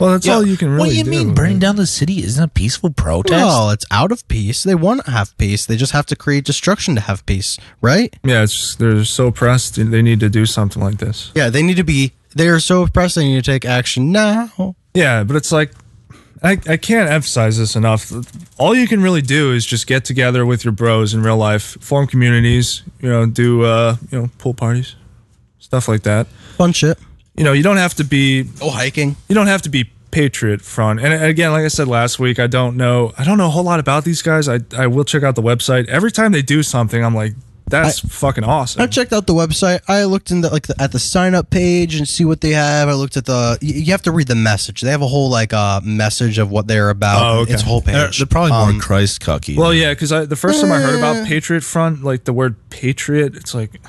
Well, that's
Yeah. all you can What do really you mean do, burning
down the city isn't a peaceful protest? Well, Oh, it's out of peace. They want to have peace. They just have to create destruction to have peace, right?
Yeah, it's just, they're so pressed. They need to do something like this.
Yeah, they need to be. They are so oppressed. They need to take action now.
Yeah, but it's like I, I can't emphasize this enough. All you can really do is just get together with your bros in real life, form communities, you know, do uh, you know, pool parties, stuff like that.
Fun shit.
You know, you don't have to be
oh hiking.
You don't have to be patriot front. And again, like I said last week, I don't know I don't know a whole lot about these guys. I I will check out the website. Every time they do something, I'm like, that's fucking awesome.
I checked out the website. I looked in the, like the, at the sign up page and see what they have. I looked at the. You, you have to read the message. They have a whole like uh message of what they're about.
Oh, okay.
It's a whole page. Um,
They're- they're probably more
Christ cocky.
Well, yeah, because the first time I heard about Patriot Front, like the word patriot, it's like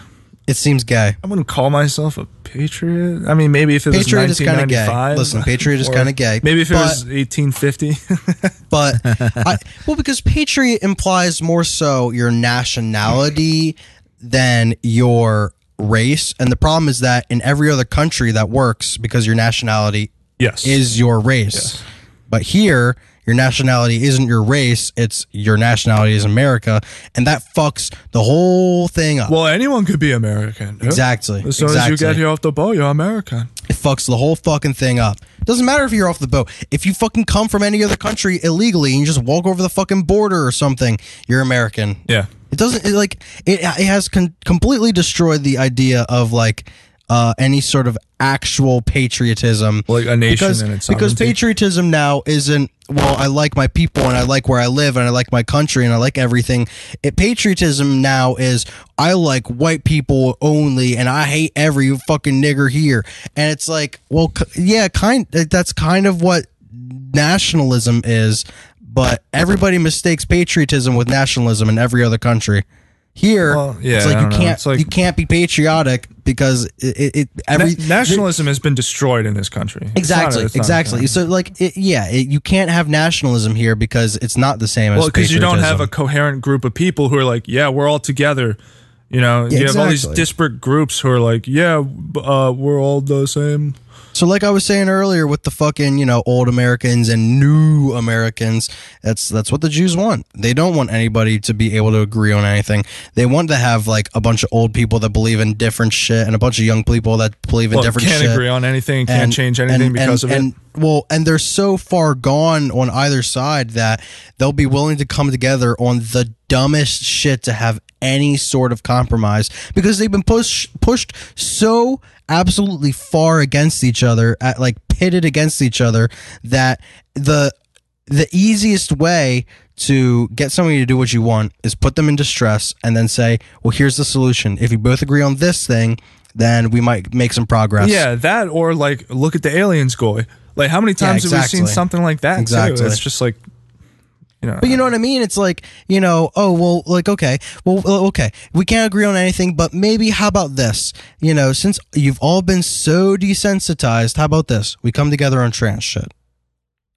it seems gay.
I wouldn't call myself a patriot. I mean, maybe if it
Patriot
was
is kinda gay.
1995.
Listen, patriot is
or
kinda gay,
Maybe if it
but-
was 1850.
*laughs* but I, well, because patriot implies more so your nationality than your race, and the problem is that in every other country that works because your nationality
*laughs* yes
is your race, but here your nationality isn't your race; it's your nationality is America, and that fucks the whole thing up.
Well, anyone could be American. yeah?
Exactly.
As soon as you
Exactly.
get here off the boat, you're American.
It fucks the whole fucking thing up. Doesn't matter if you're off the boat. If you fucking come from any other country illegally and you just walk over the fucking border or something, you're American.
Yeah.
It doesn't it, like it. It has con- completely destroyed the idea of like uh, any sort of actual patriotism,
like a nation
because,
and its
because
sovereignty.
patriotism now isn't well. I like my people and I like where I live and I like my country and I like everything. It, patriotism now is I like white people only and I hate every fucking nigger here. And it's like, well, k- yeah, kind. That's kind of what nationalism is, but everybody mistakes patriotism with nationalism in every other country. Here,
yeah,
it's
I
like you
don't know.
can't
It's like-
you can't be patriotic because it, it, it every
Na- nationalism has been destroyed in this country. It's not-
Exactly,
it's not-
exactly. So, like, it, yeah, it, you can't have nationalism here because it's not the same
Well,
as
because you don't have a
patriotism.
coherent group of people who are like, yeah, we're all together. You know,
Yeah,
you have all these
exactly.
disparate groups who are like, yeah, b- uh, we're all the same.
So, like I was saying earlier, with the fucking you know old Americans and new Americans, that's that's what the Jews want. They don't want anybody to be able to agree on anything. They want to have like a bunch of old people that believe in different shit and a bunch of young people that believe in
Well,
different
can't
shit.
agree on anything, can't change anything because of it.
and, Well, and they're so far gone on either side that they'll be willing to come together on the dumbest shit to have any sort of compromise because they've been push, pushed so absolutely far against each other, at like pitted against each other that the the easiest way to get somebody to do what you want is put them in distress and then say, "Well, here's the solution. If you both agree on this thing, then we might make some progress."
Yeah, that or like look at the aliens goy. Like how many
Yeah,
times have we seen
exactly.
something like that? Too?
Exactly.
It's just like you know.
But you know what I mean? It's like, you know, oh, well, like, okay, well, well, okay, we can't agree on anything, but maybe how about this? You know, since you've all been so desensitized, how about this? We come together on trans shit.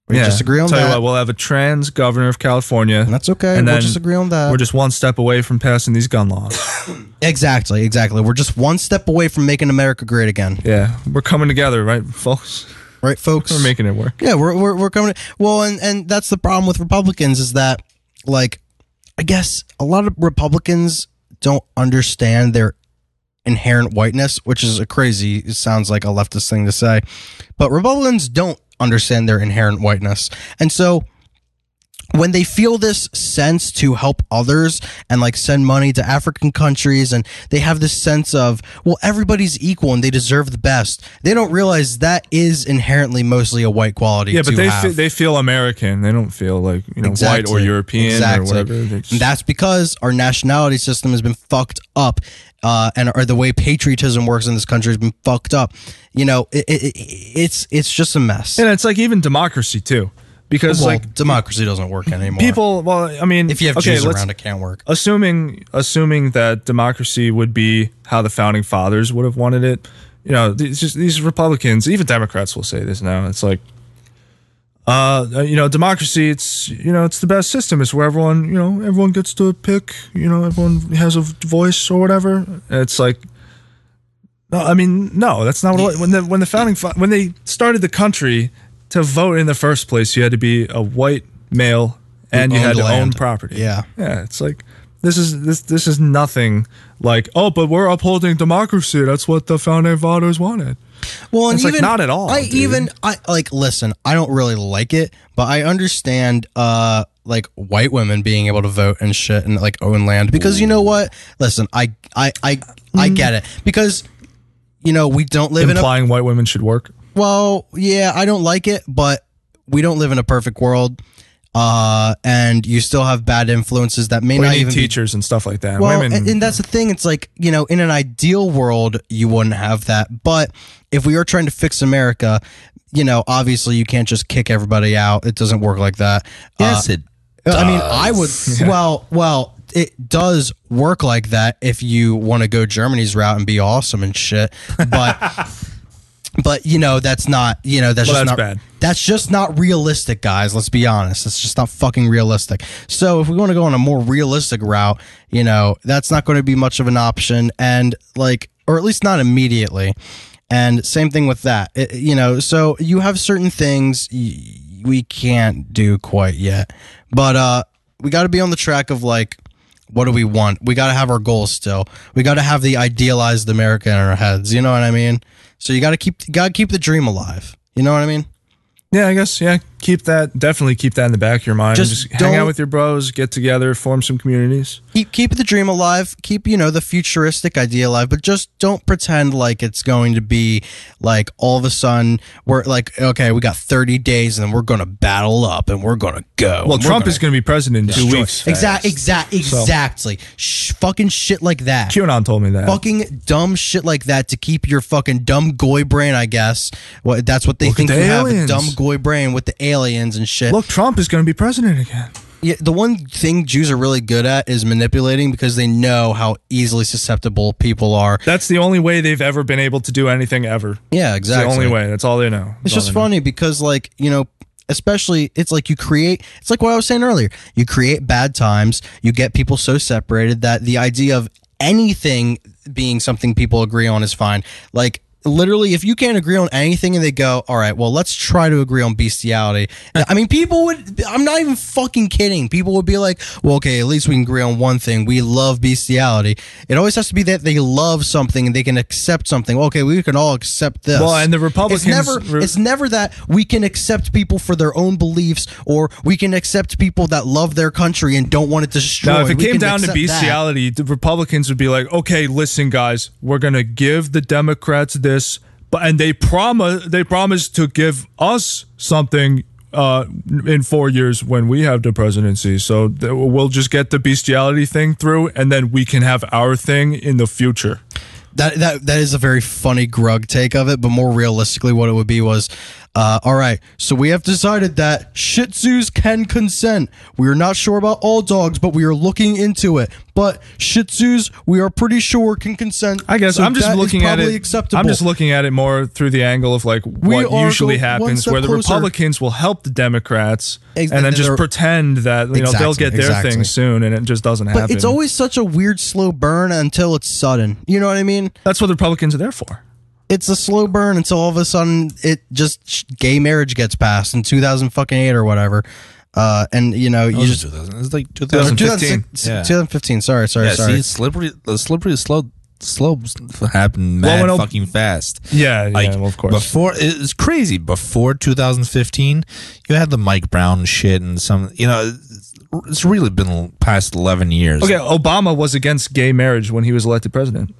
We just agree on
Tell
that.
you what, we'll have a trans governor of California.
That's okay.
And
we'll
then
just agree on that.
we're just one step away from passing these gun
*laughs*
laws.
exactly, exactly. We're just one step away from making America great again.
yeah, we're coming together, right, folks? *laughs*
right, folks?
We're making it work.
Yeah, we're we're, we're coming. Well, and and that's the problem with Republicans is that like I guess a lot of Republicans don't understand their inherent whiteness, which is a crazy it sounds like a leftist thing to say, but Republicans don't understand their inherent whiteness, and so when they feel this sense to help others and like send money to African countries and they have this sense of, well, everybody's equal and they deserve the best, they don't realize that is inherently mostly a white quality.
Yeah, but
to
they
have.
fe- they feel American. They don't feel like you know white or
Exactly.
European
Exactly.
or whatever. They
And
just-
that's because our nationality system has been fucked up, uh, and or the way patriotism works in this country has been fucked up. You know, it, it, it, it's it's just a mess.
and it's like even democracy too, because
Well,
like
democracy doesn't work anymore.
people. Well, I mean,
if you have
okay,
Jews
let's-
around, it can't work.
Assuming assuming that democracy would be how the founding fathers would have wanted it, you know, these just these Republicans, even Democrats will say this now. It's like uh you know, democracy it's you know, it's the best system. It's where everyone, you know, everyone gets to pick, you know, everyone has a voice or whatever. And it's like no, I mean, no, that's not what it was. when the when the founding fa- when they started the country to vote in the first place, you had to be a white male and you
Owned
had to own
land.
property.
Yeah.
Yeah, it's like this is this this is nothing like oh, but we're upholding democracy. That's what the founding fathers wanted.
Well, and
it's
even,
like not at all.
I
dude.
even I like listen. I don't really like it, but I understand uh like white women being able to vote and shit and like own land because you know what? Listen, I I I I
Mm.
get it because you know we don't live in a
implying white women should work.
well, yeah, I don't like it, but we don't live in a perfect world. Uh, and you still have bad influences that may
We
not
need
even be
teachers and stuff like that.
well,
women
and, and that's the thing. It's like you know, in an ideal world, you wouldn't have that. But if we are trying to fix America, you know, obviously you can't just kick everybody out. It doesn't work like that. Uh,
Yes, it
I mean, I
*laughs*
would. Well, well, it does work like that if you want to go Germany's route and be awesome and shit. But. But you know that's not you know that's
Well,
just
that's
not
bad.
that's just not realistic, guys. Let's be honest. It's just not fucking realistic. So if we want to go on a more realistic route, you know, that's not going to be much of an option and like or at least not immediately. And same thing with that. It- you know, so you have certain things y- we can't do quite yet. But uh we got to be on the track of like what do we want? We got to have our goals still. We got to have the idealized America in our heads. You know what I mean? So you got to keep got to keep the dream alive. You know what I mean?
yeah, I guess yeah. Keep that definitely keep that in the back of your mind.
Just
Just, hang
don't-
out with your bros, get together, form some communities.
keep keep the dream alive keep you know the futuristic idea alive but just don't pretend like it's going to be like all of a sudden we're like okay we got 30 days and then we're going to battle up and we're going to
Well,
go and we're
Trump
gonna
is going to be president in two
destroy-
weeks.
Exact, exact, exactly. Sh- fucking shit like that.
QAnon told me that.
Fucking dumb shit like that to keep your fucking dumb goy brain. I guess. Well, that's what they
Look at
think
the
you have a
aliens.
dumb goy brain with the aliens and shit.
Look, Trump is going to be president again.
Yeah, the one thing Jews are really good at is manipulating because they know how easily susceptible people are.
That's the only way they've ever been able to do anything ever.
Yeah,
It's the
exactly.
only way. That's all they know. That's
It's
all
just
they know.
funny because, like, you know, especially it's like you create, it's like what I was saying earlier. You create bad times, you get people so separated that the idea of anything being something people agree on is fine. Like, literally, if you can't agree on anything and they go, all right, well, let's try to agree on bestiality. I mean, people would, I'm not even fucking kidding. People would be like, well, okay, at least we can agree on one thing. We love bestiality. It always has to be that they love something and they can accept something. Well, okay, we can all accept this.
Well, and the Republicans-
It's never, it's never that we can accept people for their own beliefs, or we can accept people that love their country and don't want it destroyed.
Now, if it
We
came
can
down to
accept that.
bestiality, the Republicans would be like, "Okay, listen, guys, we're gonna give the Democrats this, but and they promise they promise to give us something uh, in four years when we have the presidency. So th- we'll just get the bestiality thing through, and then we can have our thing in the future."
That that that is a very funny grug take of it, but more realistically, what it would be was, uh, all right. So we have decided that Shih Tzus can consent. We are not sure about all dogs, but we are looking into it. But Shih Tzus, we are pretty sure can consent.
I guess
So
I'm just
that is
looking at
probably
it.
Acceptable.
I'm just looking at it more through the angle of like what
are
usually
go- one
happens,
step
where the
closer.
Republicans will help the Democrats
Ex-
and then
and
just
they're-
pretend that you know they'll
Exactly,
get their
exactly.
thing soon, and it just doesn't happen.
But it's always such a weird slow burn until it's sudden. You know what I mean?
That's what the Republicans are there for.
it's a slow burn until all of a sudden it just sh- gay marriage gets passed in 2000 fucking eight or whatever. Uh, and you know you just
2000. It's like 2015.
2006 2015. Sorry, sorry,
yeah,
sorry.
See, slippery, the slippery slope slopes happen
Well,
mad
when op-
fucking fast.
Yeah, yeah, well, of course.
Before it's crazy. Before 2015, you had the Mike Brown shit and some. You know, it's- it's really been past 11 years.
Okay, Obama was against gay marriage when he was elected president.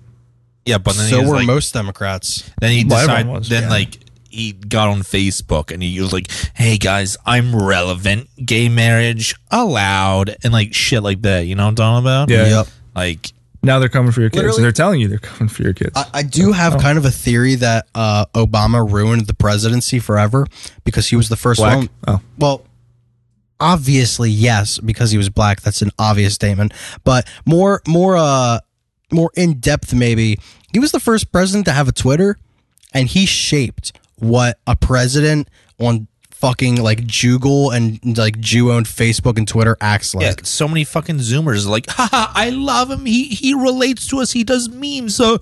Yeah, but then
So
he was
were
like-
most Democrats.
Then he
Well,
decided.
everyone was,
then
yeah.
like he got on Facebook and he was like, "Hey guys, I'm relevant. Gay marriage allowed," and like shit like that. You know what I'm talking about?
Yeah. Yep.
Like
Now they're coming for your kids.
Literally-
and they're telling you they're coming for your kids. Oh.
I, I do have kind of a theory that uh, Obama ruined the presidency forever because he was the first
Black? Oh.
one. Well, obviously yes, because he was black. That's an obvious statement. But more, more, uh, more in depth, maybe he was the first president to have a Twitter, and he shaped what a president on fucking like Jugal and like Jew owned Facebook and Twitter acts like.
Yeah, so many fucking Zoomers are like, *laughs* haha, I love him. He he relates to us. He does memes. So uh,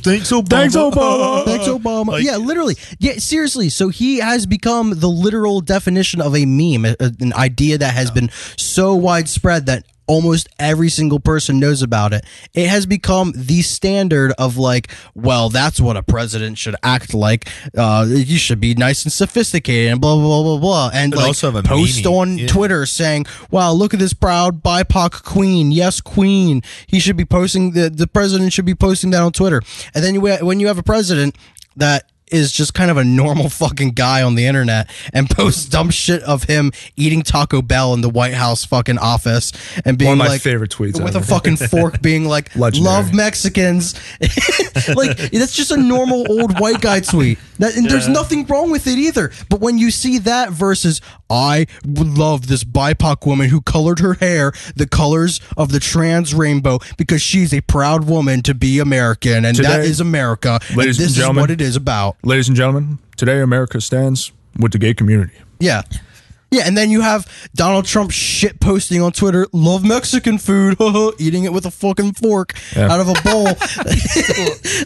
thanks, Obama.
*laughs* Thanks, Obama.
Uh,
Thanks, Obama. yeah, literally. Yeah, seriously. So he has become the literal definition of a meme, a- a- an idea that has been so widespread that almost every single person knows about it. It has become the standard of like, well, that's what a president should act like. Uh, you should be nice and sophisticated and blah blah blah blah blah. And
But
like,
also have a
post
meaning.
on Twitter saying, "Wow, look at this proud BIPOC queen. Yes, queen. He should be posting the the president should be posting that on Twitter." And then you, when you have a president that is just kind of a normal *laughs* fucking guy on the internet and posts dumb shit of him eating Taco Bell in the White House fucking office and being
One of my
like
favorite tweets
with
ever.
a fucking fork being
*laughs*
like
Legendary.
love Mexicans
*laughs*
like that's just a normal old white guy tweet that, and there's
Yeah.
nothing wrong with it either but when you see that versus i would love this bipoc woman who colored her hair the colors of the trans rainbow because she's a proud woman to be american and that
Today-
is america and
Ladies
this
and gentlemen,
is what it is about
Ladies and gentlemen, today America stands with the gay community.
yeah yeah, and then you have Donald Trump shit posting on Twitter, love Mexican food, *laughs* eating it with a fucking fork
Yeah.
out of a
*laughs*
bowl, *laughs*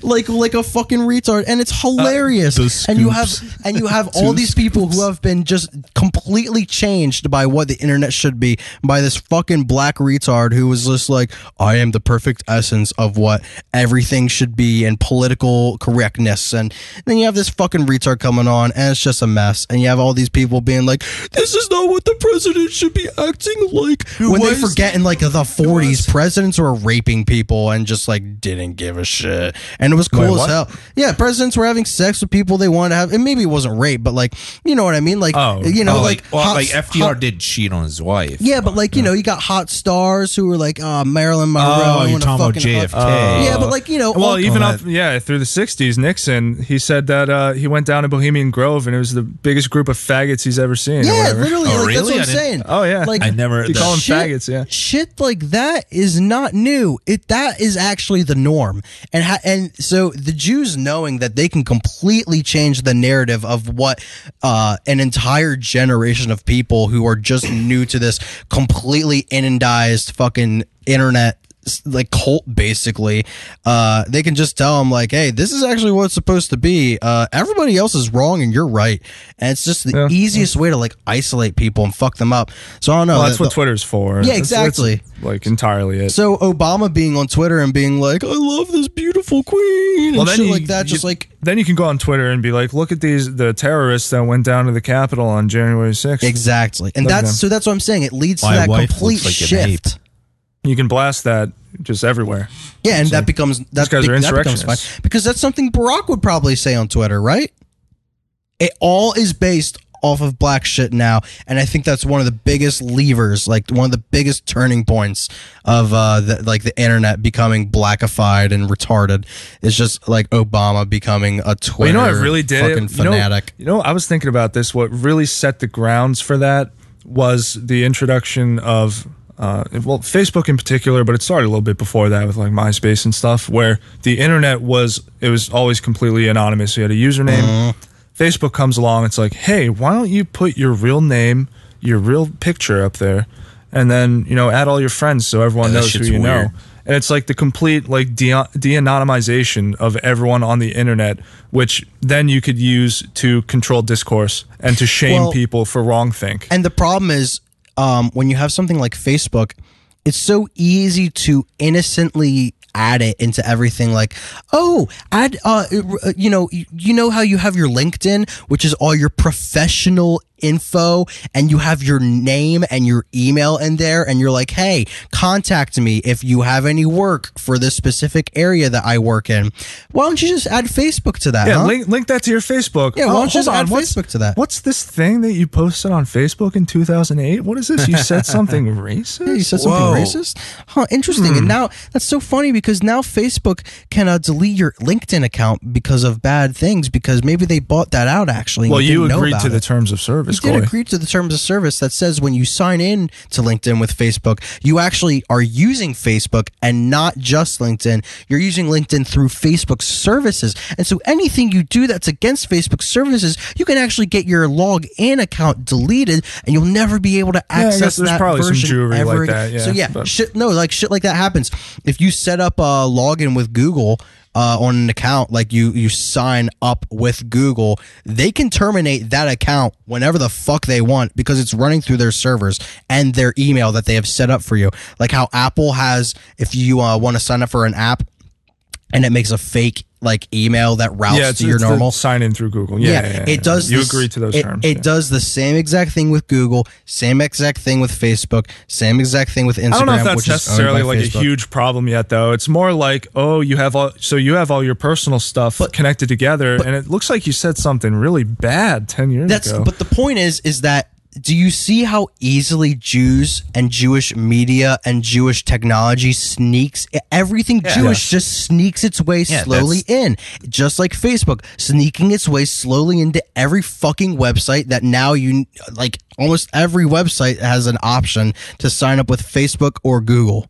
like like a fucking retard, and it's hilarious. and you have and you have
Two
all these people who have been just completely changed by what the internet should be by this fucking black retard who was just like, I am the perfect essence of what everything should be and political correctness, and then you have this fucking retard coming on, and it's just a mess. And you have all these people being like, this is not what the president should be acting like. when they forget in like the 40s, presidents were raping people and just like didn't give a shit. And it was cool
Wait,
as
what?
hell. Yeah, presidents were having sex with people they wanted to have. And maybe it wasn't rape, but like, you know what I mean? Like, you know,
Oh,
like,
well,
hot-
like FDR
hot-
did cheat on his wife.
yeah, but like you know, you got hot stars who were like uh, Marilyn Monroe.
Oh, you're
and a
talking about
fucking hot-
JFK.
yeah, but like you know,
well,
all-
even up, yeah, through the '60s, Nixon he said that uh, he went down to Bohemian Grove and it was the biggest group of faggots he's ever seen. or
Yeah,
whatever.
literally. like, That's what I'm saying.
Oh yeah,
Like
You call them faggots, yeah.
Shit like that is not new. It that is actually the norm, and ha- and so the Jews knowing that they can completely change the narrative of what uh, an entire generation of people who
*clears throat*
are just new to this completely inundized fucking internet s- like cult basically uh they can just tell them like hey this is actually what it's supposed to be uh everybody else is wrong and you're right and it's just the easiest way to like isolate people and fuck them up so i don't know
well, that's
Oh, the-
what
the-
Twitter's for.
Yeah,
That's- that's,
exactly.
like entirely it.
so obama being on twitter and being like i love this beautiful queen and shit like that just
you-
like
then you can go on Twitter and be like, look at these the terrorists that went down to the Capitol on January 6th.
Exactly, and that's so that's what i'm saying it leads to that complete shift
You can blast that just everywhere.
yeah and that becomes that,
These guys are
that becomes fine
insurrectionists.
because that's something barack would probably say on twitter right it all is based off of black shit now and i think that's one of the biggest levers like one of the biggest turning points of uh the, like the internet becoming blackified and retarded is just like obama becoming a twitter
Well, you know what really did
fucking
it?
fanatic
You know, you know, I was thinking about this. What really set the grounds for that was the introduction of uh, well, Facebook in particular, but it started a little bit before that with like MySpace and stuff, where the internet was it was always completely anonymous. You had a username. Facebook comes along. It's like, hey, why don't you put your real name, your real picture up there, and then you know add all your friends so everyone
Yeah, that
knows who
shit's
you know.
weird.
and it's like the complete like de- de-anonymization of everyone on the internet, which then you could use to control discourse and to shame
Well-
people for wrong think.
And the problem is um, when you have something like Facebook, it's so easy to innocently add it into everything like oh add uh you know you- you know how you have your linkedin which is all your professional info and you have your name and your email in there and you're like hey contact me if you have any work for this specific area that i work in why don't you just add facebook to that
Yeah,
huh?
link link that to your Facebook. Oh,
Yeah, why don't you just add
what's-
Facebook to that?
What's this thing that you posted on Facebook in 2008? What is this? You
*laughs*
said something racist.
Yeah, you said something
Whoa. Hmm.
racist? Huh, interesting. And now that's so funny because now Facebook can uh, delete your LinkedIn account because of bad things because maybe they bought that out actually. and
Well, you
didn't know
agreed
about
to the
it.
terms of service.
You did
Coy.
agree to the terms of service that says when you sign in to LinkedIn with Facebook, you actually are using Facebook and not just LinkedIn. You're using LinkedIn through Facebook services. And so anything you do that's against Facebook services, you can actually get your login account deleted and you'll never be able to
Yeah, I guess
access
there's
that
probably some
version
jewelry
ever
like
again.
that, yeah,
so yeah,
but-
shit no like shit like that happens if you set up a login with google uh, on an account like you you sign up with google they can terminate that account whenever the fuck they want because it's running through their servers and their email that they have set up for you like how apple has if you uh, want to sign up for an app and it makes a fake like email that routes
Yeah, it's,
to your
it's the
normal
sign in through Google. Yeah, yeah, yeah, yeah.
it does.
You
this-
agreed to those
it,
terms.
It does the same exact thing with Google, same exact thing with Facebook, same exact thing with Instagram.
I don't know if that's
which is owned
necessarily
by
like
Facebook.
a huge problem yet, though. It's more like, oh, you have all so you have all your personal stuff connected together, and it looks like you said something really bad ten years
That's
ago.
but the point is, is that do you see how easily Jews and Jewish media and Jewish technology sneaks everything
Yeah.
Jewish just sneaks its way
Yeah,
slowly in, just like Facebook sneaking its way slowly into every fucking website that now you like almost every website has an option to sign up with Facebook or Google.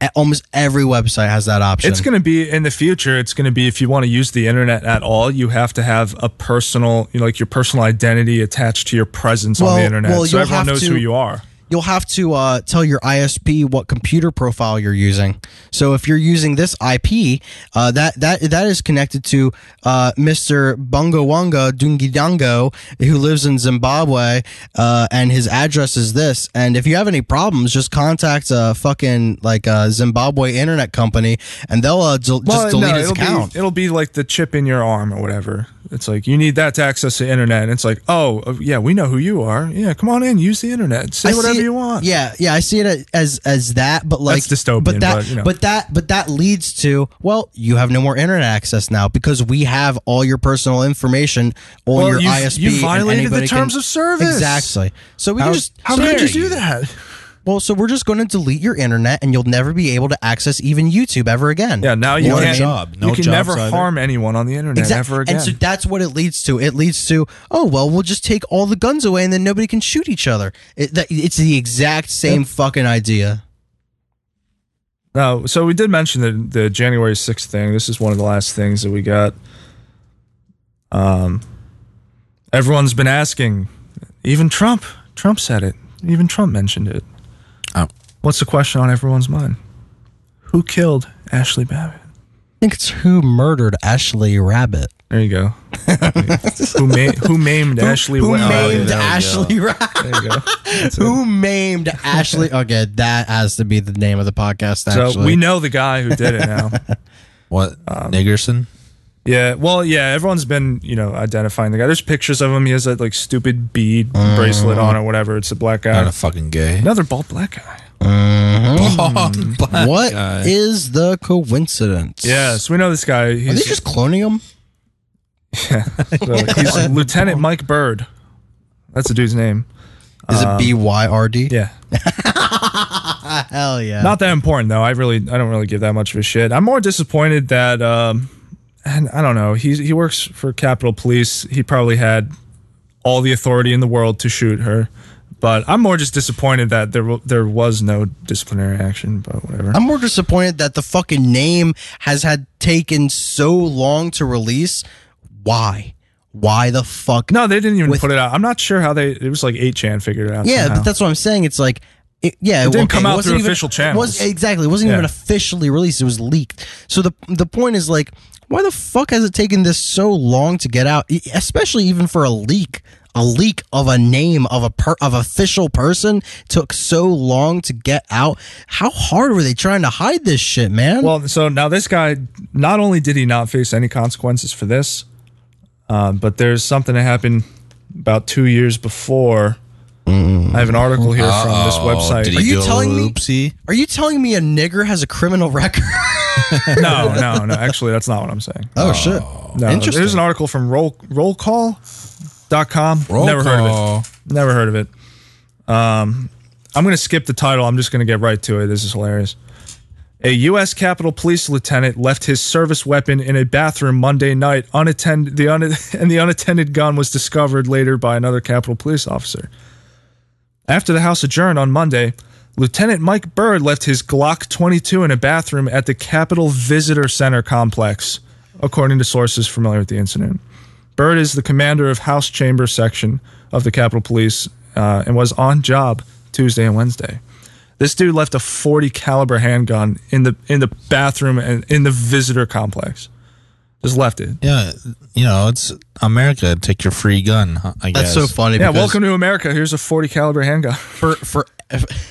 A- Almost every website has that option.
It's going to be in the future. It's going to be if you want to use the internet at all, you have to have a personal, you know, like your personal identity attached to your presence on the internet, so
you'll
everyone
have
knows
to-
who you are.
You'll have to uh, tell your ISP what computer profile you're using. So if you're using this IP, uh, that that that is connected to uh, Mr. Bungo Wanga Dungidango, who lives in Zimbabwe, uh, and his address is this. And if you have any problems, just contact a fucking like a Zimbabwe internet company, and they'll uh, del- just delete his
it'll
account.
Be, it'll be like the chip in your arm or whatever. It's like you need that to access the internet. And it's like, oh uh, yeah, we know who you are. Yeah, come on in, use the internet, say
I see
whatever
it-
you want.
Yeah, yeah, I see it as as that, but like
That's dystopian,
But that,
but, you know.
that, but that leads to well, you have no more internet access now because we have all your personal information on
Well,
your
you've-
ISP.
you
and
violated the
anybody can-
terms of service.
exactly. So we
How-
can just
how
so
dare
we can
you do that?
Well, so we're just going to delete your internet, and you'll never be able to access even YouTube ever again.
Yeah, now you
know what I
can't.
mean?
you can never harm anyone on the internet ever again.
And so that's what it leads to. It leads to, oh well, we'll just take all the guns away and then nobody can shoot each other. It, that, it's the exact same fucking idea.
No, so we did mention the the January sixth thing. This is one of the last things that we got. Um, everyone's been asking. Even Trump, Trump said it. Even Trump mentioned it.
Oh.
What's the question on everyone's mind? Who killed Ashley Babbitt?
I think it's who murdered Ashley Rabbit.
There you *laughs* go. who, ma- who maimed Ashley?
Who
Wa- Oh,
maimed
there we go.
Ashley Rabbit?
There you
*laughs*
go.
who maimed
*laughs*
Ashley? Okay, that has to be the name of the podcast. Actually,
So we know the guy who did it now.
What
um,
Niggerson?
Yeah, well, yeah, everyone's been, you know, identifying the guy. There's pictures of him. He has that like stupid bead bracelet on or whatever. It's a black guy.
Not a fucking
*laughs*
gay. Mm.
Another bald black guy.
Mhm. What
guy.
is the coincidence?
Yes, we know this guy. He's,
Are they just cloning him?
so he's Lieutenant Mike Bird. That's the dude's name.
Is it
Um,
B Y R D?
Yeah.
Hell yeah.
Not that important though. I really, I don't really give that much of a shit. I'm more disappointed that, um, and I don't know. He he works for Capitol Police. He probably had all the authority in the world to shoot her, but I'm more just disappointed that there wa- there was no disciplinary action. But whatever.
I'm more disappointed that the fucking name has had taken so long to release. Why? Why the fuck?
no, they didn't even put it out. I'm not sure how they. It was like 8chan figured it out.
Yeah,
somehow.
but that's what I'm saying. It's like It, yeah,
It didn't come out
wasn't
through official channels.
Was, exactly. It wasn't
Yeah.
even officially released. It was leaked. So the the point is like, why the fuck has it taken this so long to get out? E- Especially even for a leak, a leak of a name of a per, of official person took so long to get out. How hard were they trying to hide this shit, man?
Well, so now this guy, not only did he not face any consequences for this, uh, but there's something that happened about two years before. I have an article here from this
Uh-oh, did
website.
he Are you do a telling me-
oopsie? Are you telling me a nigger has a criminal
*laughs*
record?
no, no, no. Actually, that's not what I'm saying.
Oh, shit.
No,
Interesting.
There's an article from roll rollcall.com.
Roll
Never
call.
heard of it. Never heard of it. Um, I'm going to skip the title. I'm just going to get right to it. This is hilarious. A U.S. Capitol Police lieutenant left his service weapon in a bathroom Monday night, unattended. The un- *laughs* and the unattended gun was discovered later by another Capitol Police officer. After the House adjourned on Monday, Lieutenant Mike Byrd left his Glock 22 in a bathroom at the Capitol Visitor Center complex, according to sources familiar with the incident. Byrd is the commander of House Chamber Section of the Capitol Police uh, and was on job Tuesday and Wednesday. This dude left a 40 caliber handgun in the in the bathroom and in the visitor complex. Just left it.
Yeah, you know, it's America. Take your free gun. huh, I guess.
Yeah, welcome to America. Here's a 40 caliber handgun. *laughs*
For for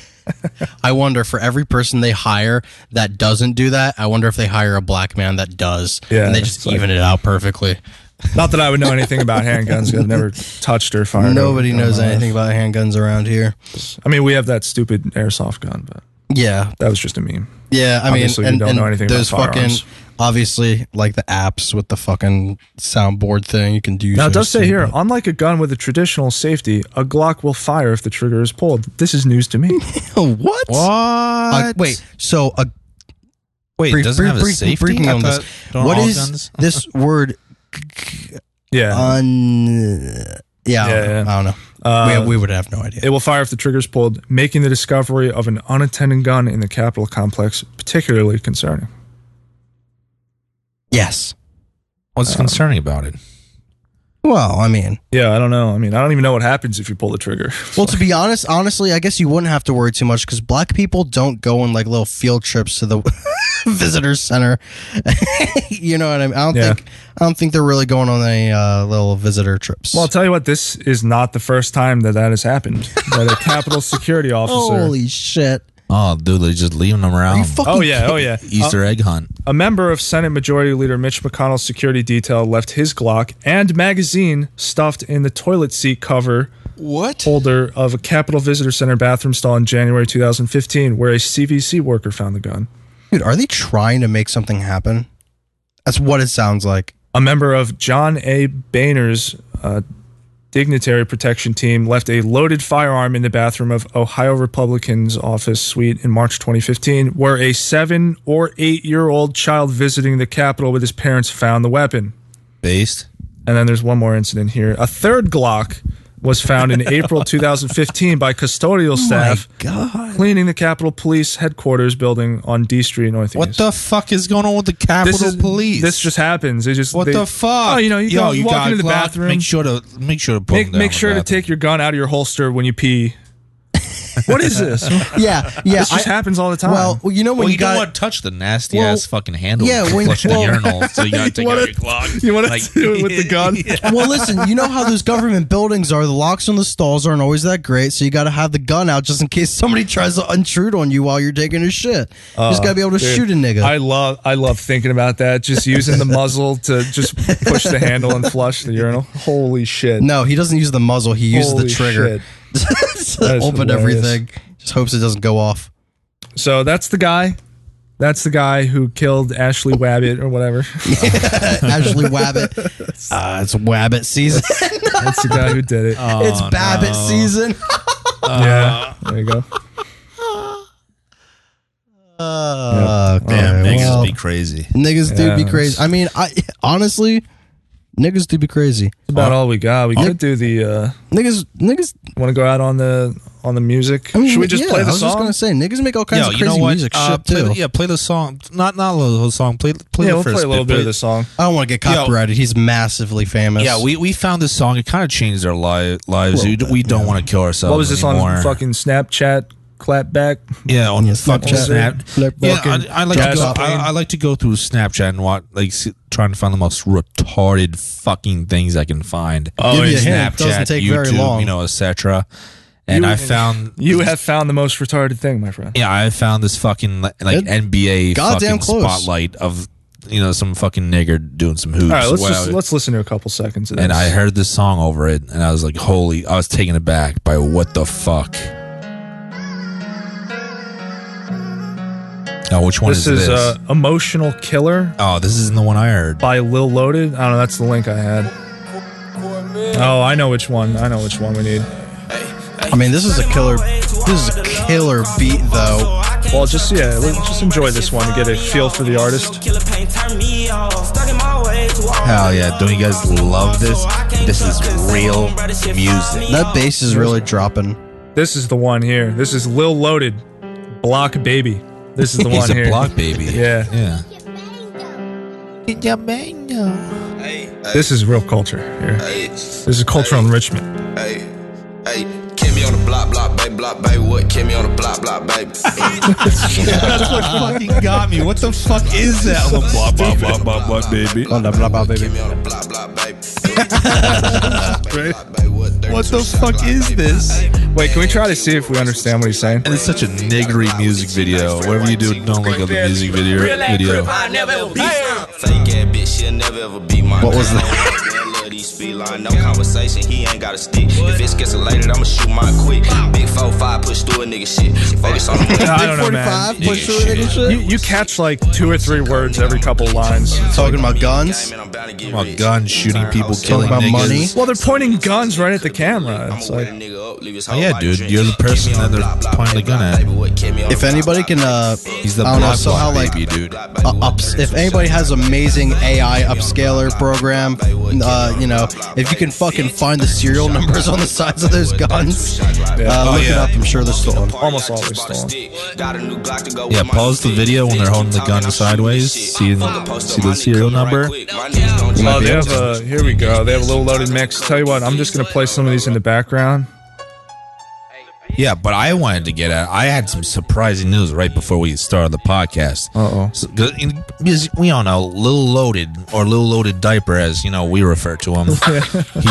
*laughs* I wonder for every person they hire that doesn't do that, I wonder if they hire a black man that does.
Yeah,
and they
it's
just
like-
even it out perfectly.
Not that I would know anything about handguns. 'cause I've never touched or fired.
Nobody
them.
knows anything about handguns around here.
I mean, we have that stupid airsoft gun, but
Yeah.
that was just a meme.
Yeah, I mean,
Obviously, we
and,
don't
and
know anything
those
about
fucking
firearms.
obviously like the apps with the fucking soundboard thing you can do.
Now it
those
does say
too,
here,
but-
unlike a gun with a traditional safety, a Glock will fire if the trigger is pulled. This is news to
*laughs*
me.
*laughs* what? What? wait. So a
Wait, doesn't have a safety?
brief me
I
on
thought-
this.
don't
What
all
is
guns- *laughs*
this word?
Yeah. uh,
Un- yeah, I don't know. I don't know. Uh, we, we would have no idea.
It will fire if the trigger is pulled, making the discovery of an unattended gun in the Capitol complex particularly concerning.
Yes.
What's
uh,
concerning about it?
Well, I mean,
Yeah, I don't know. I mean, I don't even know what happens if you pull the trigger.
well, to be honest, honestly, I guess you wouldn't have to worry too much because black people don't go on like little field trips to the *laughs* visitor center. *laughs* you know what I mean? I don't
Yeah.
think I don't think they're really going on any uh, little visitor trips.
Well, I'll tell you what, this is not the first time that that has happened. That a *laughs* Capitol security officer.
Holy shit!
Oh, dude, they're just leaving them around.
oh, yeah, oh, yeah.
Easter
Uh,
egg hunt.
A member of Senate Majority Leader Mitch McConnell's security detail left his Glock and magazine stuffed in the toilet seat cover
what?
holder of a Capitol Visitor Center bathroom stall in January 2015, where a CVC worker found the gun.
Dude, are they trying to make something happen? That's what it sounds like.
A member of John A. Boehner's uh, dignitary protection team left a loaded firearm in the bathroom of Ohio Republican's office suite in March 2015, where a seven or eight year old child visiting the Capitol with his parents found the weapon.
Based.
And then there's one more incident here. A third Glock was found
*laughs*
in April 2015 by
Oh
custodial staff cleaning the Capitol Police headquarters building on D Street Northeast.
What the fuck is going on with the Capitol
this is,
Police?
This just happens. It just
what
they-
the fuck?
Oh, you know, you, go, you walk
got
into the
Glock,
bathroom.
Make sure to make sure to put
make,
them down
make
the
sure to
bathroom.
take your gun out of your holster when you
*laughs*
pee. what is this?
Yeah, yeah.
This just
I-
happens all the time.
Well, you know when
Well,
you,
you don't
got
want to touch the nasty
Well,
ass fucking handle.
yeah,
Yeah,
when-
when flushing
well-
the urinal,
*laughs*
so you gotta take out your
*laughs*
Glock.
You want
Like-
to do it with
*laughs*
the gun?
well, listen, you know how those government buildings are. The locks on the stalls aren't always that great, so you got to have the gun out just in case somebody tries to intrude on you while you're taking a shit. you just got to be able to
Dude,
shoot a nigga.
Uh, I love I love thinking about that. Just using
*laughs*
the muzzle to just push the handle and flush the urinal. Holy shit!
no, he doesn't use the muzzle. He uses
Holy
the trigger.
shit.
*laughs* to
That is
open
hilarious.
everything. Just hopes it doesn't go off. *laughs*
So that's the guy. That's the guy who killed Ashley Wabbit or whatever.
Ashley
*laughs*
Wabbit. Uh, it's Wabbit *laughs* season.
That's the guy who did it.
Uh,
it's
Oh,
Babbitt
*laughs*
season.
yeah, there you go.
Uh, okay,
Damn, niggas
well,
be crazy.
Niggas
Oh, Yeah,
do be
that's-
crazy. I mean, I honestly, niggas do be crazy.
About all we got. We could do the. uh
Niggas, niggas.
Want to go out on the on the music?
I mean,
Should we just
yeah,
play the
I was just
song?
gonna say, niggas make all kinds
Yo,
of
you
crazy
know what?
music
Uh,
shit
play
too.
the, yeah, play the song. Not not a whole song. Play play
yeah,
the
we'll
first
play a little bit of the song.
I don't want to get
Yeah.
copyrighted. He's massively famous.
Yeah, we, we found this song. It kind of changed our li- lives.
Little
We, we don't want to kill ourselves.
What was this
anymore.
on fucking Snapchat? clap back.
Yeah, on
Yes,
fucking
Snapchat.
Snap.
Flip
Yeah,
fucking
I, I like to
Jazz
go,
plane.
I, I like to go through Snapchat and watch, like, s- trying to find the most retarded fucking things I can find.
Oh, Give me a hint.
Snapchat,
Doesn't take
YouTube,
very long.
you know, etc. And
You-
I found,
*laughs*
*laughs*
you have found the most retarded thing, my friend.
yeah, I found this fucking like NBA
Goddamn
fucking
close.
spotlight of you know some fucking nigger doing some hoops.
All right, let's
Wow.
just, let's listen to a couple seconds of this.
and I heard this song over it, and I was like, "Holy!" I was taken aback by what the fuck. Oh, which one
this
is, this?
Uh, emotional killer.
Oh, this isn't the one I *laughs* heard.
By Lil Loaded. I don't know. That's the link I had. Oh, I know which one. I know which one we need.
I mean, this is a killer. This is a killer beat, though.
Well, just yeah, let- just enjoy this one to get a feel for the artist.
Hell yeah! Don't you guys love this? This is real music.
That bass is really dropping.
This is the one here. This is Lil Loaded, Block Baby. This is the
*laughs* He's
one
a
here.
block baby.
Yeah.
Yeah.
This is real culture here. This is cultural enrichment.
Kimmy on the block, block, baby, block, baby. What? Kimmy on the block, block, baby.
That's what fucking got me. What the fuck is that?
Blah, blah, blah,
*laughs* blah, blah, blah, baby. Blah, blah, blah, blah, baby.
what
the fuck is this?
Wait, can we try to see if we understand what he's saying?
And it's such a niggery music video. Whatever you do, don't look at the music video. video.
What was *laughs* that? No conversation, he ain't got a stick. If it's gets elated, I'ma shoot mine quick. Big 4-5, push through a nigga shit. Focus on
*laughs*
the *laughs*
I don't know, man. You, you catch like two or three words every couple lines.
Talking about guns.
About guns, shooting people,
Talking
killing niggas.
Well, they're pointing guns right at the camera. It's like,
Oh, yeah, dude, you're the person that they're pointing the gun at.
If anybody can, uh,
He's the
I don't know,
block
somehow
block
like
baby, dude.
uh, ups, if anybody has amazing AI upscaler program, uh, you know, if you can fucking find the serial numbers on the sides of those guns, uh,
Oh,
look it
yeah.
up. I'm sure they're stolen.
Almost always stolen.
Yeah, pause the video when they're holding the gun sideways. See, see the serial number.
oh, they have a. Here we go. They have a little loaded mix. Tell you what, I'm just gonna play some of these in the background.
Yeah, but I wanted to get at. I had some surprising news right before we started the podcast.
Uh oh.
because we all know Lil Loaded or Lil Loaded Diaper, as you know we refer
*laughs*
to him.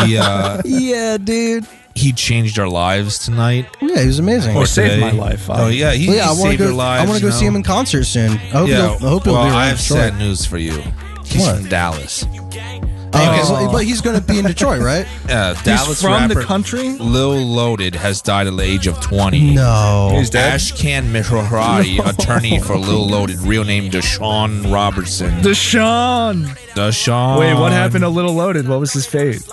he uh,
Yeah, dude.
he changed our lives tonight.
Yeah, he was amazing.
Or saved my life. Oh yeah, he,
I wanna
he saved
go,
your lives.
I want to go
you
see
know?
him in concert soon. I hope
yeah,
he'll, I hope he'll
well,
be around
I have
Detroit.
sad news for you. He's
What?
from Dallas.
Oh, but he's going to be in Detroit,
*laughs*
right?
Uh, Dallas
from the
rapper
country?
Lil Loaded has died at the age of 20.
No.
He's dead?
Ashkan
*laughs*
Mihrari, attorney for Lil Loaded, real name Deshaun Robertson.
Deshaun.
Deshaun.
Wait, what happened to Little Loaded? What was his fate?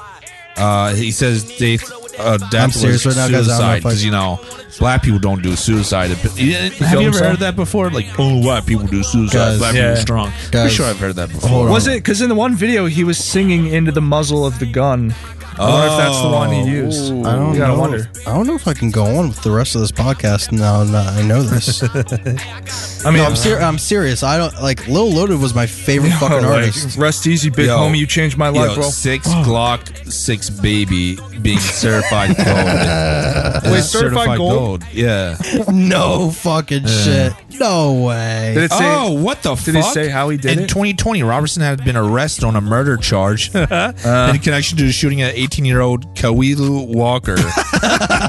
Uh, he says they uh,
I'm
death was
serious right now, guys. I don't know
suicide
if I-
because you know black people don't do suicide. But- yeah, Have
killed
you ever
himself?
heard that before? Like, oh, white people do suicide.
Guys,
black
yeah.
people are strong. I'm
Guys,
sure I've heard that before.
was it because in the one video he was singing into the muzzle of the gun? I wonder if that's the one he used.
I don't
you gotta
know.
wonder.
I don't know if I can go on with the rest of this podcast now that I know
*laughs*
this. I
mean-
mean, I'm, ser- I'm serious. I don't like Lil Loaded was my favorite
*laughs*
fucking
like,
artist.
Rest easy, big
Yo.
homie. You changed my life,
Yo,
bro.
Six Glock, six baby being certified gold. Uh,
*laughs* Wait, certified gold?
Yeah.
no fucking shit. No way.
oh, what the fuck? In 2020, Robertson had been arrested on a murder charge in connection to shooting an 18 year old Kawilu Walker.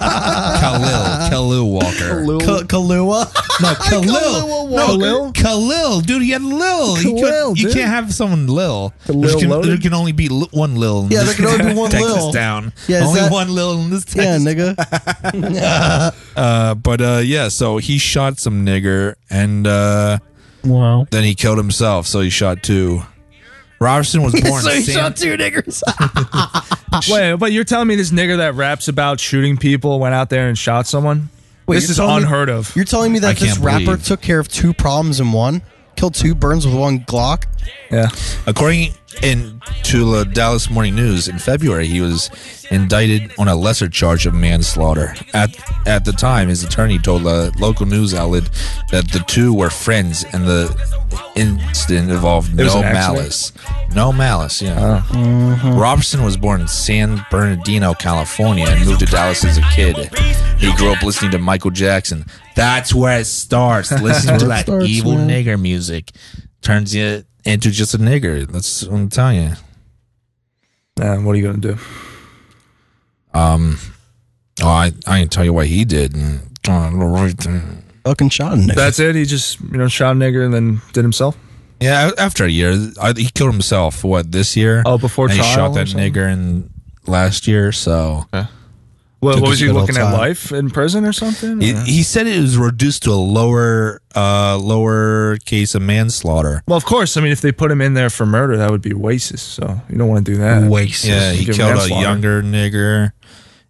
Khalil. Khalil Walker.
Ka- Kalua?
*laughs*
*laughs*
No, Khalil.
Kalua
No,
Walker.
Khalil. Dude, he had Lil. He
Khalil,
could, you
dude.
can't have someone Lil.
Khalil
There can,
Loaded?
there can only be li- one Lil. in
Yeah, there
this
can only
*laughs*
be one
Texas
Lil.
town.
Yeah, is
only
that-
one Lil in this
Yeah,
*laughs*
nigga.
uh, but uh, yeah, so he shot some nigger and uh,
wow.
Then he killed himself, so he shot two.
*laughs*
Robertson was born.
so he
Sam-
shot two
*laughs*
niggers.
Wait, but you're telling me this nigger that raps about shooting people went out there and shot someone?
Wait,
this
you're
is
telling me-
unheard of.
You're telling me
I
that this
can't
rapper
believe.
took care of two problems in one? Killed two burns with one Glock?
Yeah.
According in to the Dallas Morning News in February, he was indicted on a lesser charge of manslaughter. At at the time, his attorney told a local news outlet that the two were friends, and the incident involved
It was
no
an accident? Oh.
malice. No malice. Yeah. Robertson was born in San Bernardino, California, and moved to Dallas as a kid. He grew up listening to Michael Jackson. That's where it starts.
*laughs*
Listen to
Where it
that
starts,
evil
man.
nigger music. Turns you into just a nigger. That's what I'm telling you.
And what are you gonna do?
Um, oh, I I can tell you what he did. Fucking shot
That's it. He just you know shot a nigger and then did himself.
Yeah, a- after a year, I, he killed himself. What this year?
Oh, before
and he
trial
shot
or
that
something? Uh-huh.
nigger in last year. So,
Well, what
Took his
was he
good old
looking at?
time.
Life in prison or something?
He,
Or-
he said it was reduced to a lower uh lower case of manslaughter.
Well, of course. I mean, if they put him in there for murder, that would be racist. So you don't want to do that.
Yeah, he
Give him
killed a
manslaughter.
younger nigger.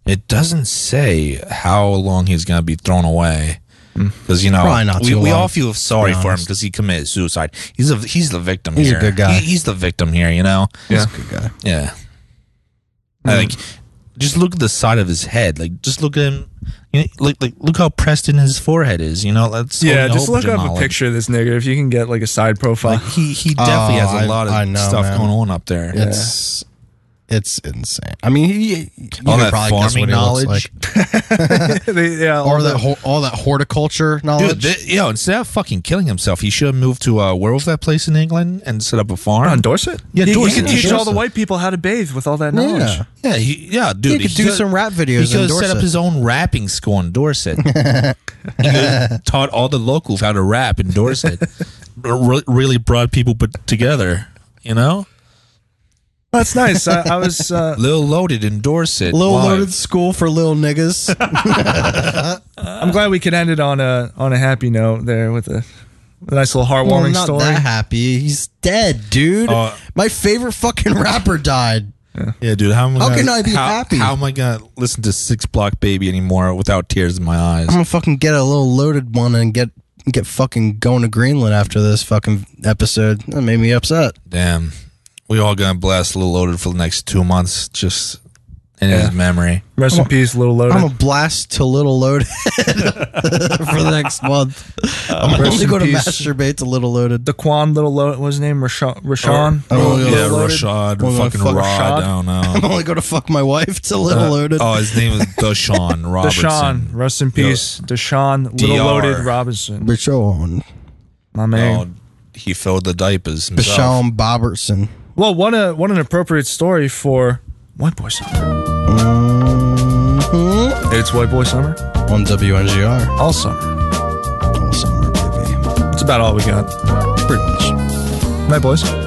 It doesn't say how long he's gonna be thrown away. Because you know,
Hmm. Probably not
we,
too
we
long,
all feel sorry
to be
for him
honest.
because he committed suicide. He's a he's the victim.
He's a
here.
good guy.
He- he's the victim here. You know.
He's a good guy.
Yeah.
Hmm.
I think just look at the side of his head. Like just look at him. You know, look like look how pressed in his forehead is. You know. That's so
yeah, just
noble
look up
Jamal.
a picture of this nigger if you can get like a side profile.
he he definitely
Oh,
has a lot of stuff going on up there.
It's it's insane. I mean, he, you can
All that
probably guess
farming
what he looks
knowledge.
*laughs*
like.
They- yeah,
or that ho- all that horticulture knowledge.
Dude, th- yo, instead of fucking killing himself, he should have moved to uh, where was that place in England and set up a farm?
On Dorset?
Yeah,
He- he,
Dorset.
could teach all the white people how to bathe with all that knowledge.
Yeah, yeah, he, yeah dude.
He could do some rap videos in
He could have set up
Dorset.
his own rapping school in
*laughs*
Dorset. he could've taught all the locals how to rap in
*laughs*
Dorset. Re- really brought people put together. You know,
That's nice. I, I was uh,
Lil Loaded in Dorset.
Little
live.
loaded school for little niggas.
I'm glad we could end it on a on a happy note there with a, a nice little heartwarming
Well, not
story.
that happy. He's dead, dude.
Uh,
My favorite fucking rapper died.
Yeah, dude. How, am
How
gonna,
can I be
how-
happy?
How am I gonna listen to Six Block Baby anymore without tears in my eyes?
I'm gonna fucking get a little loaded one and get get fucking going to Greenland after this fucking episode. That made me upset.
Damn. We all gonna blast Little Loaded for the next two months, just in
Yeah.
his memory.
Rest in peace, Little Loaded.
I'm a blast to Little Loaded *laughs* for the next month. I'm
rest
only
in
going to
peace.
masturbate to Little Loaded.
Daquan Little Loaded, what was his name?
Oh,
Rashawn? Rashawn?
I'm only
Oh, yeah,
gonna-
Rashad,
I'm only gonna
fucking
fuck
Rod.
Rashad.
I don't
I'm
*laughs* know.
only going to fuck my wife to Little
Uh,
Loaded.
Oh, his name was Deshaun Robertson.
Deshaun. Rest in peace. Deshaun Little
DR.
Loaded Robinson.
Bashawn.
My man.
Oh, he filled the diapers himself.
Bashawn Bobertson.
Well, what a what an appropriate story for White Boy Summer.
Mm-hmm.
It's White Boy Summer
on WNGR.
All summer.
All summer, baby.
That's about all we got.
Pretty much.
Night, boys.